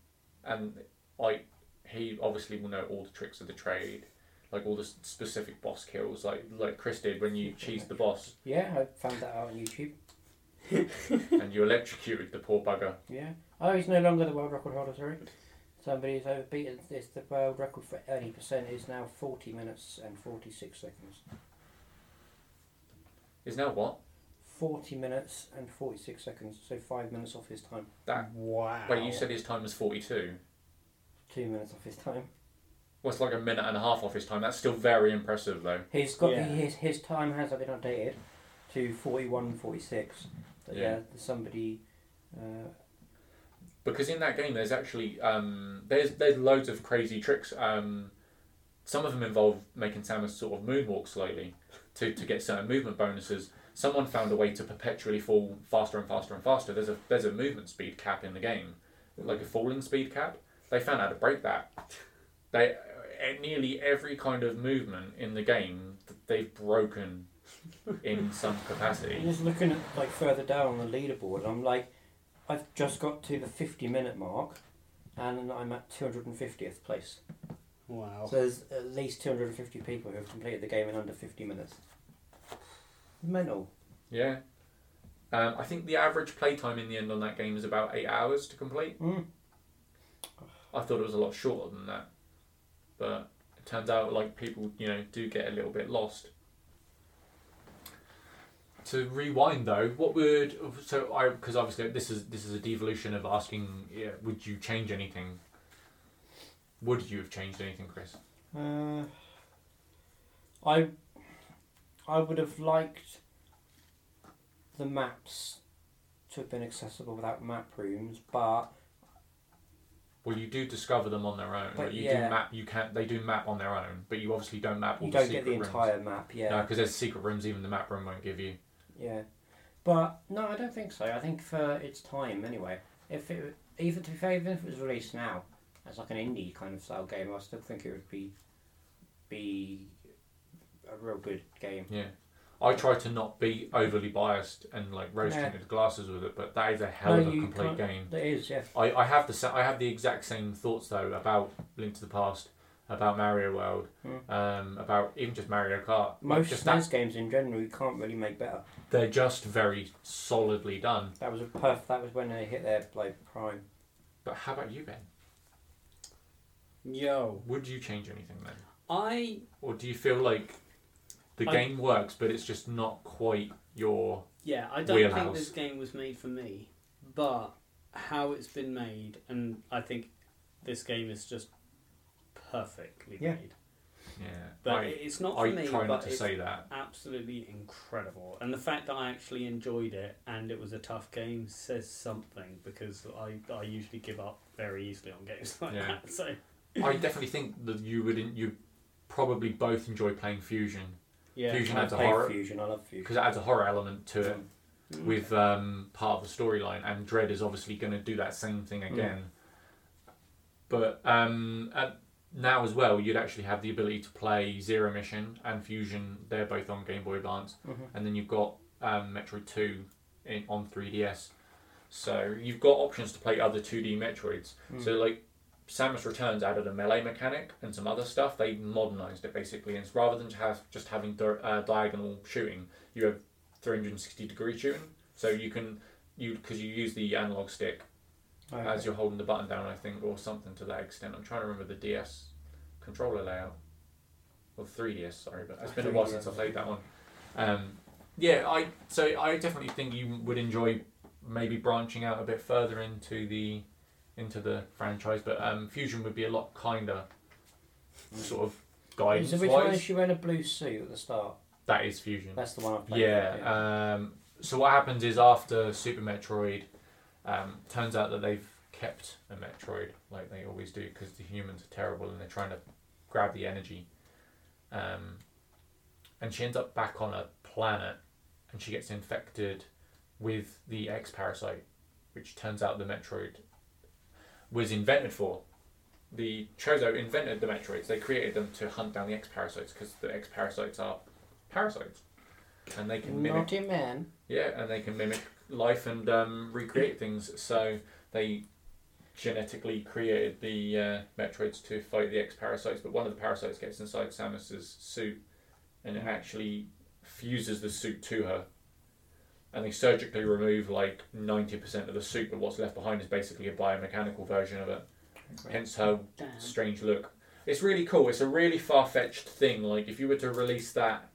Speaker 2: and like he obviously will know all the tricks of the trade, like all the s- specific boss kills, like like Chris did when you cheesed the boss
Speaker 3: Yeah, I found that out on YouTube.
Speaker 2: and you electrocuted the poor bugger.
Speaker 3: Yeah. Oh, he's no longer the world record holder, sorry. Somebody's overbeaten this. The world record for 80% is now 40 minutes and 46 seconds.
Speaker 2: Is now what?
Speaker 3: 40 minutes and 46 seconds, so 5 minutes off his time.
Speaker 2: That-
Speaker 1: Wow.
Speaker 2: Wait, you said his time was forty-two.
Speaker 3: 2 minutes off his time.
Speaker 2: Well, it's like a minute and a half off his time. That's still very impressive, though.
Speaker 3: He's got
Speaker 1: Yeah.
Speaker 3: his his time has been updated to 41 46. But yeah,
Speaker 2: Yeah.
Speaker 3: somebody uh,
Speaker 2: because in that game there's actually um, there's there's loads of crazy tricks. Um, some of them involve making Samus sort of moonwalk slowly to, to get certain movement bonuses. Someone found a way to perpetually fall faster and faster and faster. There's a there's a movement speed cap in the game, like a falling speed cap. They found out to break that. They eh, nearly every kind of movement in the game th- they've broken in some
Speaker 3: I'm
Speaker 2: capacity.
Speaker 3: just looking at like further down on the leaderboard, and I'm like, I've just got to the 50 minute mark, and I'm at 250th place.
Speaker 1: Wow.
Speaker 3: So there's at least 250 people who have completed the game in under 50 minutes. Mental.
Speaker 2: Yeah. Um, I think the average playtime in the end on that game is about eight hours to complete.
Speaker 3: Mm.
Speaker 2: I thought it was a lot shorter than that, but it turns out like people, you know, do get a little bit lost. To rewind though, what would so I because obviously this is this is a devolution of asking, yeah, would you change anything? Would you have changed anything, Chris?
Speaker 3: Uh, I I would have liked the maps to have been accessible without map rooms, but
Speaker 2: Well, you do discover them on their own.
Speaker 3: But
Speaker 2: like, you
Speaker 3: yeah.
Speaker 2: do map. You can. They do map on their own, but you obviously don't map all
Speaker 3: you
Speaker 2: the
Speaker 3: don't
Speaker 2: secret
Speaker 3: get the
Speaker 2: rooms.
Speaker 3: entire map. Yeah.
Speaker 2: No, because there's secret rooms even the map room won't give you.
Speaker 3: Yeah, but no, I don't think so. I think for its time anyway. If it even to be fair, even if it was released now as like an indie kind of style game, I still think it would be be a real good game.
Speaker 2: Yeah. I try to not be overly biased and like rose
Speaker 3: Yeah.
Speaker 2: tinted glasses with it, but that is a hell
Speaker 3: No,
Speaker 2: of a
Speaker 3: you
Speaker 2: complete
Speaker 3: can't-
Speaker 2: game.
Speaker 3: It is, yeah.
Speaker 2: I, I have the sa- I have the exact same thoughts though about Link to the Past, about Mario World,
Speaker 3: Mm.
Speaker 2: um, about even just Mario Kart. Like,
Speaker 3: Most
Speaker 2: just
Speaker 3: SNES
Speaker 2: that,
Speaker 3: games in general, you can't really make better.
Speaker 2: they're just very solidly done.
Speaker 3: That was a perf. That was when they hit their like prime.
Speaker 2: But how about you, Ben?
Speaker 1: Yo.
Speaker 2: Would you change anything then,
Speaker 1: I
Speaker 2: or do you feel like the
Speaker 1: I-
Speaker 2: game works but it's just not quite your?
Speaker 1: Yeah, I don't think
Speaker 2: wheelhouse.
Speaker 1: this game was made for me, but how it's been made, and I think this game is just perfectly
Speaker 3: Yeah.
Speaker 1: made.
Speaker 2: Yeah.
Speaker 1: But
Speaker 2: I,
Speaker 1: it's not for
Speaker 2: I
Speaker 1: me.
Speaker 2: try
Speaker 1: but
Speaker 2: not to
Speaker 1: it's
Speaker 2: say that.
Speaker 1: absolutely incredible, and the fact that I actually enjoyed it and it was a tough game says something because I I usually give up very easily on games like
Speaker 2: Yeah.
Speaker 1: that. So
Speaker 2: I definitely think that you would en- you probably both enjoy playing Fusion
Speaker 1: yeah,
Speaker 2: Fusion
Speaker 3: I
Speaker 2: adds a
Speaker 3: play
Speaker 2: horror-
Speaker 3: Fusion. I love
Speaker 2: because
Speaker 3: Fusion.
Speaker 2: it adds a horror element to it
Speaker 3: Mm.
Speaker 1: Mm.
Speaker 2: with um, part of the storyline, and Dread is obviously going to do that same thing again. But um, at now as well, you'd actually have the ability to play Zero Mission and Fusion. They're both on Game Boy Advance,
Speaker 3: Mhm.
Speaker 2: and then you've got um, Metroid Two in, on 3DS. So you've got options to play other 2D Metroids. So like Samus Returns added a melee mechanic and some other stuff. They modernized it basically, and it's rather than have just having di- uh, diagonal shooting, you have 360 degree shooting. So you can you because you use the analog stick
Speaker 3: Okay.
Speaker 2: as you're holding the button down, I think, or something to that extent. I'm trying to remember the DS controller layout. Well, 3DS, sorry, but it's been a while since I
Speaker 3: 3DS.
Speaker 2: played that one. Um, yeah, I so I definitely think you would enjoy maybe branching out a bit further into the into the franchise, but um, Fusion would be a lot kinder, sort of guidance
Speaker 3: So which one is
Speaker 2: wise.
Speaker 3: she wearing a blue suit at the start?
Speaker 2: That is Fusion.
Speaker 3: That's the one I've played.
Speaker 2: Yeah. Um, so what happens is after Super Metroid, um, turns out that they've kept a Metroid like they always do because the humans are terrible and they're trying to grab the energy. Um, and she ends up back on a planet, and she gets infected with the X parasite, which turns out the Metroid was invented for. The Chozo invented the Metroids. They created them to hunt down the X parasites because the X parasites are parasites, and they can mimic
Speaker 3: Naughty man.
Speaker 2: yeah, and they can mimic life and um, recreate things. So they genetically created the uh, Metroids to fight the ex-parasites, but one of the parasites gets inside Samus's suit, and it actually fuses the suit to her. And they surgically remove like ninety percent of the suit, but what's left behind is basically a biomechanical version of it. Hence her
Speaker 1: Damn.
Speaker 2: strange look. It's really cool. It's a really far fetched thing. Like if you were to release that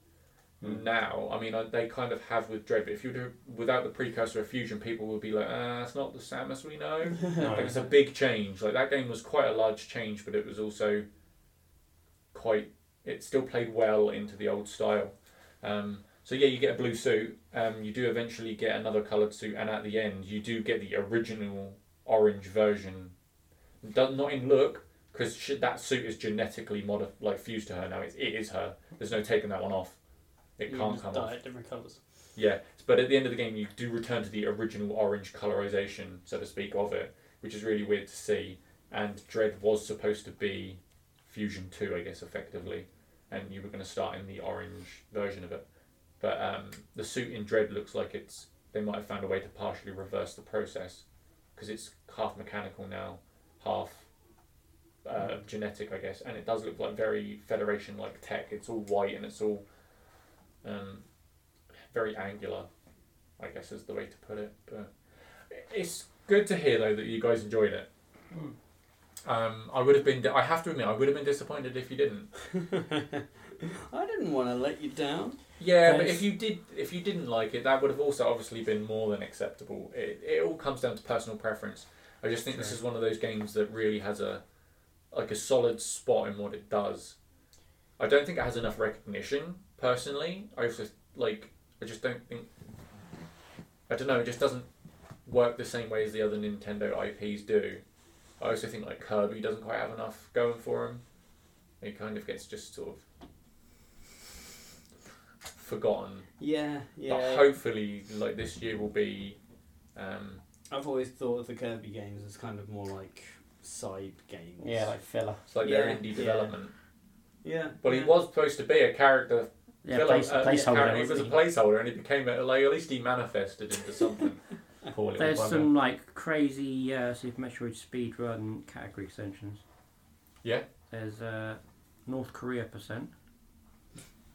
Speaker 3: Hmm.
Speaker 2: now, I mean, I, they kind of have with Dread. But if you were to, without the precursor of Fusion, people would be like, ah, it's not the Samus we know. Like it's a big change. Like that game was quite a large change, but it was also quite. It still played well into the old style. Um, so yeah, you get a blue suit. Um, you do eventually get another coloured suit, and at the end, you do get the original orange version. Do- Not in look, because that suit is genetically modi- like fused to her now. It's, it is her. There's no taking that one off. It
Speaker 1: You
Speaker 2: can't
Speaker 1: just
Speaker 2: come
Speaker 1: dye
Speaker 2: off.
Speaker 1: it different colours.
Speaker 2: Yeah, but at the end of the game, you do return to the original orange colorization, so to speak, of it, which is really weird to see. And Dread was supposed to be Fusion 2, I guess, effectively, and you were going to start in the orange version of it. But um, the suit in Dread looks like it's they might have found a way to partially reverse the process because it's half mechanical now, half uh, genetic, I guess, and it does look like very Federation like tech. It's all white and it's all um, very angular, I guess is the way to put it. But it's good to hear though that you guys enjoyed it. Um, I would have been. I have to admit, I would have been disappointed if you didn't.
Speaker 1: I didn't want to let you down.
Speaker 2: Yeah, but
Speaker 3: Yes.
Speaker 2: if you did, if you didn't like it, that would have also obviously been more than acceptable. It, it all comes down to personal preference. I just think this
Speaker 3: Sure.
Speaker 2: is one of those games that really has a like a solid spot in what it does. I don't think it has enough recognition personally. I also like. I just don't think. I don't know. It just doesn't work the same way as the other Nintendo IPs do. I also think like Kirby doesn't quite have enough going for him. He kind of gets just sort of forgotten.
Speaker 1: Yeah, yeah.
Speaker 2: But hopefully, like this year will be. Um,
Speaker 1: I've always thought of the Kirby games as kind of more like side games.
Speaker 3: Yeah, like filler.
Speaker 2: it's like their
Speaker 1: Yeah,
Speaker 2: indie
Speaker 1: yeah.
Speaker 2: development.
Speaker 1: yeah.
Speaker 2: Well,
Speaker 1: yeah.
Speaker 2: he was supposed to be a character.
Speaker 3: Yeah,
Speaker 2: filler-
Speaker 3: place,
Speaker 2: uh,
Speaker 3: placeholder.
Speaker 2: character- He was a
Speaker 3: wasn't
Speaker 2: placeholder, and he became a, like at least he manifested into something. Poor little
Speaker 3: he? There's
Speaker 2: bugger.
Speaker 3: some like crazy uh, Super Metroid speedrun category extensions.
Speaker 2: Yeah.
Speaker 3: There's uh, North Korea percent.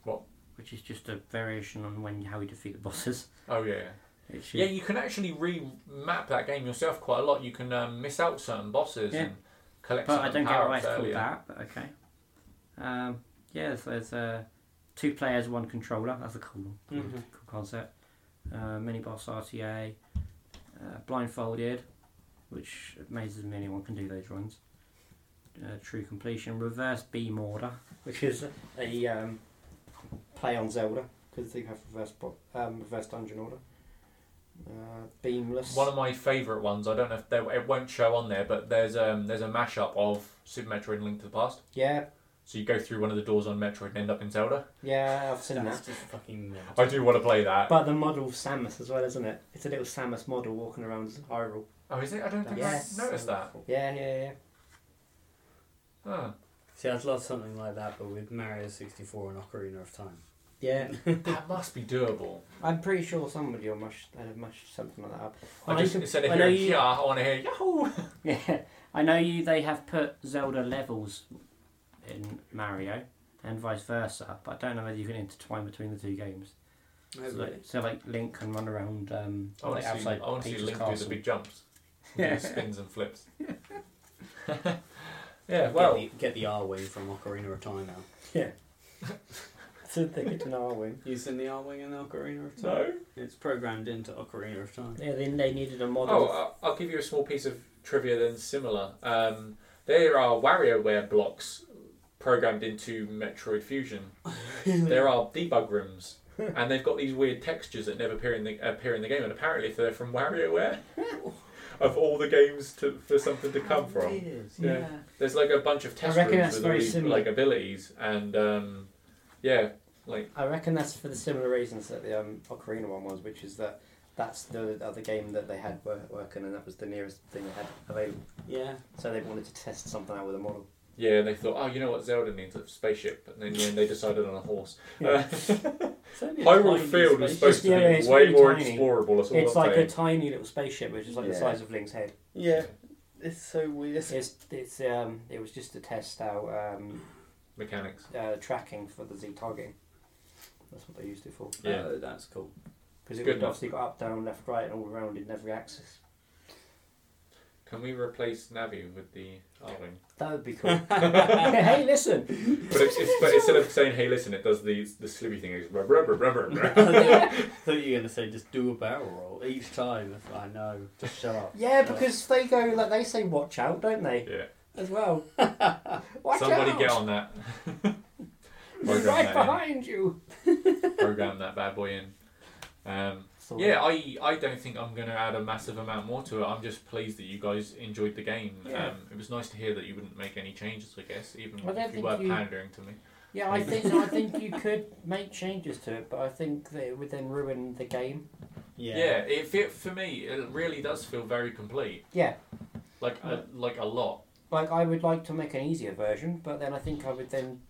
Speaker 2: What?
Speaker 3: Which is just a variation on when how you defeat the bosses.
Speaker 2: Oh yeah.
Speaker 3: It's
Speaker 2: Yeah, you can actually remap that game yourself quite a lot. You can um, miss out certain bosses
Speaker 3: Yeah.
Speaker 2: and collect.
Speaker 3: But I
Speaker 2: certain
Speaker 3: don't get why
Speaker 2: power-ups
Speaker 3: it's called
Speaker 2: earlier.
Speaker 3: that. But okay. Um, yeah, so there's uh, two players, one controller. That's a cool, cool,
Speaker 1: Mhm.
Speaker 3: cool concept. Uh, mini boss RTA, uh, blindfolded, which amazes me anyone can do those runs. Uh, true completion, reverse beam order, which is a um, play on Zelda because they have reverse bo- um, reverse dungeon order. Uh, beamless.
Speaker 2: One of my favourite ones. I don't know if they, it won't show on there, but there's um there's a mashup of Super Metroid and Link to the Past.
Speaker 3: yeah,
Speaker 2: So you go through one of the doors on Metroid and end up in Zelda.
Speaker 3: yeah, I've seen that.
Speaker 1: That's just fucking mad.
Speaker 2: I do want to play that.
Speaker 3: But the model of Samus as well, isn't it? It's a little Samus model walking around Hyrule.
Speaker 2: oh, is it? I don't think
Speaker 3: Yes.
Speaker 2: I noticed that.
Speaker 3: Yeah, yeah, yeah.
Speaker 2: Huh.
Speaker 1: See, I'd love something like that, but with Mario 64 and Ocarina of Time.
Speaker 3: Yeah,
Speaker 2: that must be doable.
Speaker 3: I'm pretty sure somebody will mush, they'll have mushed something like that up.
Speaker 2: I just, instead of
Speaker 3: I know
Speaker 2: hearing
Speaker 3: you,
Speaker 2: yeah, I want to hear yahoo.
Speaker 3: yeah, I know you. They have put Zelda levels in Mario and vice versa, but I don't know whether you can intertwine between the two games.
Speaker 1: Oh,
Speaker 3: So, like, so like Link can run around um,
Speaker 2: I want
Speaker 3: like
Speaker 2: to see, I
Speaker 3: outside
Speaker 2: want to see
Speaker 3: Peach's
Speaker 2: Link do
Speaker 3: castle.
Speaker 2: the big jumps, do
Speaker 3: Yeah.
Speaker 2: spins and flips. yeah, well,
Speaker 1: Get the, get the R Wing from Ocarina of Time out.
Speaker 3: So they get an R wing.
Speaker 1: You seen the R Wing in Ocarina of Time?
Speaker 2: no.
Speaker 1: It's programmed into Ocarina of Time.
Speaker 3: Yeah, then they needed a
Speaker 2: Oh,
Speaker 3: model.
Speaker 2: I'll- I'll give you a small piece of trivia then similar. Um, there are WarioWare blocks programmed into Metroid Fusion. there are debug rooms, and they've got these weird textures that never appear in the appear in the game. And apparently, they're from WarioWare. of all the games to, for something to come from.
Speaker 1: Weird,
Speaker 2: Yeah. There's like a bunch of test
Speaker 3: Oh, reckon that's
Speaker 2: rooms with all
Speaker 3: very
Speaker 2: these
Speaker 3: similar.
Speaker 2: like abilities, and um, yeah, like
Speaker 3: I reckon that's for the similar reasons that the um, Ocarina one was, which is that that's the other game that they had wor- working, and that was the nearest thing they had available.
Speaker 1: Yeah.
Speaker 3: So they wanted to test something out with a model.
Speaker 2: yeah, they thought, oh, you know what, Zelda needs a spaceship, and then in the end they decided on a horse. Uh,
Speaker 1: It's only a
Speaker 2: Hyrule
Speaker 1: tiny
Speaker 2: Field is
Speaker 1: space.
Speaker 2: supposed to be
Speaker 3: Yeah, it's
Speaker 2: way
Speaker 3: really
Speaker 2: more
Speaker 3: tiny.
Speaker 2: explorable as a
Speaker 3: It's like a
Speaker 2: update.
Speaker 3: tiny little spaceship, which is like the
Speaker 1: Yeah.
Speaker 3: size of Link's head.
Speaker 1: Yeah, it's so weird.
Speaker 3: It's it's um it was just to test out um
Speaker 2: mechanics.
Speaker 3: uh, tracking for the Z targeting. That's what they used it for.
Speaker 2: Yeah.
Speaker 1: Oh, that's cool.
Speaker 3: Because it
Speaker 2: Good
Speaker 3: would
Speaker 2: enough.
Speaker 3: obviously got up, down, left, right, and all around in every axis.
Speaker 2: Can we replace Navi with the Arwing?
Speaker 3: That would be cool. hey, listen.
Speaker 2: But, it's, it's, but instead of saying "Hey, listen," it does the the sleepy thing. It's rub rub rub rub rub.
Speaker 1: I thought you were going to say just do a barrel roll each time. It's like, no, just shut up.
Speaker 3: Yeah, because they go like they say, "Watch out," don't they?
Speaker 2: Yeah.
Speaker 3: As well. Watch
Speaker 2: Somebody
Speaker 3: out!
Speaker 2: get on that.
Speaker 3: He's
Speaker 2: program,
Speaker 3: right
Speaker 2: that
Speaker 3: behind you.
Speaker 2: in. program that bad boy in. Um,
Speaker 3: So,
Speaker 2: yeah, I I don't think I'm gonna add a massive amount more to it. I'm just pleased that you guys enjoyed the game.
Speaker 3: Yeah.
Speaker 2: Um, it was nice to hear that you wouldn't make any changes. I guess even
Speaker 3: I don't
Speaker 2: if you
Speaker 3: think
Speaker 2: were
Speaker 3: you-
Speaker 2: pandering to me.
Speaker 3: Yeah, I think I think you could make changes to it, but I think that it would then ruin the game.
Speaker 1: Yeah.
Speaker 2: Yeah, it, fit for me, it really does feel very complete.
Speaker 3: Yeah.
Speaker 2: Like a, like a lot.
Speaker 3: Like I would like to make an easier version, but then I think I would then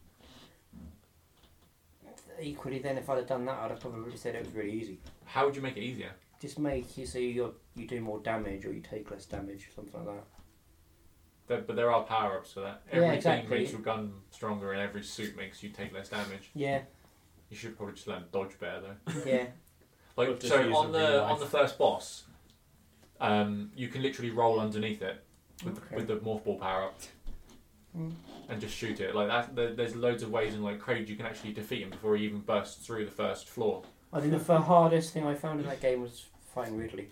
Speaker 3: equally then if I'd have done that, I'd have probably said it was really easy.
Speaker 2: How would you make it easier?
Speaker 3: Just make you so you you do more damage or you take less damage, something like that.
Speaker 2: There, but there are power ups for that.
Speaker 3: Yeah,
Speaker 2: Everything
Speaker 3: exactly.
Speaker 2: makes your gun stronger, and every suit makes you take less damage.
Speaker 3: Yeah,
Speaker 2: You should probably just learn dodge better though.
Speaker 3: yeah,
Speaker 1: Or
Speaker 2: Like
Speaker 1: just
Speaker 2: so
Speaker 1: use
Speaker 2: on
Speaker 1: a
Speaker 2: the
Speaker 1: real
Speaker 2: on the
Speaker 1: knife.
Speaker 2: first boss, um, you can literally roll underneath it with,
Speaker 3: Okay.
Speaker 2: with the morph ball power up,
Speaker 3: Mm.
Speaker 2: and just shoot it. Like that, there, there's loads of ways in like Craig you can actually defeat him before he even bursts through the first floor.
Speaker 3: I think the f- hardest thing I found in that game was fighting Ridley.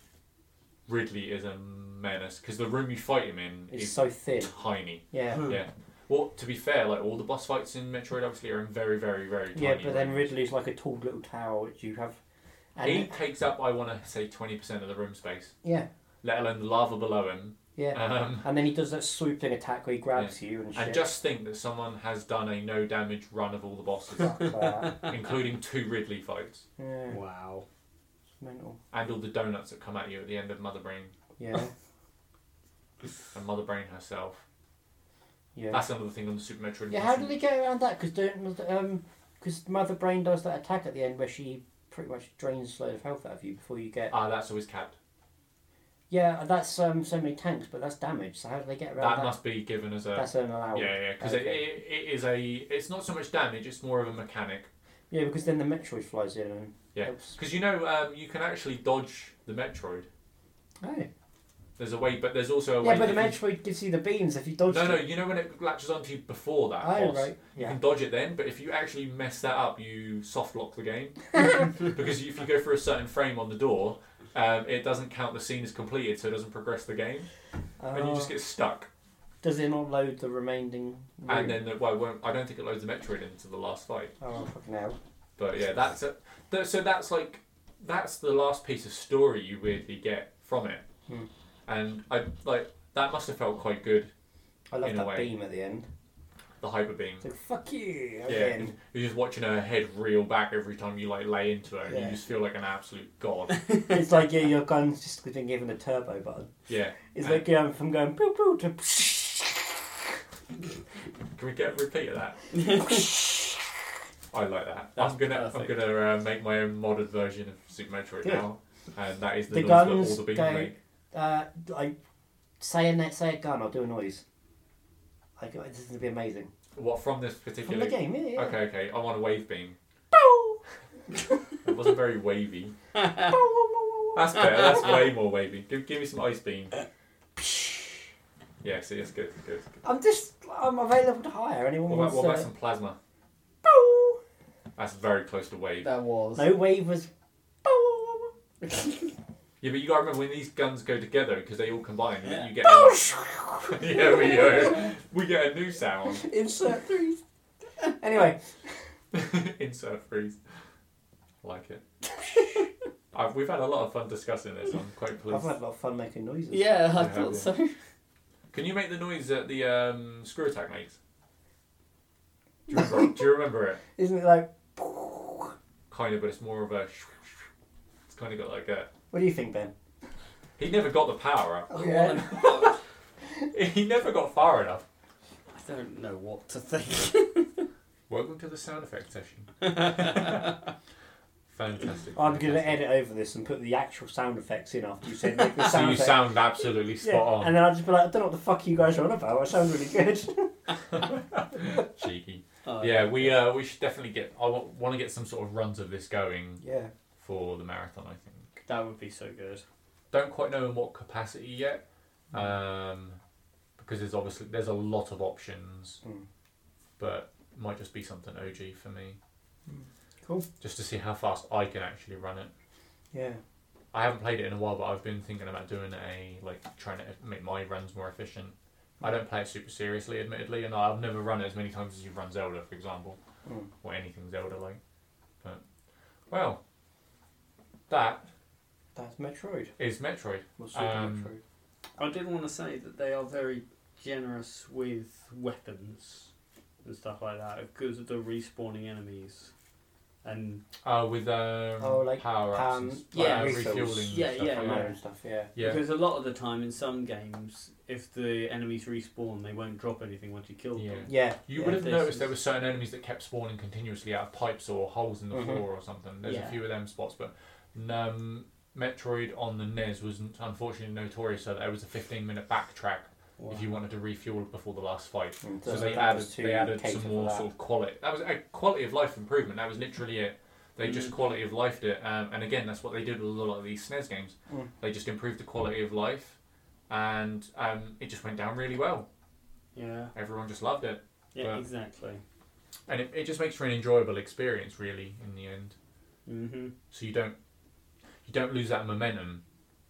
Speaker 2: Ridley is a menace because the room you fight him in
Speaker 3: It's
Speaker 2: is
Speaker 3: so thin.
Speaker 2: tiny.
Speaker 3: Yeah,
Speaker 2: Yeah. Well, to be fair, like all the boss fights in Metroid obviously are in very, very, very tiny.
Speaker 3: yeah, but then
Speaker 2: rooms.
Speaker 3: Ridley's like a tall little tower which you have. And
Speaker 2: he takes up, I want to say, twenty percent of the room space,
Speaker 3: yeah,
Speaker 2: let alone the lava below him.
Speaker 3: yeah.
Speaker 2: Um,
Speaker 3: And then he does that swooping attack where he grabs you and shit.
Speaker 2: And just think that someone has done a no damage run of all the bosses,
Speaker 3: Fuck that.
Speaker 2: including two Ridley fights
Speaker 3: Yeah,
Speaker 1: Wow.
Speaker 3: it's mental.
Speaker 2: and all the donuts that come at you at the end of Mother Brain
Speaker 3: Yeah,
Speaker 2: and Mother Brain herself.
Speaker 3: yeah.
Speaker 2: That's another thing on the Super Metroid.
Speaker 3: Yeah, how do
Speaker 2: version.
Speaker 3: they get around that? Because don't um, because Mother Brain does that attack at the end where she pretty much drains a load of health out of you before you get.
Speaker 2: Ah, that's always capped.
Speaker 3: Yeah, that's um, so many tanks, but that's damage. So how do they get
Speaker 2: That
Speaker 3: around that?
Speaker 2: must be given as a.
Speaker 3: that's an
Speaker 2: yeah,
Speaker 3: allowance.
Speaker 2: yeah, because
Speaker 3: Okay.
Speaker 2: it, it, it is a. It's not so much damage; it's more of a mechanic.
Speaker 3: Yeah, because then the Metroid flies in and
Speaker 2: Yeah.
Speaker 3: helps.
Speaker 2: Because you know, um, you can actually dodge the Metroid.
Speaker 3: Oh.
Speaker 2: There's a way, but there's also a
Speaker 3: Yeah,
Speaker 2: way.
Speaker 3: but the
Speaker 2: that you-
Speaker 3: Metroid gives you the beans if you dodge
Speaker 2: No, no,
Speaker 3: it.
Speaker 2: you know when it latches onto you before that
Speaker 3: Oh,
Speaker 2: boss.
Speaker 3: right.
Speaker 2: You
Speaker 3: Yeah.
Speaker 2: can dodge it then, but if you actually mess that up, you soft lock the game because if you go for a certain frame on the door, um, it doesn't count the scene as completed, so it doesn't progress the game, and you
Speaker 3: Uh,
Speaker 2: just get stuck.
Speaker 3: Does it not load the remaining. room?
Speaker 2: And then, the, well, it won't- I don't think it loads the Metroid into the last fight,
Speaker 3: Oh, fucking hell.
Speaker 2: but yeah, that's it. Th- so that's like that's the last piece of story you weirdly get from it,
Speaker 3: Hmm.
Speaker 2: and I like that must have felt quite good.
Speaker 3: I love
Speaker 2: In a
Speaker 3: that
Speaker 2: way.
Speaker 3: beam at the end.
Speaker 2: The hyper beam.
Speaker 3: It's like, fuck you!
Speaker 2: Yeah,
Speaker 3: Again.
Speaker 2: you're just watching her head reel back every time you like lay into her, and
Speaker 3: Yeah.
Speaker 2: you just feel like an absolute god.
Speaker 3: it's like yeah, your gun's just been given a turbo button.
Speaker 2: yeah,
Speaker 3: It's like yeah, from going boo boo to.
Speaker 2: Can we get a repeat of that? I like that.
Speaker 1: That's
Speaker 2: I'm gonna
Speaker 1: perfect.
Speaker 2: I'm gonna uh, make my own modded version of Super Metroid
Speaker 3: Good.
Speaker 2: now, and that is the,
Speaker 3: The
Speaker 2: noise
Speaker 3: guns
Speaker 2: that all the beams
Speaker 3: go-
Speaker 2: make.
Speaker 3: Uh, I say a net, say a gun. I'll do a noise. Like this is gonna be amazing
Speaker 2: What from this
Speaker 3: from
Speaker 2: particular?
Speaker 3: the game. Yeah, yeah.
Speaker 2: Okay, okay. I want a wave beam.
Speaker 3: Bow!
Speaker 2: It wasn't very wavy. Uh.
Speaker 3: Bow, bow, bow, bow,
Speaker 2: That's better. That's way more wavy. Give, give me some ice beam. Yeah, see, it's good. it's good. it's good.
Speaker 3: bow. I'm just I'm available to hire anyone
Speaker 2: What about,
Speaker 3: wants.
Speaker 2: what about
Speaker 3: uh,
Speaker 2: some plasma?
Speaker 3: bow.
Speaker 2: That's very close to wave.
Speaker 1: That was.
Speaker 3: No wave was. Bow.
Speaker 2: Yeah, but you gotta remember when these guns go together because they all combine.
Speaker 1: Yeah.
Speaker 2: You get a, yeah, we uh, we get a new sound.
Speaker 3: Insert three. Anyway,
Speaker 2: Insert freeze. Like it. I've, we've had a lot of fun discussing this. I'm quite
Speaker 3: I've
Speaker 2: pleased.
Speaker 3: had a lot of fun making noises.
Speaker 1: yeah, I
Speaker 2: Yeah,
Speaker 1: thought
Speaker 2: yeah.
Speaker 1: so.
Speaker 2: Can you make the noise that the um, screw attack makes? Do you, remember, do you remember it?
Speaker 3: Isn't it like?
Speaker 2: Kind of, but it's more of a. It's kind of got like a.
Speaker 3: What do you think, Ben?
Speaker 2: He never got the power up.
Speaker 3: Oh, yeah.
Speaker 1: I
Speaker 2: He never got far enough.
Speaker 1: don't know what to think.
Speaker 2: Welcome to the sound effect session. Fantastic.
Speaker 3: I'm going to
Speaker 2: fantastic.
Speaker 3: edit over this and put the actual sound effects in after you said like, the
Speaker 2: So
Speaker 3: sound
Speaker 2: you
Speaker 3: effects.
Speaker 2: sound absolutely
Speaker 3: Yeah,
Speaker 2: spot on.
Speaker 3: And then I'll just be like, I don't know what the fuck you guys are on about. I sound really good.
Speaker 2: Cheeky.
Speaker 4: Oh,
Speaker 2: Yeah, we uh, we should definitely get. I want to get some sort of runs of this going
Speaker 3: yeah.
Speaker 2: for the marathon. I think.
Speaker 4: That would be so good.
Speaker 2: Don't quite know in what capacity yet,
Speaker 3: Mm.
Speaker 2: um, because there's obviously there's a lot of options,
Speaker 3: Mm.
Speaker 2: but might just be something OG for me,
Speaker 3: Cool.
Speaker 2: just to see how fast I can actually run it.
Speaker 3: Yeah.
Speaker 2: I haven't played it in a while, but I've been thinking about doing a like trying to make my runs more efficient. I don't play it super seriously, admittedly, and I've never run it as many times as you've run Zelda, for example,
Speaker 3: Mm.
Speaker 2: or anything Zelda like. But well, that
Speaker 3: That's Metroid.
Speaker 2: is Metroid.
Speaker 3: Well, Super
Speaker 2: Um,
Speaker 3: Metroid.
Speaker 4: I did want to say that they are very generous with weapons and stuff like that because of the respawning enemies. And
Speaker 2: Uh, with um,
Speaker 3: Oh, like,
Speaker 2: power ups,
Speaker 3: um,
Speaker 4: yeah,
Speaker 2: refueling,
Speaker 3: refills.
Speaker 2: and
Speaker 4: Yeah,
Speaker 2: stuff,
Speaker 4: yeah,
Speaker 3: From
Speaker 4: yeah.
Speaker 3: there and stuff, yeah.
Speaker 2: yeah.
Speaker 4: because a lot of the time in some games, if the enemies respawn, they won't drop anything once you kill
Speaker 2: Yeah.
Speaker 4: them.
Speaker 3: Yeah.
Speaker 2: You
Speaker 3: yeah.
Speaker 2: would have
Speaker 4: this
Speaker 2: noticed
Speaker 4: is-
Speaker 2: there were certain enemies that kept spawning continuously out of pipes or holes in the
Speaker 3: Mhm.
Speaker 2: floor or something. There's
Speaker 4: Yeah.
Speaker 2: a few of them spots, but um, Metroid on the NES was n- E unfortunately notorious so that there was a 15 minute backtrack
Speaker 4: Wow.
Speaker 2: if you wanted to refuel before the last fight.
Speaker 3: Mm,
Speaker 2: So
Speaker 3: that-
Speaker 2: they
Speaker 3: that
Speaker 2: added
Speaker 3: was to
Speaker 2: they added
Speaker 3: cater
Speaker 2: some
Speaker 3: for
Speaker 2: more
Speaker 3: that.
Speaker 2: sort of quality. That was a quality of life improvement. That was literally it. They just
Speaker 4: Mm.
Speaker 2: quality of life it, um, and again that's what they did with a lot of these SNES games.
Speaker 3: Mm.
Speaker 2: They just improved the quality of life, and um, it just went down really well.
Speaker 4: Yeah,
Speaker 2: Everyone just loved it
Speaker 4: yeah,
Speaker 2: But-
Speaker 4: exactly.
Speaker 2: and it, it just makes for an enjoyable experience really in the end
Speaker 4: hmm
Speaker 2: so you don't you don't lose that momentum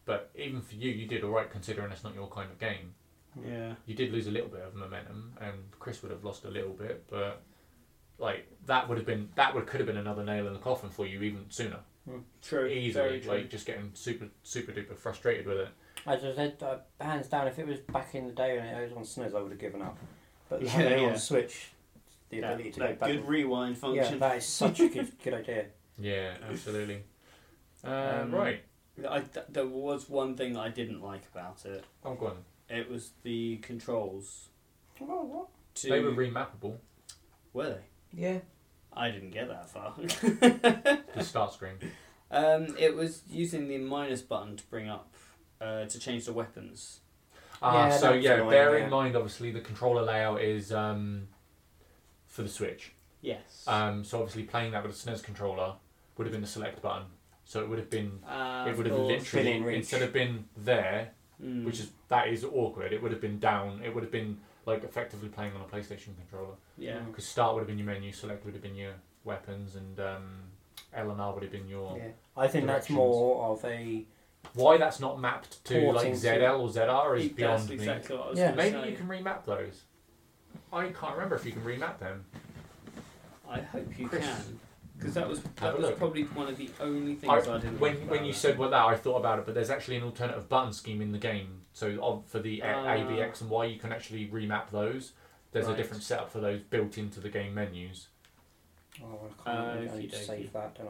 Speaker 2: but even for you you did all right considering it's not your kind of game
Speaker 4: Yeah.
Speaker 2: you did lose a little bit of momentum and chris would have lost a little bit but like that would have been that would could have been another nail in the coffin for you even sooner
Speaker 4: True.
Speaker 2: easily
Speaker 4: Very true.
Speaker 2: like just getting super super duper frustrated with it
Speaker 3: I just said, uh, hands down, if it was back in the day when it was on Snows, I would have given up. But
Speaker 4: Yeah,
Speaker 3: having it
Speaker 4: yeah.
Speaker 3: on Switch, the
Speaker 4: That,
Speaker 3: ability to
Speaker 4: that
Speaker 3: go back.
Speaker 4: good rewind
Speaker 3: yeah,
Speaker 4: function.
Speaker 3: that is such a good, good idea.
Speaker 2: yeah absolutely um,
Speaker 4: Um,
Speaker 2: right
Speaker 4: I, th- there was one thing that I didn't like about it.
Speaker 2: i'm going
Speaker 4: It was the controls.
Speaker 3: Well, what?
Speaker 4: To
Speaker 2: they were remappable
Speaker 4: were they?
Speaker 3: Yeah.
Speaker 4: I didn't get that far.
Speaker 2: the start screen
Speaker 4: um, it was using the minus button to bring up uh, to change the weapons.
Speaker 2: Ah,
Speaker 3: Yeah,
Speaker 2: so
Speaker 3: that's
Speaker 2: yeah,
Speaker 3: annoying,
Speaker 2: bear
Speaker 3: yeah.
Speaker 2: in mind obviously the controller layout is um, for the Switch.
Speaker 4: Yes.
Speaker 2: Um, so obviously playing that with a SNES controller would have been the select button. So it would have been
Speaker 4: Uh,
Speaker 2: it would have
Speaker 4: of course.
Speaker 2: literally
Speaker 3: Been in reach.
Speaker 2: instead of been there,
Speaker 4: Mm.
Speaker 2: which is that is awkward. It would have been down. It would have been like effectively playing on a PlayStation controller
Speaker 4: yeah.
Speaker 2: because start would have been your menu, select would have been your weapons, and um, L and R would have been your.
Speaker 3: Yeah. I think that's
Speaker 2: Directions.
Speaker 3: more of a.
Speaker 2: Why that's not mapped to like
Speaker 3: Porting to-
Speaker 2: ZL or ZR is
Speaker 4: It-
Speaker 2: beyond
Speaker 4: That's
Speaker 2: me.
Speaker 4: exactly what I was
Speaker 3: Yeah.
Speaker 4: going
Speaker 2: Maybe
Speaker 4: to say.
Speaker 2: you can remap those. I can't remember if you can remap them.
Speaker 4: I hope you
Speaker 2: Chris.
Speaker 4: can. Because that was
Speaker 2: Have
Speaker 4: that
Speaker 2: a
Speaker 4: was
Speaker 2: look.
Speaker 4: probably one of the only things I,
Speaker 2: I-
Speaker 4: didn't.
Speaker 2: When
Speaker 4: like about
Speaker 2: when you
Speaker 4: that.
Speaker 2: said what that, I thought about it, but there's actually an alternative button scheme in the game. So of, for the A- A, B,
Speaker 4: Ah.
Speaker 2: X, and Y, you can actually remap those. There's
Speaker 4: Right.
Speaker 2: a different setup for those built into the game menus.
Speaker 3: Oh, I can't remember. I
Speaker 4: Okey
Speaker 3: need to
Speaker 4: dokey.
Speaker 3: save that, don't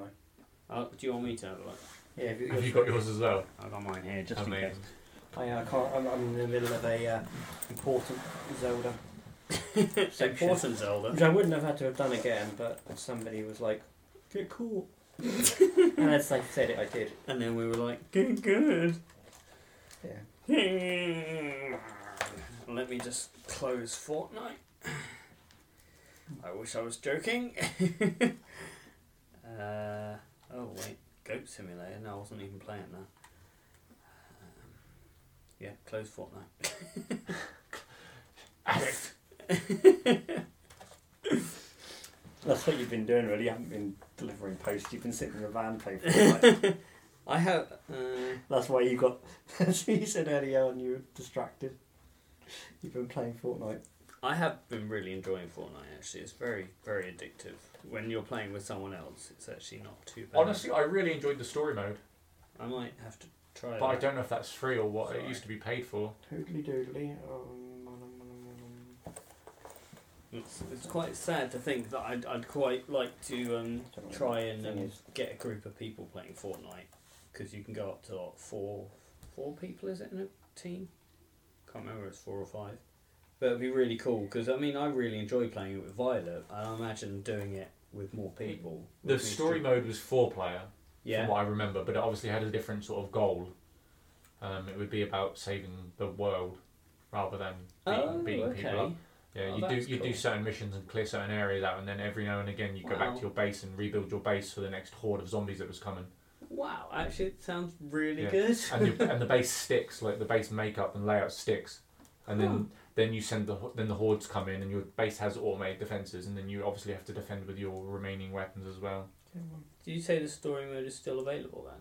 Speaker 3: I?
Speaker 4: Uh, do you want me to have a look?
Speaker 3: Yeah, if it-
Speaker 2: Have you got yours as well?
Speaker 4: I got mine here just
Speaker 2: Amazing.
Speaker 3: I, uh, can't, I'm, I'm in the middle of a uh, important Zelda,
Speaker 4: It's important, Zelda.
Speaker 3: which I wouldn't have had to have done again, but somebody was like, "Get cool," and as they said it, I did.
Speaker 4: And then we were like, good, good.
Speaker 3: Yeah.
Speaker 4: Hmm. Let me just close Fortnite. I wish I was joking. uh, oh wait, Goat Simulator. No, I wasn't even playing that. Um, yeah, close Fortnite.
Speaker 3: That's what you've been doing, really. You haven't been delivering posts. You've been sitting in the van playing. Fortnite.
Speaker 4: I have. Uh,
Speaker 3: That's why you got. As you said earlier, on, you were distracted. You've been playing Fortnite.
Speaker 4: I have been really enjoying Fortnite. Actually, it's very, very addictive. When you're playing with someone else, it's actually not too bad.
Speaker 2: Honestly, I really enjoyed the story mode,
Speaker 4: I might have to try.
Speaker 2: but I
Speaker 4: that.
Speaker 2: don't know if that's free or what. It
Speaker 4: Sorry.
Speaker 2: used to be paid for.
Speaker 3: Toodly doodly. Um, um, um, um, um.
Speaker 4: It's, it's quite sad to think that I'd, I'd quite like to um, try and
Speaker 3: Thing
Speaker 4: um,
Speaker 3: is-
Speaker 4: get a group of people playing Fortnite because you can go up to like four four people is it in a team? Can't remember if it's four or five, but it'd be really cool because I mean I really enjoy playing it with Violet and I imagine doing it with more people.
Speaker 2: The
Speaker 4: with these
Speaker 2: story
Speaker 4: two-
Speaker 2: mode was four player,
Speaker 4: Yeah.
Speaker 2: from what I remember, but it obviously had a different sort of goal. Um, it would be about saving the world rather than beating,
Speaker 4: Oh,
Speaker 2: beating people up.
Speaker 4: okay.
Speaker 2: Yeah,
Speaker 4: Oh,
Speaker 2: you do
Speaker 4: that's
Speaker 2: you do
Speaker 4: cool.
Speaker 2: certain missions and clear certain areas out, and then every now and again you go back
Speaker 4: Wow.
Speaker 2: to your base and rebuild your base for the next horde of zombies that was coming.
Speaker 4: Wow, actually, it sounds really
Speaker 2: Yeah.
Speaker 4: good.
Speaker 2: And you, and the base sticks, like the base makeup and layout sticks, and then
Speaker 4: Hmm.
Speaker 2: then you send the ho- then the hordes come in, and your base has automated defenses, and then you obviously have to defend with your remaining weapons as well.
Speaker 4: Do you say the story mode is still available then?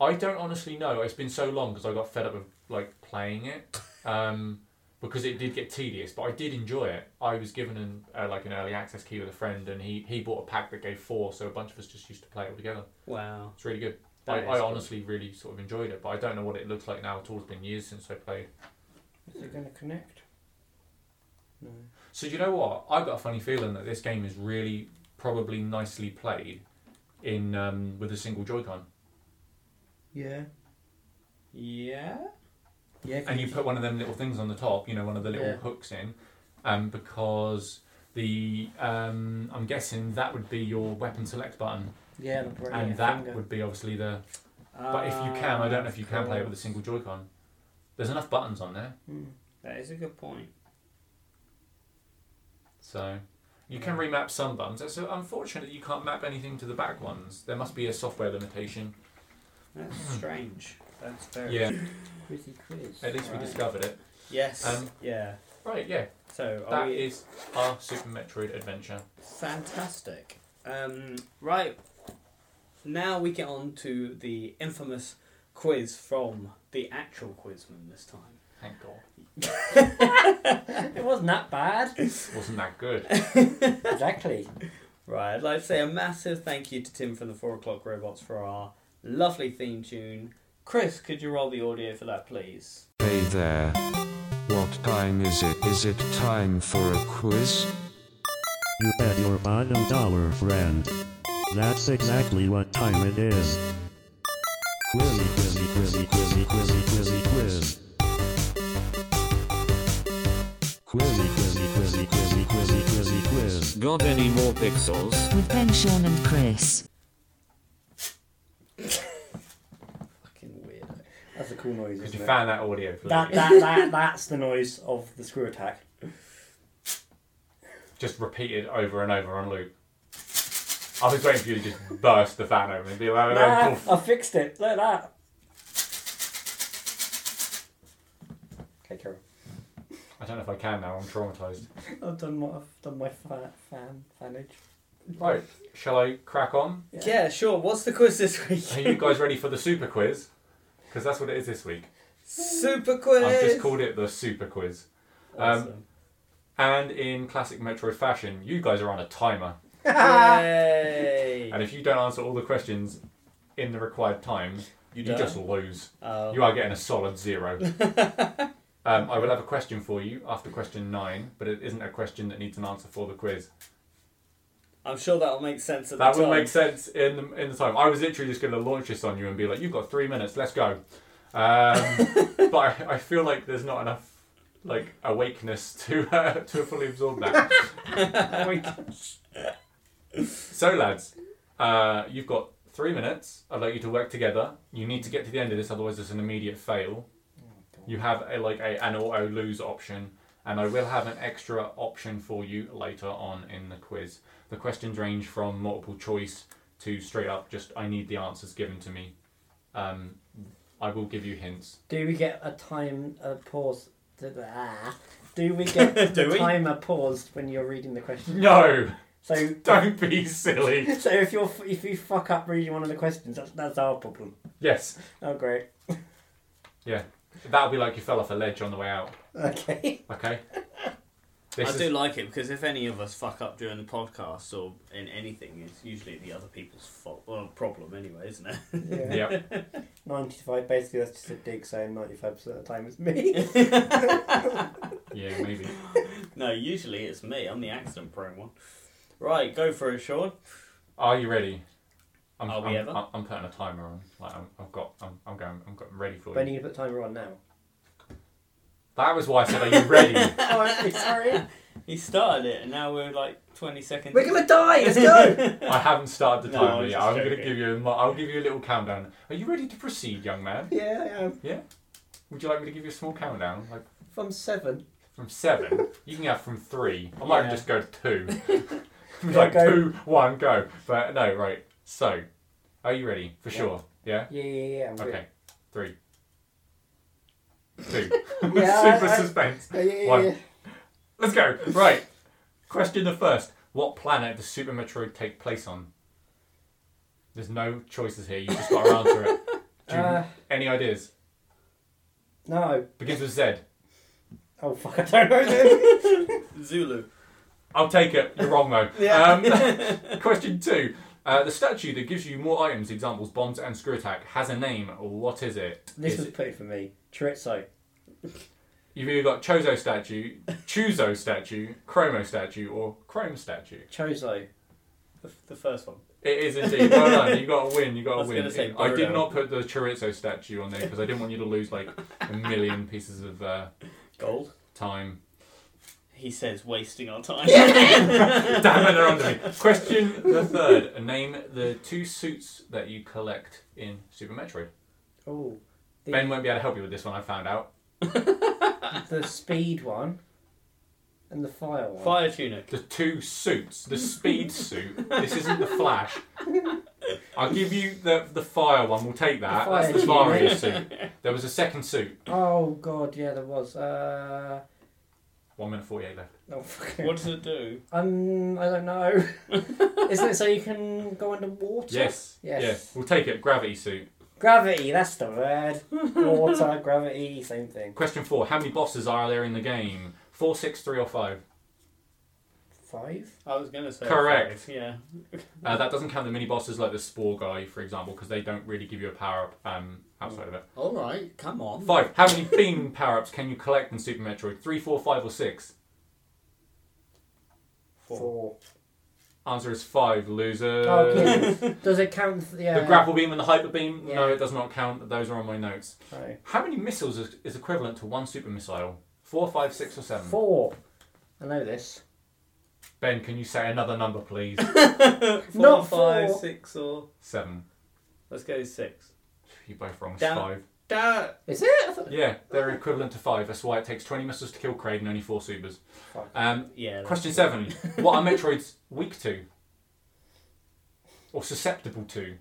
Speaker 2: I don't honestly know. It's been so long because I got fed up with like playing it, um, because it did get tedious. But I did enjoy it. I was given an uh, like an early access key with a friend, and he he bought a pack that gave four, so a bunch of us just used to play it all together.
Speaker 4: Wow.
Speaker 2: It's really good.
Speaker 4: That
Speaker 2: I,
Speaker 4: is
Speaker 2: I
Speaker 4: cool.
Speaker 2: honestly really sort of enjoyed it, but I don't know what it looks like now at all. It's been years since I played.
Speaker 3: Is it going to connect? No.
Speaker 2: So you know what? I've got a funny feeling that this game is really probably nicely played in um, with a single Joy-Con,
Speaker 3: Yeah.
Speaker 4: Yeah.
Speaker 3: Yeah.
Speaker 2: and you put one of them little things on the top. You know, one of the little
Speaker 3: Yeah.
Speaker 2: hooks in, um, because the um, I'm guessing that would be your weapon select button,
Speaker 3: Yeah. the right
Speaker 2: and that
Speaker 3: finger.
Speaker 2: would be obviously the. But if you can, I don't know if you can play it
Speaker 4: Um,
Speaker 2: with a single Joy-Con. There's enough buttons on there,
Speaker 3: Mm.
Speaker 4: That is a good point.
Speaker 2: so. You can remap some buttons. It's uh, unfortunate that you can't map anything to the back ones. There must be a software limitation.
Speaker 4: That's strange. That's very.
Speaker 2: Yeah,
Speaker 3: Pretty quiz.
Speaker 2: at least we
Speaker 4: Right.
Speaker 2: discovered it.
Speaker 4: Yes.
Speaker 2: Um,
Speaker 4: yeah.
Speaker 2: Right, yeah.
Speaker 4: So
Speaker 3: Oh,
Speaker 4: are
Speaker 2: That
Speaker 4: we
Speaker 2: is our Super Metroid adventure.
Speaker 4: fantastic? Um, right. Now we get on to the infamous quiz from the actual quizman this time.
Speaker 2: Thank God.
Speaker 3: It wasn't that bad.
Speaker 2: Wasn't that good?
Speaker 3: exactly.
Speaker 4: Right, I'd like to say a massive thank you to Tim from the Four O'Clock Robots for our lovely theme tune. Chris, could you roll the audio for that, please?
Speaker 5: Hey there. What time is it? Is it time for a quiz?
Speaker 6: You bet your bottom dollar, friend. That's exactly what time it is. Quizzy, quizzy, quizzy, quizzy, quizzy, quizzy, quiz. Quizzy, quizzy, quizzy, quizzy, quizzy, quizzy, quiz.
Speaker 5: Got any more pixels?
Speaker 7: with Ben, Sean, and Chris.
Speaker 4: Fucking weird.
Speaker 3: That's a cool noise.
Speaker 2: Because
Speaker 3: Isn't
Speaker 2: you
Speaker 3: it?
Speaker 2: found that audio clip.
Speaker 3: That, that, that, that's the noise of the screw attack.
Speaker 2: Just repeated over and over on loop. I was waiting for you to just burst the fan open and be like,
Speaker 3: Nah,
Speaker 2: "Oh,
Speaker 3: I fixed it. Look at that. Okay, Carol.
Speaker 2: I don't know if I can now, I'm traumatised.
Speaker 3: I've done my, I've done my fa- fan fanage.
Speaker 2: Right, shall I crack on?
Speaker 4: Yeah.
Speaker 3: Yeah.
Speaker 4: sure. What's the quiz this
Speaker 2: Are
Speaker 4: week?
Speaker 2: you guys ready for the super quiz? Because that's what it is this week.
Speaker 4: Super quiz.
Speaker 2: I've just called it the super quiz. Um,
Speaker 4: Awesome.
Speaker 2: And in classic Metroid fashion, you guys are on a timer.
Speaker 4: Yay!
Speaker 2: And if you don't answer all the questions in the required time, you,
Speaker 4: don't.
Speaker 2: just lose.
Speaker 4: Oh.
Speaker 2: You are getting a solid zero. um, I will have a question for you after question nine, but it isn't a question that needs an answer for the quiz.
Speaker 4: I'm sure that'll make sense at
Speaker 2: That
Speaker 4: the
Speaker 2: will
Speaker 4: time.
Speaker 2: make sense in the, in the time. I was literally just going to launch this on you and be like, "You've got three minutes. Let's go." Um, but I, I feel like there's not enough like awakeness to uh, to fully absorb that. so, lads, uh, you've got three minutes. I'd like you to work together. You need to get to the end of this, otherwise, there's an immediate fail. You have a like a an auto lose option, and I will have an extra option for you later on in the quiz. The questions range from multiple choice to straight up just I need the answers given to me. Um, I will give you hints.
Speaker 3: Do we get a time a pause? Ah. Do we get a
Speaker 4: Do we?
Speaker 3: timer paused when you're reading the question?
Speaker 2: No,
Speaker 3: So
Speaker 2: don't be silly.
Speaker 3: So if you're f- if you fuck up reading one of the questions, that's that's our problem.
Speaker 2: Yes,
Speaker 3: Oh great.
Speaker 2: that'll be like you fell off a ledge on the way out.
Speaker 3: Okay.
Speaker 2: Okay.
Speaker 4: I
Speaker 2: This is,
Speaker 4: do like it because if any of us fuck up during the podcast or in anything, it's usually the other people's fault. Well, problem anyway, isn't it?
Speaker 3: Yeah.
Speaker 2: yeah.
Speaker 3: Ninety-five. Basically, that's just a dig saying ninety-five percent of the time it's me.
Speaker 2: Yeah, maybe.
Speaker 4: no, usually it's me. I'm the accident prone one. Right, go for it, Sean.
Speaker 2: Are you ready? I'm,
Speaker 4: Are we
Speaker 2: I'm,
Speaker 4: ever?
Speaker 2: I'm, I'm putting a timer on. Like I'm, I've got. I'm, I'm going. I'm got ready for
Speaker 3: when are
Speaker 2: you.
Speaker 3: you gonna put the timer on now?
Speaker 2: That was why I said, "Are you ready?"
Speaker 3: oh, okay, sorry.
Speaker 1: He started it, and now we're like twenty seconds.
Speaker 3: We're gonna die. Let's go.
Speaker 2: I haven't started the
Speaker 1: No,
Speaker 2: timer
Speaker 1: I'm
Speaker 2: yet.
Speaker 1: just
Speaker 2: I'm going to
Speaker 1: joking.
Speaker 2: give you. a mo- I'll give you a little countdown. Are you ready to proceed, young man?
Speaker 3: yeah, I am.
Speaker 2: Would you like me to give you a small countdown, like
Speaker 3: From seven.
Speaker 2: from seven? you can have from three. I might
Speaker 1: Yeah.
Speaker 2: just go to two. like
Speaker 3: go.
Speaker 2: two, one, go. But no, right. So, are you ready for sure? Yeah.
Speaker 3: Yeah, yeah, yeah. I'm good.
Speaker 2: Okay. Three. Two.
Speaker 3: Yeah, I-
Speaker 2: Super
Speaker 3: I-
Speaker 2: suspense.
Speaker 3: Yeah, yeah, yeah,
Speaker 2: One.
Speaker 3: yeah.
Speaker 2: Let's go. Right. Question the first. What planet does Super Metroid take place on? There's no choices here. You just got to answer it. Do you,
Speaker 3: Uh,
Speaker 2: any ideas?
Speaker 3: No.
Speaker 2: Begins with Z.
Speaker 3: Oh fuck! I don't know.
Speaker 1: Zulu.
Speaker 2: I'll take it. You're wrong though.
Speaker 1: Yeah.
Speaker 2: Um, question two. Uh, the statue that gives you more items, examples bombs and screw attack, has a name. What is it?
Speaker 3: this
Speaker 2: Is
Speaker 3: was
Speaker 2: it-
Speaker 3: put in for me. Chorizo.
Speaker 2: You've either got Chozo statue, Chuzo statue, Chromo statue, or Chrome statue.
Speaker 3: Chozo.
Speaker 1: The, f- the first one.
Speaker 2: It is indeed. Well done. You got to win. You
Speaker 1: I
Speaker 2: got to
Speaker 1: was
Speaker 2: win.
Speaker 1: gonna say
Speaker 2: I did
Speaker 1: Birdo.
Speaker 2: not put the chorizo statue on there because I didn't want you to lose like a million pieces of uh,
Speaker 1: Gold.
Speaker 2: time.
Speaker 1: He says wasting our time.
Speaker 2: Damn it, they're under me. Question the third. Name the two suits that you collect in Super Metroid.
Speaker 3: Oh, the,
Speaker 2: Ben won't be able to help you with this one. I found out.
Speaker 3: the speed one and the fire one.
Speaker 1: Fire tunic.
Speaker 2: The two suits. The speed suit. This isn't the Flash. I'll give you the the fire one. We'll take that.
Speaker 3: The
Speaker 2: That's the
Speaker 3: fire
Speaker 2: Mario suit. There was a second suit.
Speaker 3: Oh god, yeah, there was. Uh,
Speaker 2: One minute forty-eight left.
Speaker 3: oh fuck.
Speaker 1: What does it do?
Speaker 3: Um, I don't know. Isn't it so you can go underwater?
Speaker 2: Yes.
Speaker 3: Yes.
Speaker 2: Yes. We'll take it. Gravity suit.
Speaker 3: Gravity. That's the word. Water, gravity, same thing.
Speaker 2: Question four: How many bosses are there in the game? Four, six, three, or five?
Speaker 3: Five.
Speaker 1: I was gonna say.
Speaker 2: Correct.
Speaker 1: five, Yeah.
Speaker 2: Uh, that doesn't count the mini bosses like the spore guy, for example, because they don't really give you a power up um, outside of it.
Speaker 1: All right. Come on.
Speaker 2: Five: How many beam power ups can you collect in Super Metroid? Three, four, five, or six?
Speaker 3: Four.
Speaker 2: Answer is five. Loser.
Speaker 3: Okay. Does it count? For, Oh, yeah.
Speaker 2: The grapple beam and the hyper beam? No,
Speaker 3: Yeah.
Speaker 2: it does not count. Those are on my notes.
Speaker 3: Right.
Speaker 2: How many missiles is, is equivalent to one super missile? Four, five, six, or seven?
Speaker 3: Four. I know this.
Speaker 2: Ben, can you say another number, please?
Speaker 1: Four,
Speaker 3: Not
Speaker 1: five,
Speaker 3: four.
Speaker 1: six, or
Speaker 2: seven.
Speaker 1: let's go six.
Speaker 2: You're both wrong. It's
Speaker 1: Down.
Speaker 2: five.
Speaker 1: Da-
Speaker 3: Is it? I thought-
Speaker 2: Yeah, they're equivalent to five. That's why it takes 20 missiles to kill Kraid and only four supers.
Speaker 3: Fuck.
Speaker 2: Um,
Speaker 1: yeah. that's-
Speaker 2: question seven. What are Metroids weak to? Or susceptible to?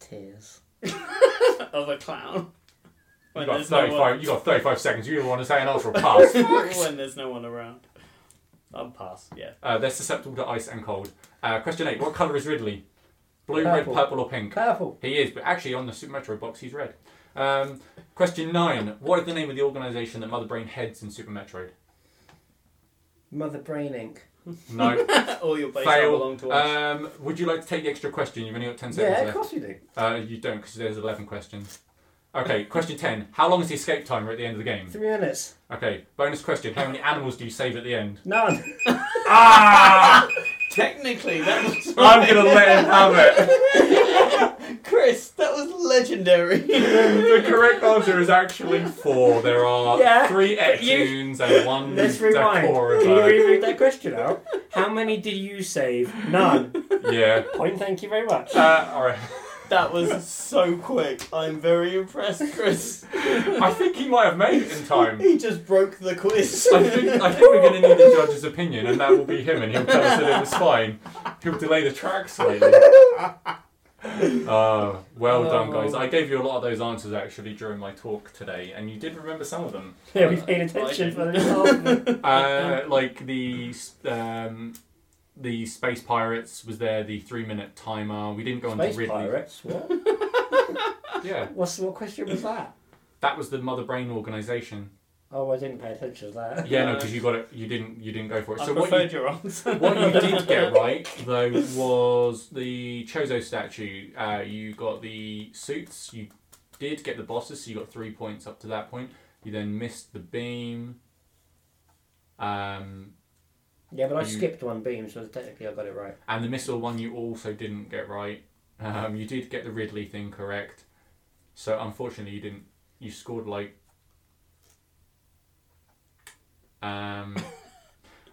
Speaker 3: Tears.
Speaker 1: Of a clown.
Speaker 2: You
Speaker 1: When
Speaker 2: got
Speaker 1: there's no one.
Speaker 2: 35, you got 35 seconds. You either want to say an answer or pass.
Speaker 1: when there's no one around. I'm past. Yeah.
Speaker 2: Uh, they're susceptible to ice and cold. Uh, question eight. What colour is Ridley? Blue,
Speaker 3: Purple.
Speaker 2: red, purple, or pink?
Speaker 3: Purple.
Speaker 2: He is, but actually on the Super Metroid box, he's red. Um, question nine. What is the name of the organisation that Mother Brain heads in Super Metroid?
Speaker 3: Mother Brain Inc.
Speaker 2: No.
Speaker 1: All your base
Speaker 2: Fail.
Speaker 1: belong to us.
Speaker 2: Um, would you like to take the extra question? You've only got 10 seconds
Speaker 3: Yeah, of
Speaker 2: left.
Speaker 3: course you do.
Speaker 2: Uh, you don't, because there's 11 questions. Okay, question 10. How long is the escape timer at the end of the game?
Speaker 3: Three minutes.
Speaker 2: Okay, bonus question. How many animals do you save at the end?
Speaker 3: None.
Speaker 2: Mm, Ah!
Speaker 1: Technically, that was
Speaker 2: I'm going to let him have it.
Speaker 1: Chris. That was legendary.
Speaker 2: The correct answer is actually four. There are
Speaker 3: Yeah,
Speaker 2: three
Speaker 3: but you-
Speaker 2: Etunes and one
Speaker 3: Let's rewind.
Speaker 2: Dakora
Speaker 3: Can you
Speaker 2: bird.
Speaker 3: reread that question out? How many did you save? None.
Speaker 2: Uh, Yeah.
Speaker 3: Point. Thank you very much.
Speaker 2: Uh, all right.
Speaker 1: that was so quick. I'm very impressed, Chris.
Speaker 2: I think he might have made it in time.
Speaker 1: He just broke the quiz.
Speaker 2: I think, I think we're going to need the judge's opinion, and that will be him, and he'll tell us that it was fine. He'll delay the track slightly. Oh, well done, guys. I gave you a lot of those answers actually during my talk today, and you did remember some of them.
Speaker 3: Yeah, we paid attention for this whole
Speaker 2: Uh, like the um, the Space Pirates was there, the three minute timer. We didn't go on to
Speaker 3: Space
Speaker 2: Ridley.
Speaker 3: pirates. What?
Speaker 2: Yeah,
Speaker 3: What's what question was that?
Speaker 2: that was the Mother Brain organisation.
Speaker 3: Oh, I didn't pay attention to that.
Speaker 2: Yeah, no, because you got it. You didn't. You didn't go for it.
Speaker 1: Uh, I
Speaker 2: so what you
Speaker 1: preferred your answer.
Speaker 2: What you did get right, though, was the Chozo statue. Uh, you got the suits. You did get the bosses, so you got three points up to that point. You then missed the beam. Um,
Speaker 3: Yeah, but I
Speaker 2: You-
Speaker 3: skipped one beam, so technically I got it right.
Speaker 2: and the missile one you also didn't get right. Um, you did get the Ridley thing correct. So unfortunately, you didn't. You scored like. Um,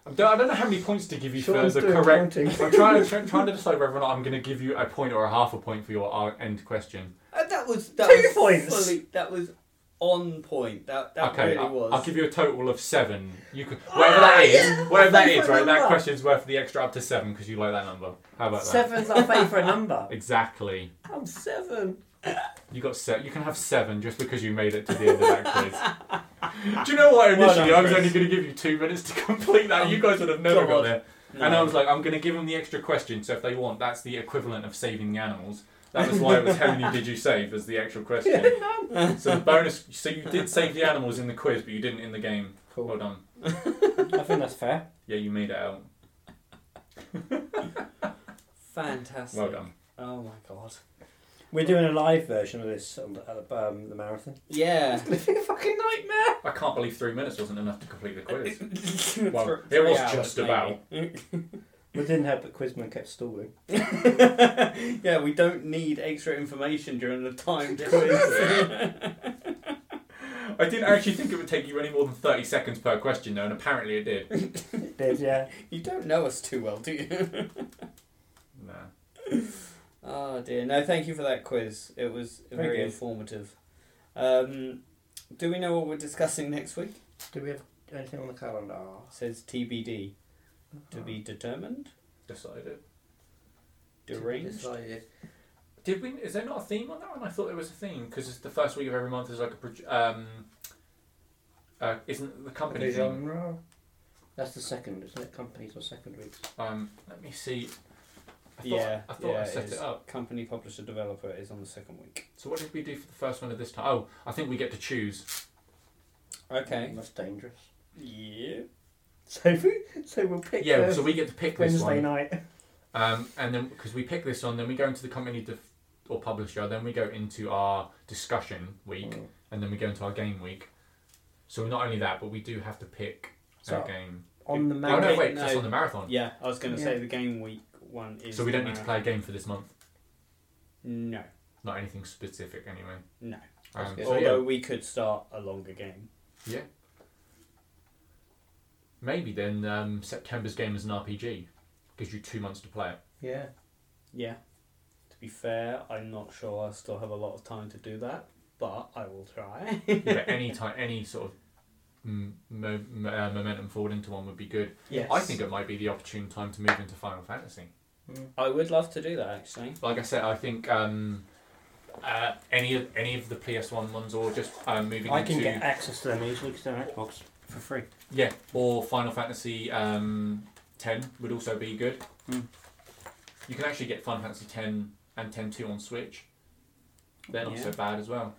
Speaker 2: I don't, I don't know how many points to give you
Speaker 3: Sean's
Speaker 2: for the
Speaker 3: doing
Speaker 2: correct.
Speaker 3: counting.
Speaker 2: I'm trying to try- trying to decide whether or not I'm going to give you a point or a half a point for your ar- end question.
Speaker 1: Uh, that was that
Speaker 3: Two
Speaker 1: was
Speaker 3: points.
Speaker 1: fully- that was on point. That that
Speaker 2: okay,
Speaker 1: really
Speaker 2: I-
Speaker 1: was.
Speaker 2: I'll give you a total of seven. You could whatever that is, whatever that
Speaker 3: Favourite
Speaker 2: is, right? That
Speaker 3: number.
Speaker 2: question's worth the extra up to seven because you like that number. How about
Speaker 3: Seven's our favourite number.
Speaker 2: that? Exactly.
Speaker 3: I'm seven.
Speaker 2: You got set. You can have seven just because you made it to the end of that quiz. Do you know what?
Speaker 1: Well done,
Speaker 2: Initially, I was
Speaker 1: Chris. Um,
Speaker 2: only going to give you two minutes to complete that. You guys would have never got
Speaker 1: God.
Speaker 2: there. And I was like, I'm going to give them the extra question. So if they want, that's the equivalent of saving the animals. That was why it was how many did you save as the actual question. so the bonus. So you did save the animals in the quiz, but you didn't in the game.
Speaker 3: Cool.
Speaker 2: Well done.
Speaker 3: I think that's fair.
Speaker 2: Yeah, you made it out.
Speaker 1: Fantastic.
Speaker 2: Well done.
Speaker 1: Oh my god.
Speaker 3: We're doing a live version of this on the, at the, um, the marathon.
Speaker 1: Yeah.
Speaker 3: It's a fucking nightmare.
Speaker 2: I can't believe three minutes wasn't enough to complete the quiz. Well,
Speaker 1: well,
Speaker 2: it was just about.
Speaker 3: We didn't have, but Quizman kept stalling.
Speaker 1: yeah, we don't need extra information during the timed quiz.
Speaker 2: I didn't actually think it would take you any more than 30 seconds per question, though, and apparently it did.
Speaker 3: It did, yeah.
Speaker 1: you don't know us too well, do you?
Speaker 2: Nah.
Speaker 1: oh dear. No, thank you for that quiz. It was
Speaker 3: Thank
Speaker 1: very
Speaker 3: you.
Speaker 1: informative. Um, do we know what we're discussing next week?
Speaker 3: Do we have anything on the calendar?
Speaker 1: says TBD. To be determined?
Speaker 2: Decided.
Speaker 1: Deranged?
Speaker 3: Decided.
Speaker 2: Did we? Is there not a theme on that one? I thought there was a theme because it's the first week of every month is like a pro- um. Uh, isn't the company thing?
Speaker 3: genre. That's the second, isn't it? Companies or second weeks.
Speaker 2: Um, let me see. I thought,
Speaker 1: Yeah,
Speaker 2: I thought
Speaker 1: yeah,
Speaker 2: I
Speaker 1: it
Speaker 2: set it,
Speaker 1: is.
Speaker 2: up.
Speaker 1: Company publisher developer is on the second week.
Speaker 2: So what did we do for the first one of this time? Oh, I think we get to choose.
Speaker 1: Okay.
Speaker 3: That's dangerous.
Speaker 1: Yeah.
Speaker 3: So we, so we'll pick.
Speaker 2: Yeah,
Speaker 3: the
Speaker 2: so we get to pick this
Speaker 3: Wednesday
Speaker 2: one,
Speaker 3: night.
Speaker 2: um, and then because we pick this one, then we go into the company def- or publisher, then we go into our discussion week,
Speaker 3: Mm.
Speaker 2: and then we go into our game week. So not only that, but we do have to pick
Speaker 3: So-
Speaker 2: our game.
Speaker 3: On the
Speaker 2: Oh no,
Speaker 3: marathon.
Speaker 2: wait, 'cause that's
Speaker 1: no.
Speaker 2: on the marathon.
Speaker 1: Yeah, I was going to say
Speaker 3: Yeah.
Speaker 1: the game week one is.
Speaker 2: So we don't
Speaker 1: the
Speaker 2: need to
Speaker 1: marathon.
Speaker 2: play a game for this month.
Speaker 1: No,
Speaker 2: Not anything specific, anyway.
Speaker 1: no.
Speaker 2: Um,
Speaker 3: good.
Speaker 2: so
Speaker 1: Although
Speaker 2: yeah,
Speaker 1: we could start a longer game.
Speaker 2: maybe then um, September's game is an RPG. Gives you two months to play it.
Speaker 3: Yeah.
Speaker 1: Yeah. To be fair, I'm not sure I still have a lot of time to do that, but I will try.
Speaker 2: yeah, any time, any sort of mm, mo- mo- uh, momentum forward into one would be good.
Speaker 1: yes.
Speaker 2: I think it might be the opportune time to move into Final Fantasy.
Speaker 1: I would love to do that actually.
Speaker 2: Like I said, I think um, uh, any of any of the PS1 ones, or just um, moving
Speaker 3: I
Speaker 2: into
Speaker 3: can get access to them easily because they're on Xbox for free.
Speaker 2: yeah, or Final Fantasy um, 10 would also be good.
Speaker 3: Hmm.
Speaker 2: You can actually get Final Fantasy 10 and 10.2 on Switch. They're not so
Speaker 1: Yeah.
Speaker 2: bad as well.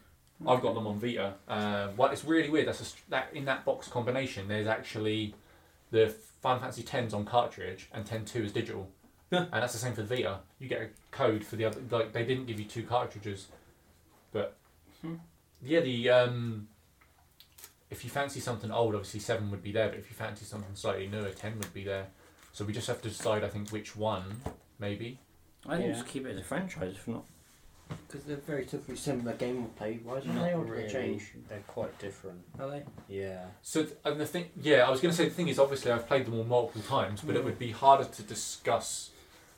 Speaker 2: I've got them on Vita. Uh, well, it's really weird. That's a, str- that in that box combination. There's actually the Final Fantasy 10s on cartridge and 10.2 is digital, and that's the same for the Vita. You get a code for the other. Like they didn't give you two cartridges, but yeah, the um, if you fancy something old, obviously seven would be there. But if you fancy something slightly newer, ten would be there. So we just have to decide. I think which one, maybe.
Speaker 3: I
Speaker 1: think
Speaker 3: think
Speaker 1: Yeah.
Speaker 3: just
Speaker 1: just
Speaker 3: keep it as a franchise if not. Because they're very typically similar game play. Why isn't they all
Speaker 1: really.
Speaker 3: change?
Speaker 1: They're quite different.
Speaker 3: Are they?
Speaker 1: Yeah.
Speaker 2: So th- and the thing, yeah, I was going to say the thing is obviously I've played them all multiple times, but it would be harder to discuss.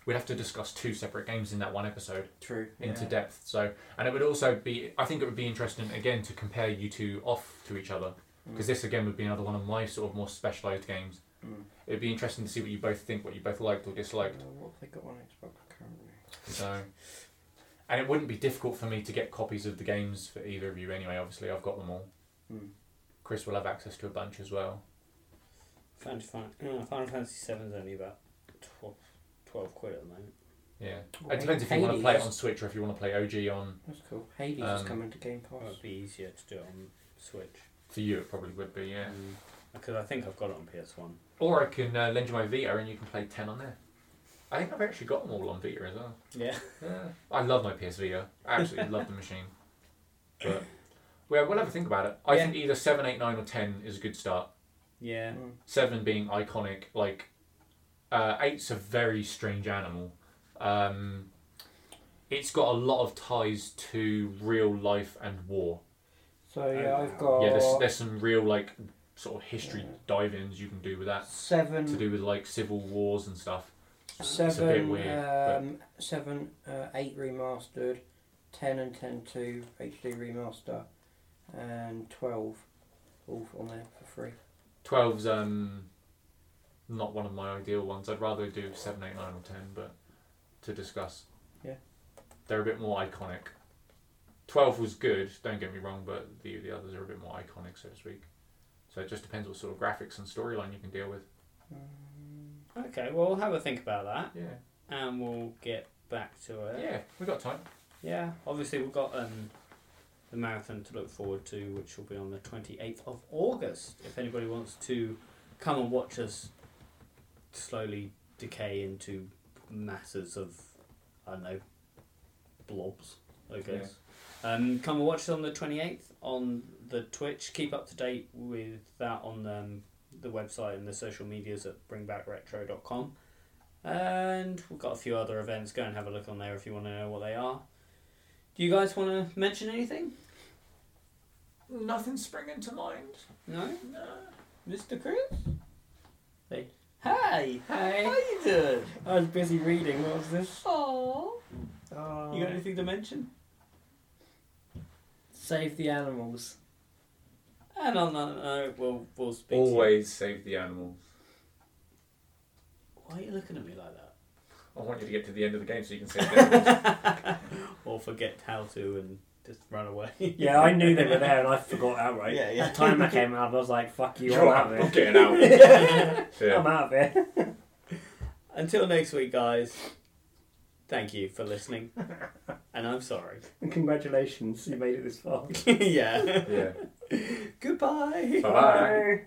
Speaker 2: We'd have to discuss two separate games in that one episode
Speaker 3: True.
Speaker 2: into depth. So and it would also be, I think it would be interesting again to compare you two off to each other because this again would be another one of my sort of more specialised games.
Speaker 3: Mm.
Speaker 2: It'd be interesting to see what you both think, what you both liked or disliked.
Speaker 3: Oh, what have they got on Xbox currently?
Speaker 2: So, and it wouldn't be difficult for me to get copies of the games for either of you anyway. Obviously, I've got them all.
Speaker 3: Hmm.
Speaker 2: Chris will have access to a bunch as well.
Speaker 1: Final Fan- uh, Final Fantasy VII is only about 12, 12 quid at the moment.
Speaker 2: Yeah,
Speaker 3: Well,
Speaker 2: it depends if you want to play it
Speaker 3: Hades.
Speaker 2: on Switch or if you want to play OG on.
Speaker 3: That's cool. Hades
Speaker 2: Um,
Speaker 3: is coming to Game
Speaker 1: It
Speaker 3: Pass.
Speaker 1: would be easier to do it on Switch.
Speaker 2: For you, it probably would be yeah.
Speaker 4: Mm.
Speaker 1: Because I think I've got it on PS1.
Speaker 2: Or I can uh, lend you my Vita and you can play ten on there. I think I've actually got them all on Vita as well.
Speaker 1: Yeah.
Speaker 2: Yeah, I love my PS Vita. I absolutely love the machine. But well, we'll have a think about it. I
Speaker 1: Yeah.
Speaker 2: think either seven, eight, nine, or ten is a good start.
Speaker 1: Yeah.
Speaker 2: Seven being iconic, like uh, eight's a very strange animal. Um, it's got a lot of ties to real life and war.
Speaker 3: So yeah,
Speaker 1: Oh,
Speaker 3: I've
Speaker 1: wow.
Speaker 3: got.
Speaker 2: Oh,
Speaker 3: Uh,
Speaker 2: Yeah, there's, there's some real like sort of history dive-ins you can do with that
Speaker 3: Seven.
Speaker 2: to do with like civil wars and stuff. It's a bit
Speaker 3: Seven,
Speaker 2: weird,
Speaker 3: um, seven, uh, eight remastered, ten and ten two HD remaster, and twelve, all on there for free.
Speaker 2: 12's um, not one of my ideal ones. I'd rather do 7, 8, 9 or 10, but to discuss.
Speaker 3: Yeah.
Speaker 2: They're a bit more iconic. 12 was good, don't get me wrong, but the, the others are a bit more iconic, so to speak. So it just depends what sort of graphics and storyline you can deal with.
Speaker 4: Okay, well, we'll have a think about that
Speaker 2: Yeah.
Speaker 4: and we'll get back to
Speaker 3: Uh,
Speaker 4: it.
Speaker 2: Yeah, we got time.
Speaker 4: Yeah, obviously we've got um, the marathon to look forward to, which will be on the 28th of August. If anybody wants to come and watch us slowly decay into masses of, I don't know, blobs, I guess. Um, come and watch us on the 28th on the Twitch. Keep up to date with that on um, the website and the social medias at bringbackretro.com. And we've got a few other events. Go and have a look on there if you want to know what they are. Do you guys want to mention anything?
Speaker 2: Nothing springing to mind.
Speaker 4: No?
Speaker 2: No.
Speaker 4: Mr. Chris?
Speaker 3: Hey.
Speaker 4: Hey!
Speaker 3: Hey.
Speaker 4: How you doing?
Speaker 3: I was busy reading. What was this?
Speaker 4: Aww.
Speaker 3: Oh.
Speaker 4: You got anything to mention?
Speaker 3: Save the animals.
Speaker 4: And on that note, we'll, we'll speak to you.
Speaker 2: Always save the animals.
Speaker 4: Why are you looking at me like that?
Speaker 2: I want you to get to the end of the game so you can save the animals.
Speaker 4: Or forget how to and just run away.
Speaker 3: Yeah, I knew they were there and I forgot outright.
Speaker 4: Yeah, yeah.
Speaker 3: The time I came out, I was like, "Fuck you,
Speaker 2: You're
Speaker 3: I'm
Speaker 2: right,
Speaker 3: out
Speaker 2: I'm
Speaker 3: of here.
Speaker 2: getting out.
Speaker 3: I'm
Speaker 2: yeah.
Speaker 3: out of here."
Speaker 4: Until next week, guys, thank you for listening. and I'm sorry.
Speaker 3: And congratulations, you made it this far.
Speaker 4: yeah.
Speaker 2: yeah.
Speaker 4: Goodbye.
Speaker 2: Bye-bye.